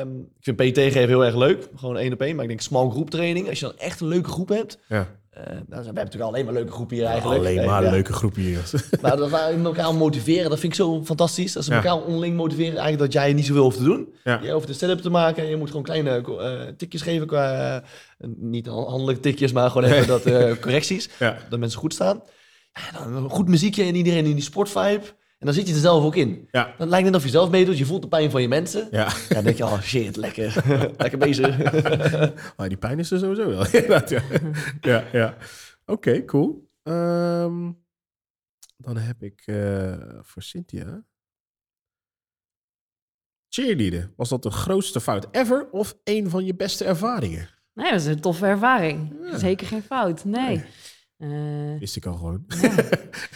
Speaker 2: ehm, ik vind PT geven heel erg leuk. Gewoon één op één. Maar ik denk small groep training. Als je dan echt een leuke groep hebt.
Speaker 1: Ja.
Speaker 2: eh, nou, we hebben natuurlijk alleen maar leuke groepen hier eigenlijk.
Speaker 1: Alleen
Speaker 2: Nee,
Speaker 1: maar
Speaker 2: ja.
Speaker 1: een leuke groep hier.
Speaker 2: Maar dat we elkaar motiveren, dat vind ik zo fantastisch. Dat ze
Speaker 1: Ja.
Speaker 2: elkaar onderling motiveren, eigenlijk dat jij niet zoveel hoeft te doen.
Speaker 1: Ja.
Speaker 2: Jij hoeft de setup te maken. Je moet gewoon kleine eh, tikjes geven qua... eh, niet handelijke tikjes, maar gewoon even dat, eh, correcties.
Speaker 1: ja.
Speaker 2: Dat mensen goed staan. Ja, dan een goed muziekje en iedereen in die sportvibe. En dan zit je er zelf ook in.
Speaker 1: Ja.
Speaker 2: Dan lijkt het of je zelf meedoet. Je voelt de pijn van je mensen.
Speaker 1: Ja,
Speaker 2: Ja, dan denk je, oh shit, lekker. lekker bezig.
Speaker 1: maar die pijn is er sowieso wel. Inderdaad, ja, ja. ja. Oké, cool. Ehm, dan heb ik eh, voor Cynthia. Cheerleader, was dat de grootste fout ever of een van je beste ervaringen?
Speaker 3: Nee, dat is een toffe ervaring.
Speaker 1: Ja.
Speaker 3: Zeker geen fout, nee. Eh,
Speaker 1: Wist ik al gewoon.
Speaker 3: ja.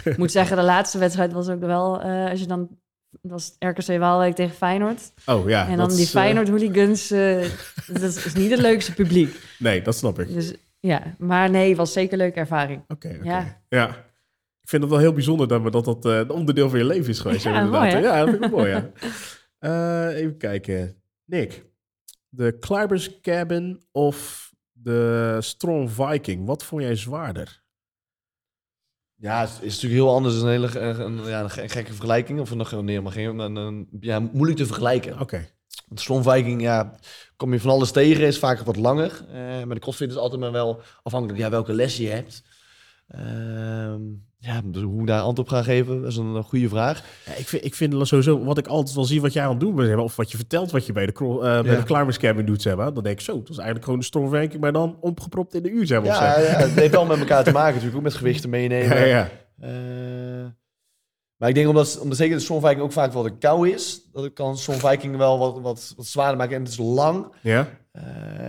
Speaker 3: Ik moet zeggen, de laatste wedstrijd was ook wel... eh, als je dan... Dat was het RKC Waalwijk tegen Feyenoord.
Speaker 1: Oh ja.
Speaker 3: en dan
Speaker 1: dat
Speaker 3: die
Speaker 1: is, eh,
Speaker 3: Feyenoord-hooligans... eh, dat is is niet het leukste publiek.
Speaker 1: nee, dat snap ik. Oké,
Speaker 3: Dus ja, maar nee, was zeker een leuke ervaring.
Speaker 1: oké. Ja.
Speaker 3: Ja.
Speaker 1: Ik vind het wel heel bijzonder dat we- dat, dat eh, een onderdeel van je leven is geweest.
Speaker 3: Ja,
Speaker 1: inderdaad.
Speaker 3: mooi, hè?
Speaker 1: ja dat vind ik wel mooi, ja. Eh, even kijken. Nick, de Climbers Cabin of de Strong Viking? Wat vond jij zwaarder?
Speaker 2: Ja, het is natuurlijk heel anders. Het is een hele eh, een, ja, een ge- gekke vergelijking. Of nog nee, maar geen, een, een- ja, moeilijk te vergelijken.
Speaker 1: Oké.
Speaker 2: Want Stormviking, ja, kom je van alles tegen, is vaak wat langer. Eh, maar de crossfit is altijd maar wel afhankelijk ja, welke les je hebt. Ehm, ja, dus hoe ik daar antwoord op ga geven, dat is een, eh, goede vraag.
Speaker 1: Ja, ik, vind, ik vind dat sowieso, wat ik altijd wel zie wat jij aan het doen bent, zeg maar, of wat je vertelt wat je bij de, cro- eh, bij
Speaker 2: Ja.
Speaker 1: de climbers cabin doet, zeg maar, dan denk ik zo, dat is eigenlijk gewoon een stromwerking, maar dan omgepropt in de uur, zeg maar. of
Speaker 2: Ja,
Speaker 1: zo.
Speaker 2: ja, het heeft wel met elkaar te maken natuurlijk, ook met gewichten meenemen.
Speaker 1: ja, ja.
Speaker 2: Eh, maar ik denk omdat, omdat zeker de Stormviking ook vaak wel de kou is, dat kan Stormviking wel wat, wat, wat zwaarder maken. En het is lang,
Speaker 1: ja?
Speaker 2: Eh,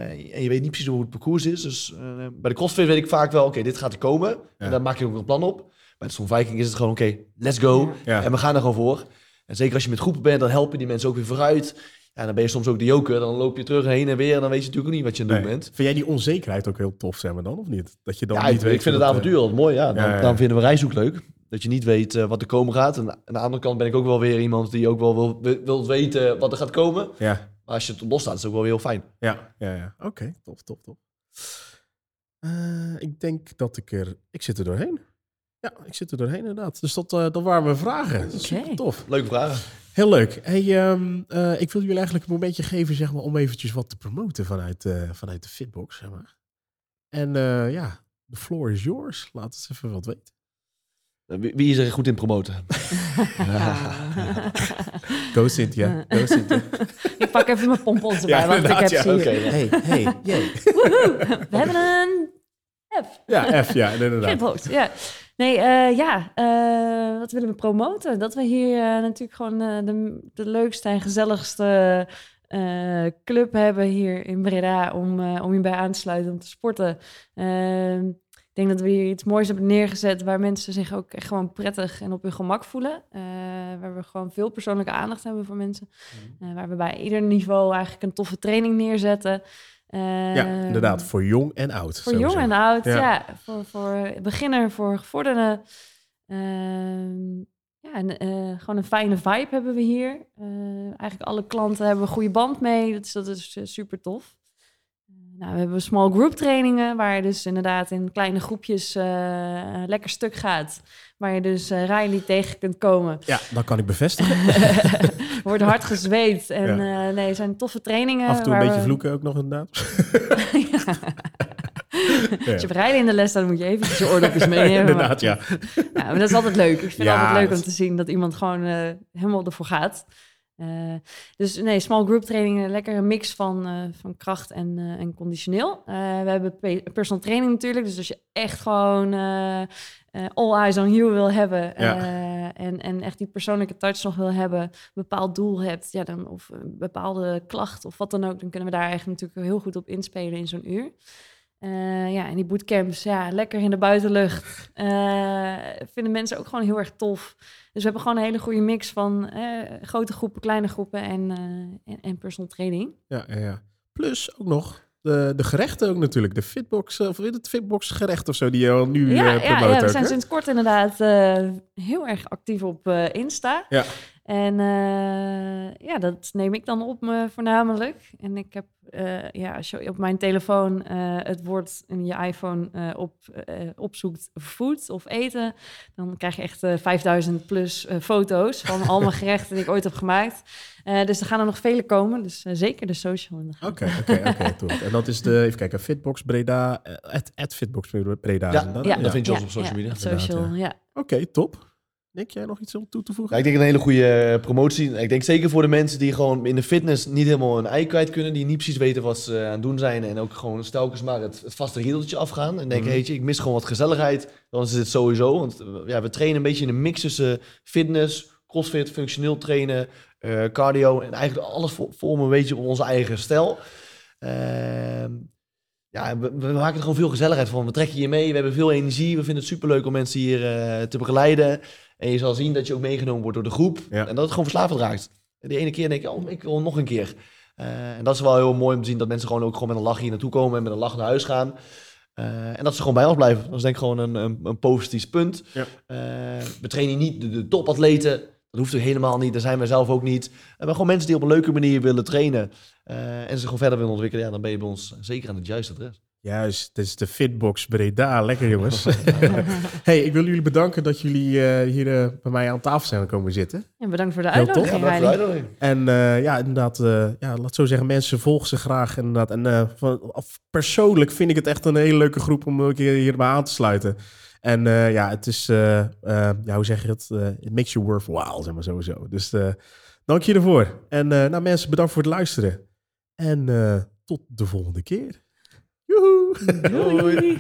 Speaker 2: en je weet niet precies hoe het parcours is. Dus eh, bij de CrossFit weet ik vaak wel, oké, dit gaat er komen. En daar maak je ook een plan op. Bij de Swan Viking is het gewoon, oké, let's go.
Speaker 1: Ja.
Speaker 2: En we gaan er gewoon voor. En zeker als je met groepen bent, dan helpen die mensen ook weer vooruit. Ja, dan ben je soms ook de joker. Dan loop je terug heen en weer. En dan weet je natuurlijk ook niet wat je aan het
Speaker 1: Nee.
Speaker 2: doen bent.
Speaker 1: Vind jij die onzekerheid ook heel tof, zeg maar dan, of niet? Dat je dan
Speaker 2: Ja,
Speaker 1: niet
Speaker 2: ik,
Speaker 1: weet
Speaker 2: ik vind
Speaker 1: hoe
Speaker 2: het
Speaker 1: dat, eh,
Speaker 2: avontuur altijd mooi. Ja. Dan,
Speaker 1: ja, ja.
Speaker 2: dan vinden we reis ook leuk. Dat je niet weet eh, wat er komen gaat. En aan de andere kant ben ik ook wel weer iemand die ook wel wil, wil- wilt weten wat er gaat komen.
Speaker 1: eh, Ja,
Speaker 2: Maar als je het los staat, is het ook wel weer heel fijn.
Speaker 1: ja, ja. ja. Oké, tof, tof, tof. Eh, ik denk dat ik er... Ik zit er doorheen. Ja, ik zit er doorheen inderdaad. Dus dat, eh, dat waren mijn vragen. Super tof.
Speaker 2: Leuke vragen.
Speaker 1: Heel leuk. Hey, ehm, eh, ik wil jullie eigenlijk een momentje geven zeg maar, om eventjes wat te promoten vanuit, eh, vanuit de Fitbox. Zeg maar. En eh, ja, the floor is yours. Laat ons even wat weten.
Speaker 2: Wie, wie is er goed in promoten?
Speaker 1: Go Cynthia. Go Cynthia.
Speaker 3: Ah. ik pak even mijn pompons erbij,
Speaker 1: Ja,
Speaker 3: want ik
Speaker 1: inderdaad,
Speaker 3: heb
Speaker 1: ja,
Speaker 3: ze hier.
Speaker 2: oké.
Speaker 1: Hey, hey, yay.
Speaker 3: Woehoe, we hebben een F.
Speaker 1: Ja, F, ja, inderdaad.
Speaker 3: Flipbox, ja. Nee, eh, ja, eh, wat willen we promoten? Dat we hier eh, natuurlijk gewoon eh, de, de leukste en gezelligste eh, club hebben hier in Breda om, eh, om je bij aan te sluiten om te sporten. Ehm, ik denk dat we hier iets moois hebben neergezet waar mensen zich ook echt gewoon prettig en op hun gemak voelen. Eh, waar we gewoon veel persoonlijke aandacht hebben voor mensen.
Speaker 1: Mhm.
Speaker 3: Eh, waar we bij ieder niveau eigenlijk een toffe training neerzetten.
Speaker 1: Ja,
Speaker 3: Ehm,
Speaker 1: inderdaad. Voor jong en oud.
Speaker 3: voor
Speaker 1: sowieso.
Speaker 3: jong en oud,
Speaker 1: Ja.
Speaker 3: ja. Voor, voor beginner, voor gevorderde. Ehm, ja, en, eh, gewoon een fijne vibe hebben we hier. Eh, eigenlijk alle klanten hebben een goede band mee. Dus dat is eh, super tof. Nou, we hebben small group trainingen, waar je dus inderdaad in kleine groepjes eh, lekker stuk gaat. Waar je dus eh Riley tegen kunt komen.
Speaker 1: Ja, dat kan ik bevestigen.
Speaker 3: Wordt hard gezweet. En eh, nee, het zijn toffe trainingen.
Speaker 1: Af en toe een
Speaker 3: waar
Speaker 1: beetje
Speaker 3: we-
Speaker 1: vloeken ook nog inderdaad.
Speaker 3: Als je Riley in de les staat, moet je eventjes je oordopjes meenemen. maar-
Speaker 1: inderdaad, ja.
Speaker 3: Ja, Nou, maar dat is altijd leuk. Ik vind
Speaker 1: Ja,
Speaker 3: het altijd leuk
Speaker 1: dat-
Speaker 3: om te zien dat iemand gewoon eh, helemaal ervoor gaat. Eh, dus nee, small group trainingen, lekker een mix van, eh, van kracht en, eh, en conditioneel. Eh, we hebben pe- personal training natuurlijk, dus als je echt gewoon eh, eh, all eyes on you wil hebben
Speaker 1: Ja.
Speaker 3: eh, en, en echt die persoonlijke touch nog wil hebben, een bepaald doel hebt, ja, dan, of een bepaalde klacht of wat dan ook, dan kunnen we daar echt natuurlijk heel goed op inspelen in zo'n uur. Eh, ja, en die bootcamps, ja, lekker in de buitenlucht. Eh, vinden mensen ook gewoon heel erg tof. Dus we hebben gewoon een hele goede mix van eh, grote groepen, kleine groepen en, eh, en, en personal training.
Speaker 1: Ja, ja, ja. Plus ook nog de, de gerechten ook natuurlijk. De Fitbox, eh, of weet het Fitbox gerecht of zo, die je al nu eh
Speaker 3: ja, ja,
Speaker 1: promoot
Speaker 3: ja, we
Speaker 1: ook,
Speaker 3: zijn
Speaker 1: hè?
Speaker 3: sinds kort inderdaad eh, heel erg actief op eh, Insta.
Speaker 1: Ja.
Speaker 3: En eh, ja, dat neem ik dan op me voornamelijk. En ik heb, eh, ja, als je op mijn telefoon eh, het woord in je iPhone eh, op, eh, opzoekt, food of eten, dan krijg je echt eh, 5000 plus eh, foto's van al mijn gerechten die ik ooit heb gemaakt. Eh, dus er gaan er nog vele komen, dus eh, zeker de social in de gaten.
Speaker 1: Oké, oké, oké. tof. En dat is de, even kijken, Fitbox Breda, eh, at, at Fitbox Breda.
Speaker 2: Ja,
Speaker 1: inderdaad.
Speaker 2: dat vind je ons op social media,
Speaker 3: Social, ja.
Speaker 1: Oké, top. Denk jij nog iets om toe te
Speaker 2: Ja,
Speaker 1: voegen?
Speaker 2: ik denk een hele goede eh, promotie. Ik denk zeker voor de mensen die gewoon in de fitness niet helemaal hun ei kwijt kunnen. Die niet precies weten wat ze eh, aan het doen zijn. En ook gewoon telkens maar het, het vaste riedeltje afgaan. En denken,
Speaker 1: Mhm.
Speaker 2: heetje, ik mis gewoon wat gezelligheid. Dan is dit sowieso. Want eh, ja, we trainen een beetje in een mix tussen fitness, crossfit, functioneel trainen, eh, cardio. En eigenlijk alles vo- vormen een beetje op onze eigen stijl. Ehm, ja, en we, we maken er gewoon veel gezelligheid van. We trekken je mee, we hebben veel energie. We vinden het superleuk om mensen hier eh, te begeleiden. En je zal zien dat je ook meegenomen wordt door de groep.
Speaker 1: Ja.
Speaker 2: En dat het gewoon verslavend raakt. En de ene keer denk je, oh, ik wil nog een keer. Eh, en dat is wel heel mooi om te zien dat mensen gewoon ook gewoon met een lach hier naartoe komen en met een lach naar huis gaan. Eh, en dat ze gewoon bij ons blijven. Dat is denk ik gewoon een, een, een positief punt.
Speaker 1: Ja.
Speaker 2: Eh, we trainen niet de, de topatleten. Dat hoeft ook helemaal niet. Daar zijn wij zelf ook niet. Eh, maar gewoon mensen die op een leuke manier willen trainen. eh, en zich gewoon verder willen ontwikkelen. Ja, dan ben je bij ons zeker aan het juiste adres.
Speaker 1: Juist, dit is de Fitbox Breda. Lekker jongens. hey, ik wil jullie bedanken dat jullie eh, hier eh, bij mij aan tafel zijn komen zitten.
Speaker 3: En bedankt voor de
Speaker 1: Heel
Speaker 3: uitnodiging,
Speaker 1: tof.
Speaker 3: Riley.
Speaker 1: En eh, ja, inderdaad, eh, ja, laat zo zeggen, mensen volgen ze graag. Inderdaad. En eh, van, af- persoonlijk vind ik het echt een hele leuke groep om een keer hierbij aan te sluiten. En eh, ja, het is, eh, eh, ja, hoe zeg je het? Eh, it makes you worthwhile, zeg maar sowieso. Dus eh, dank je ervoor. En eh, nou mensen, bedankt voor het luisteren. En eh, tot de volgende keer. Joehoe!
Speaker 3: Doei.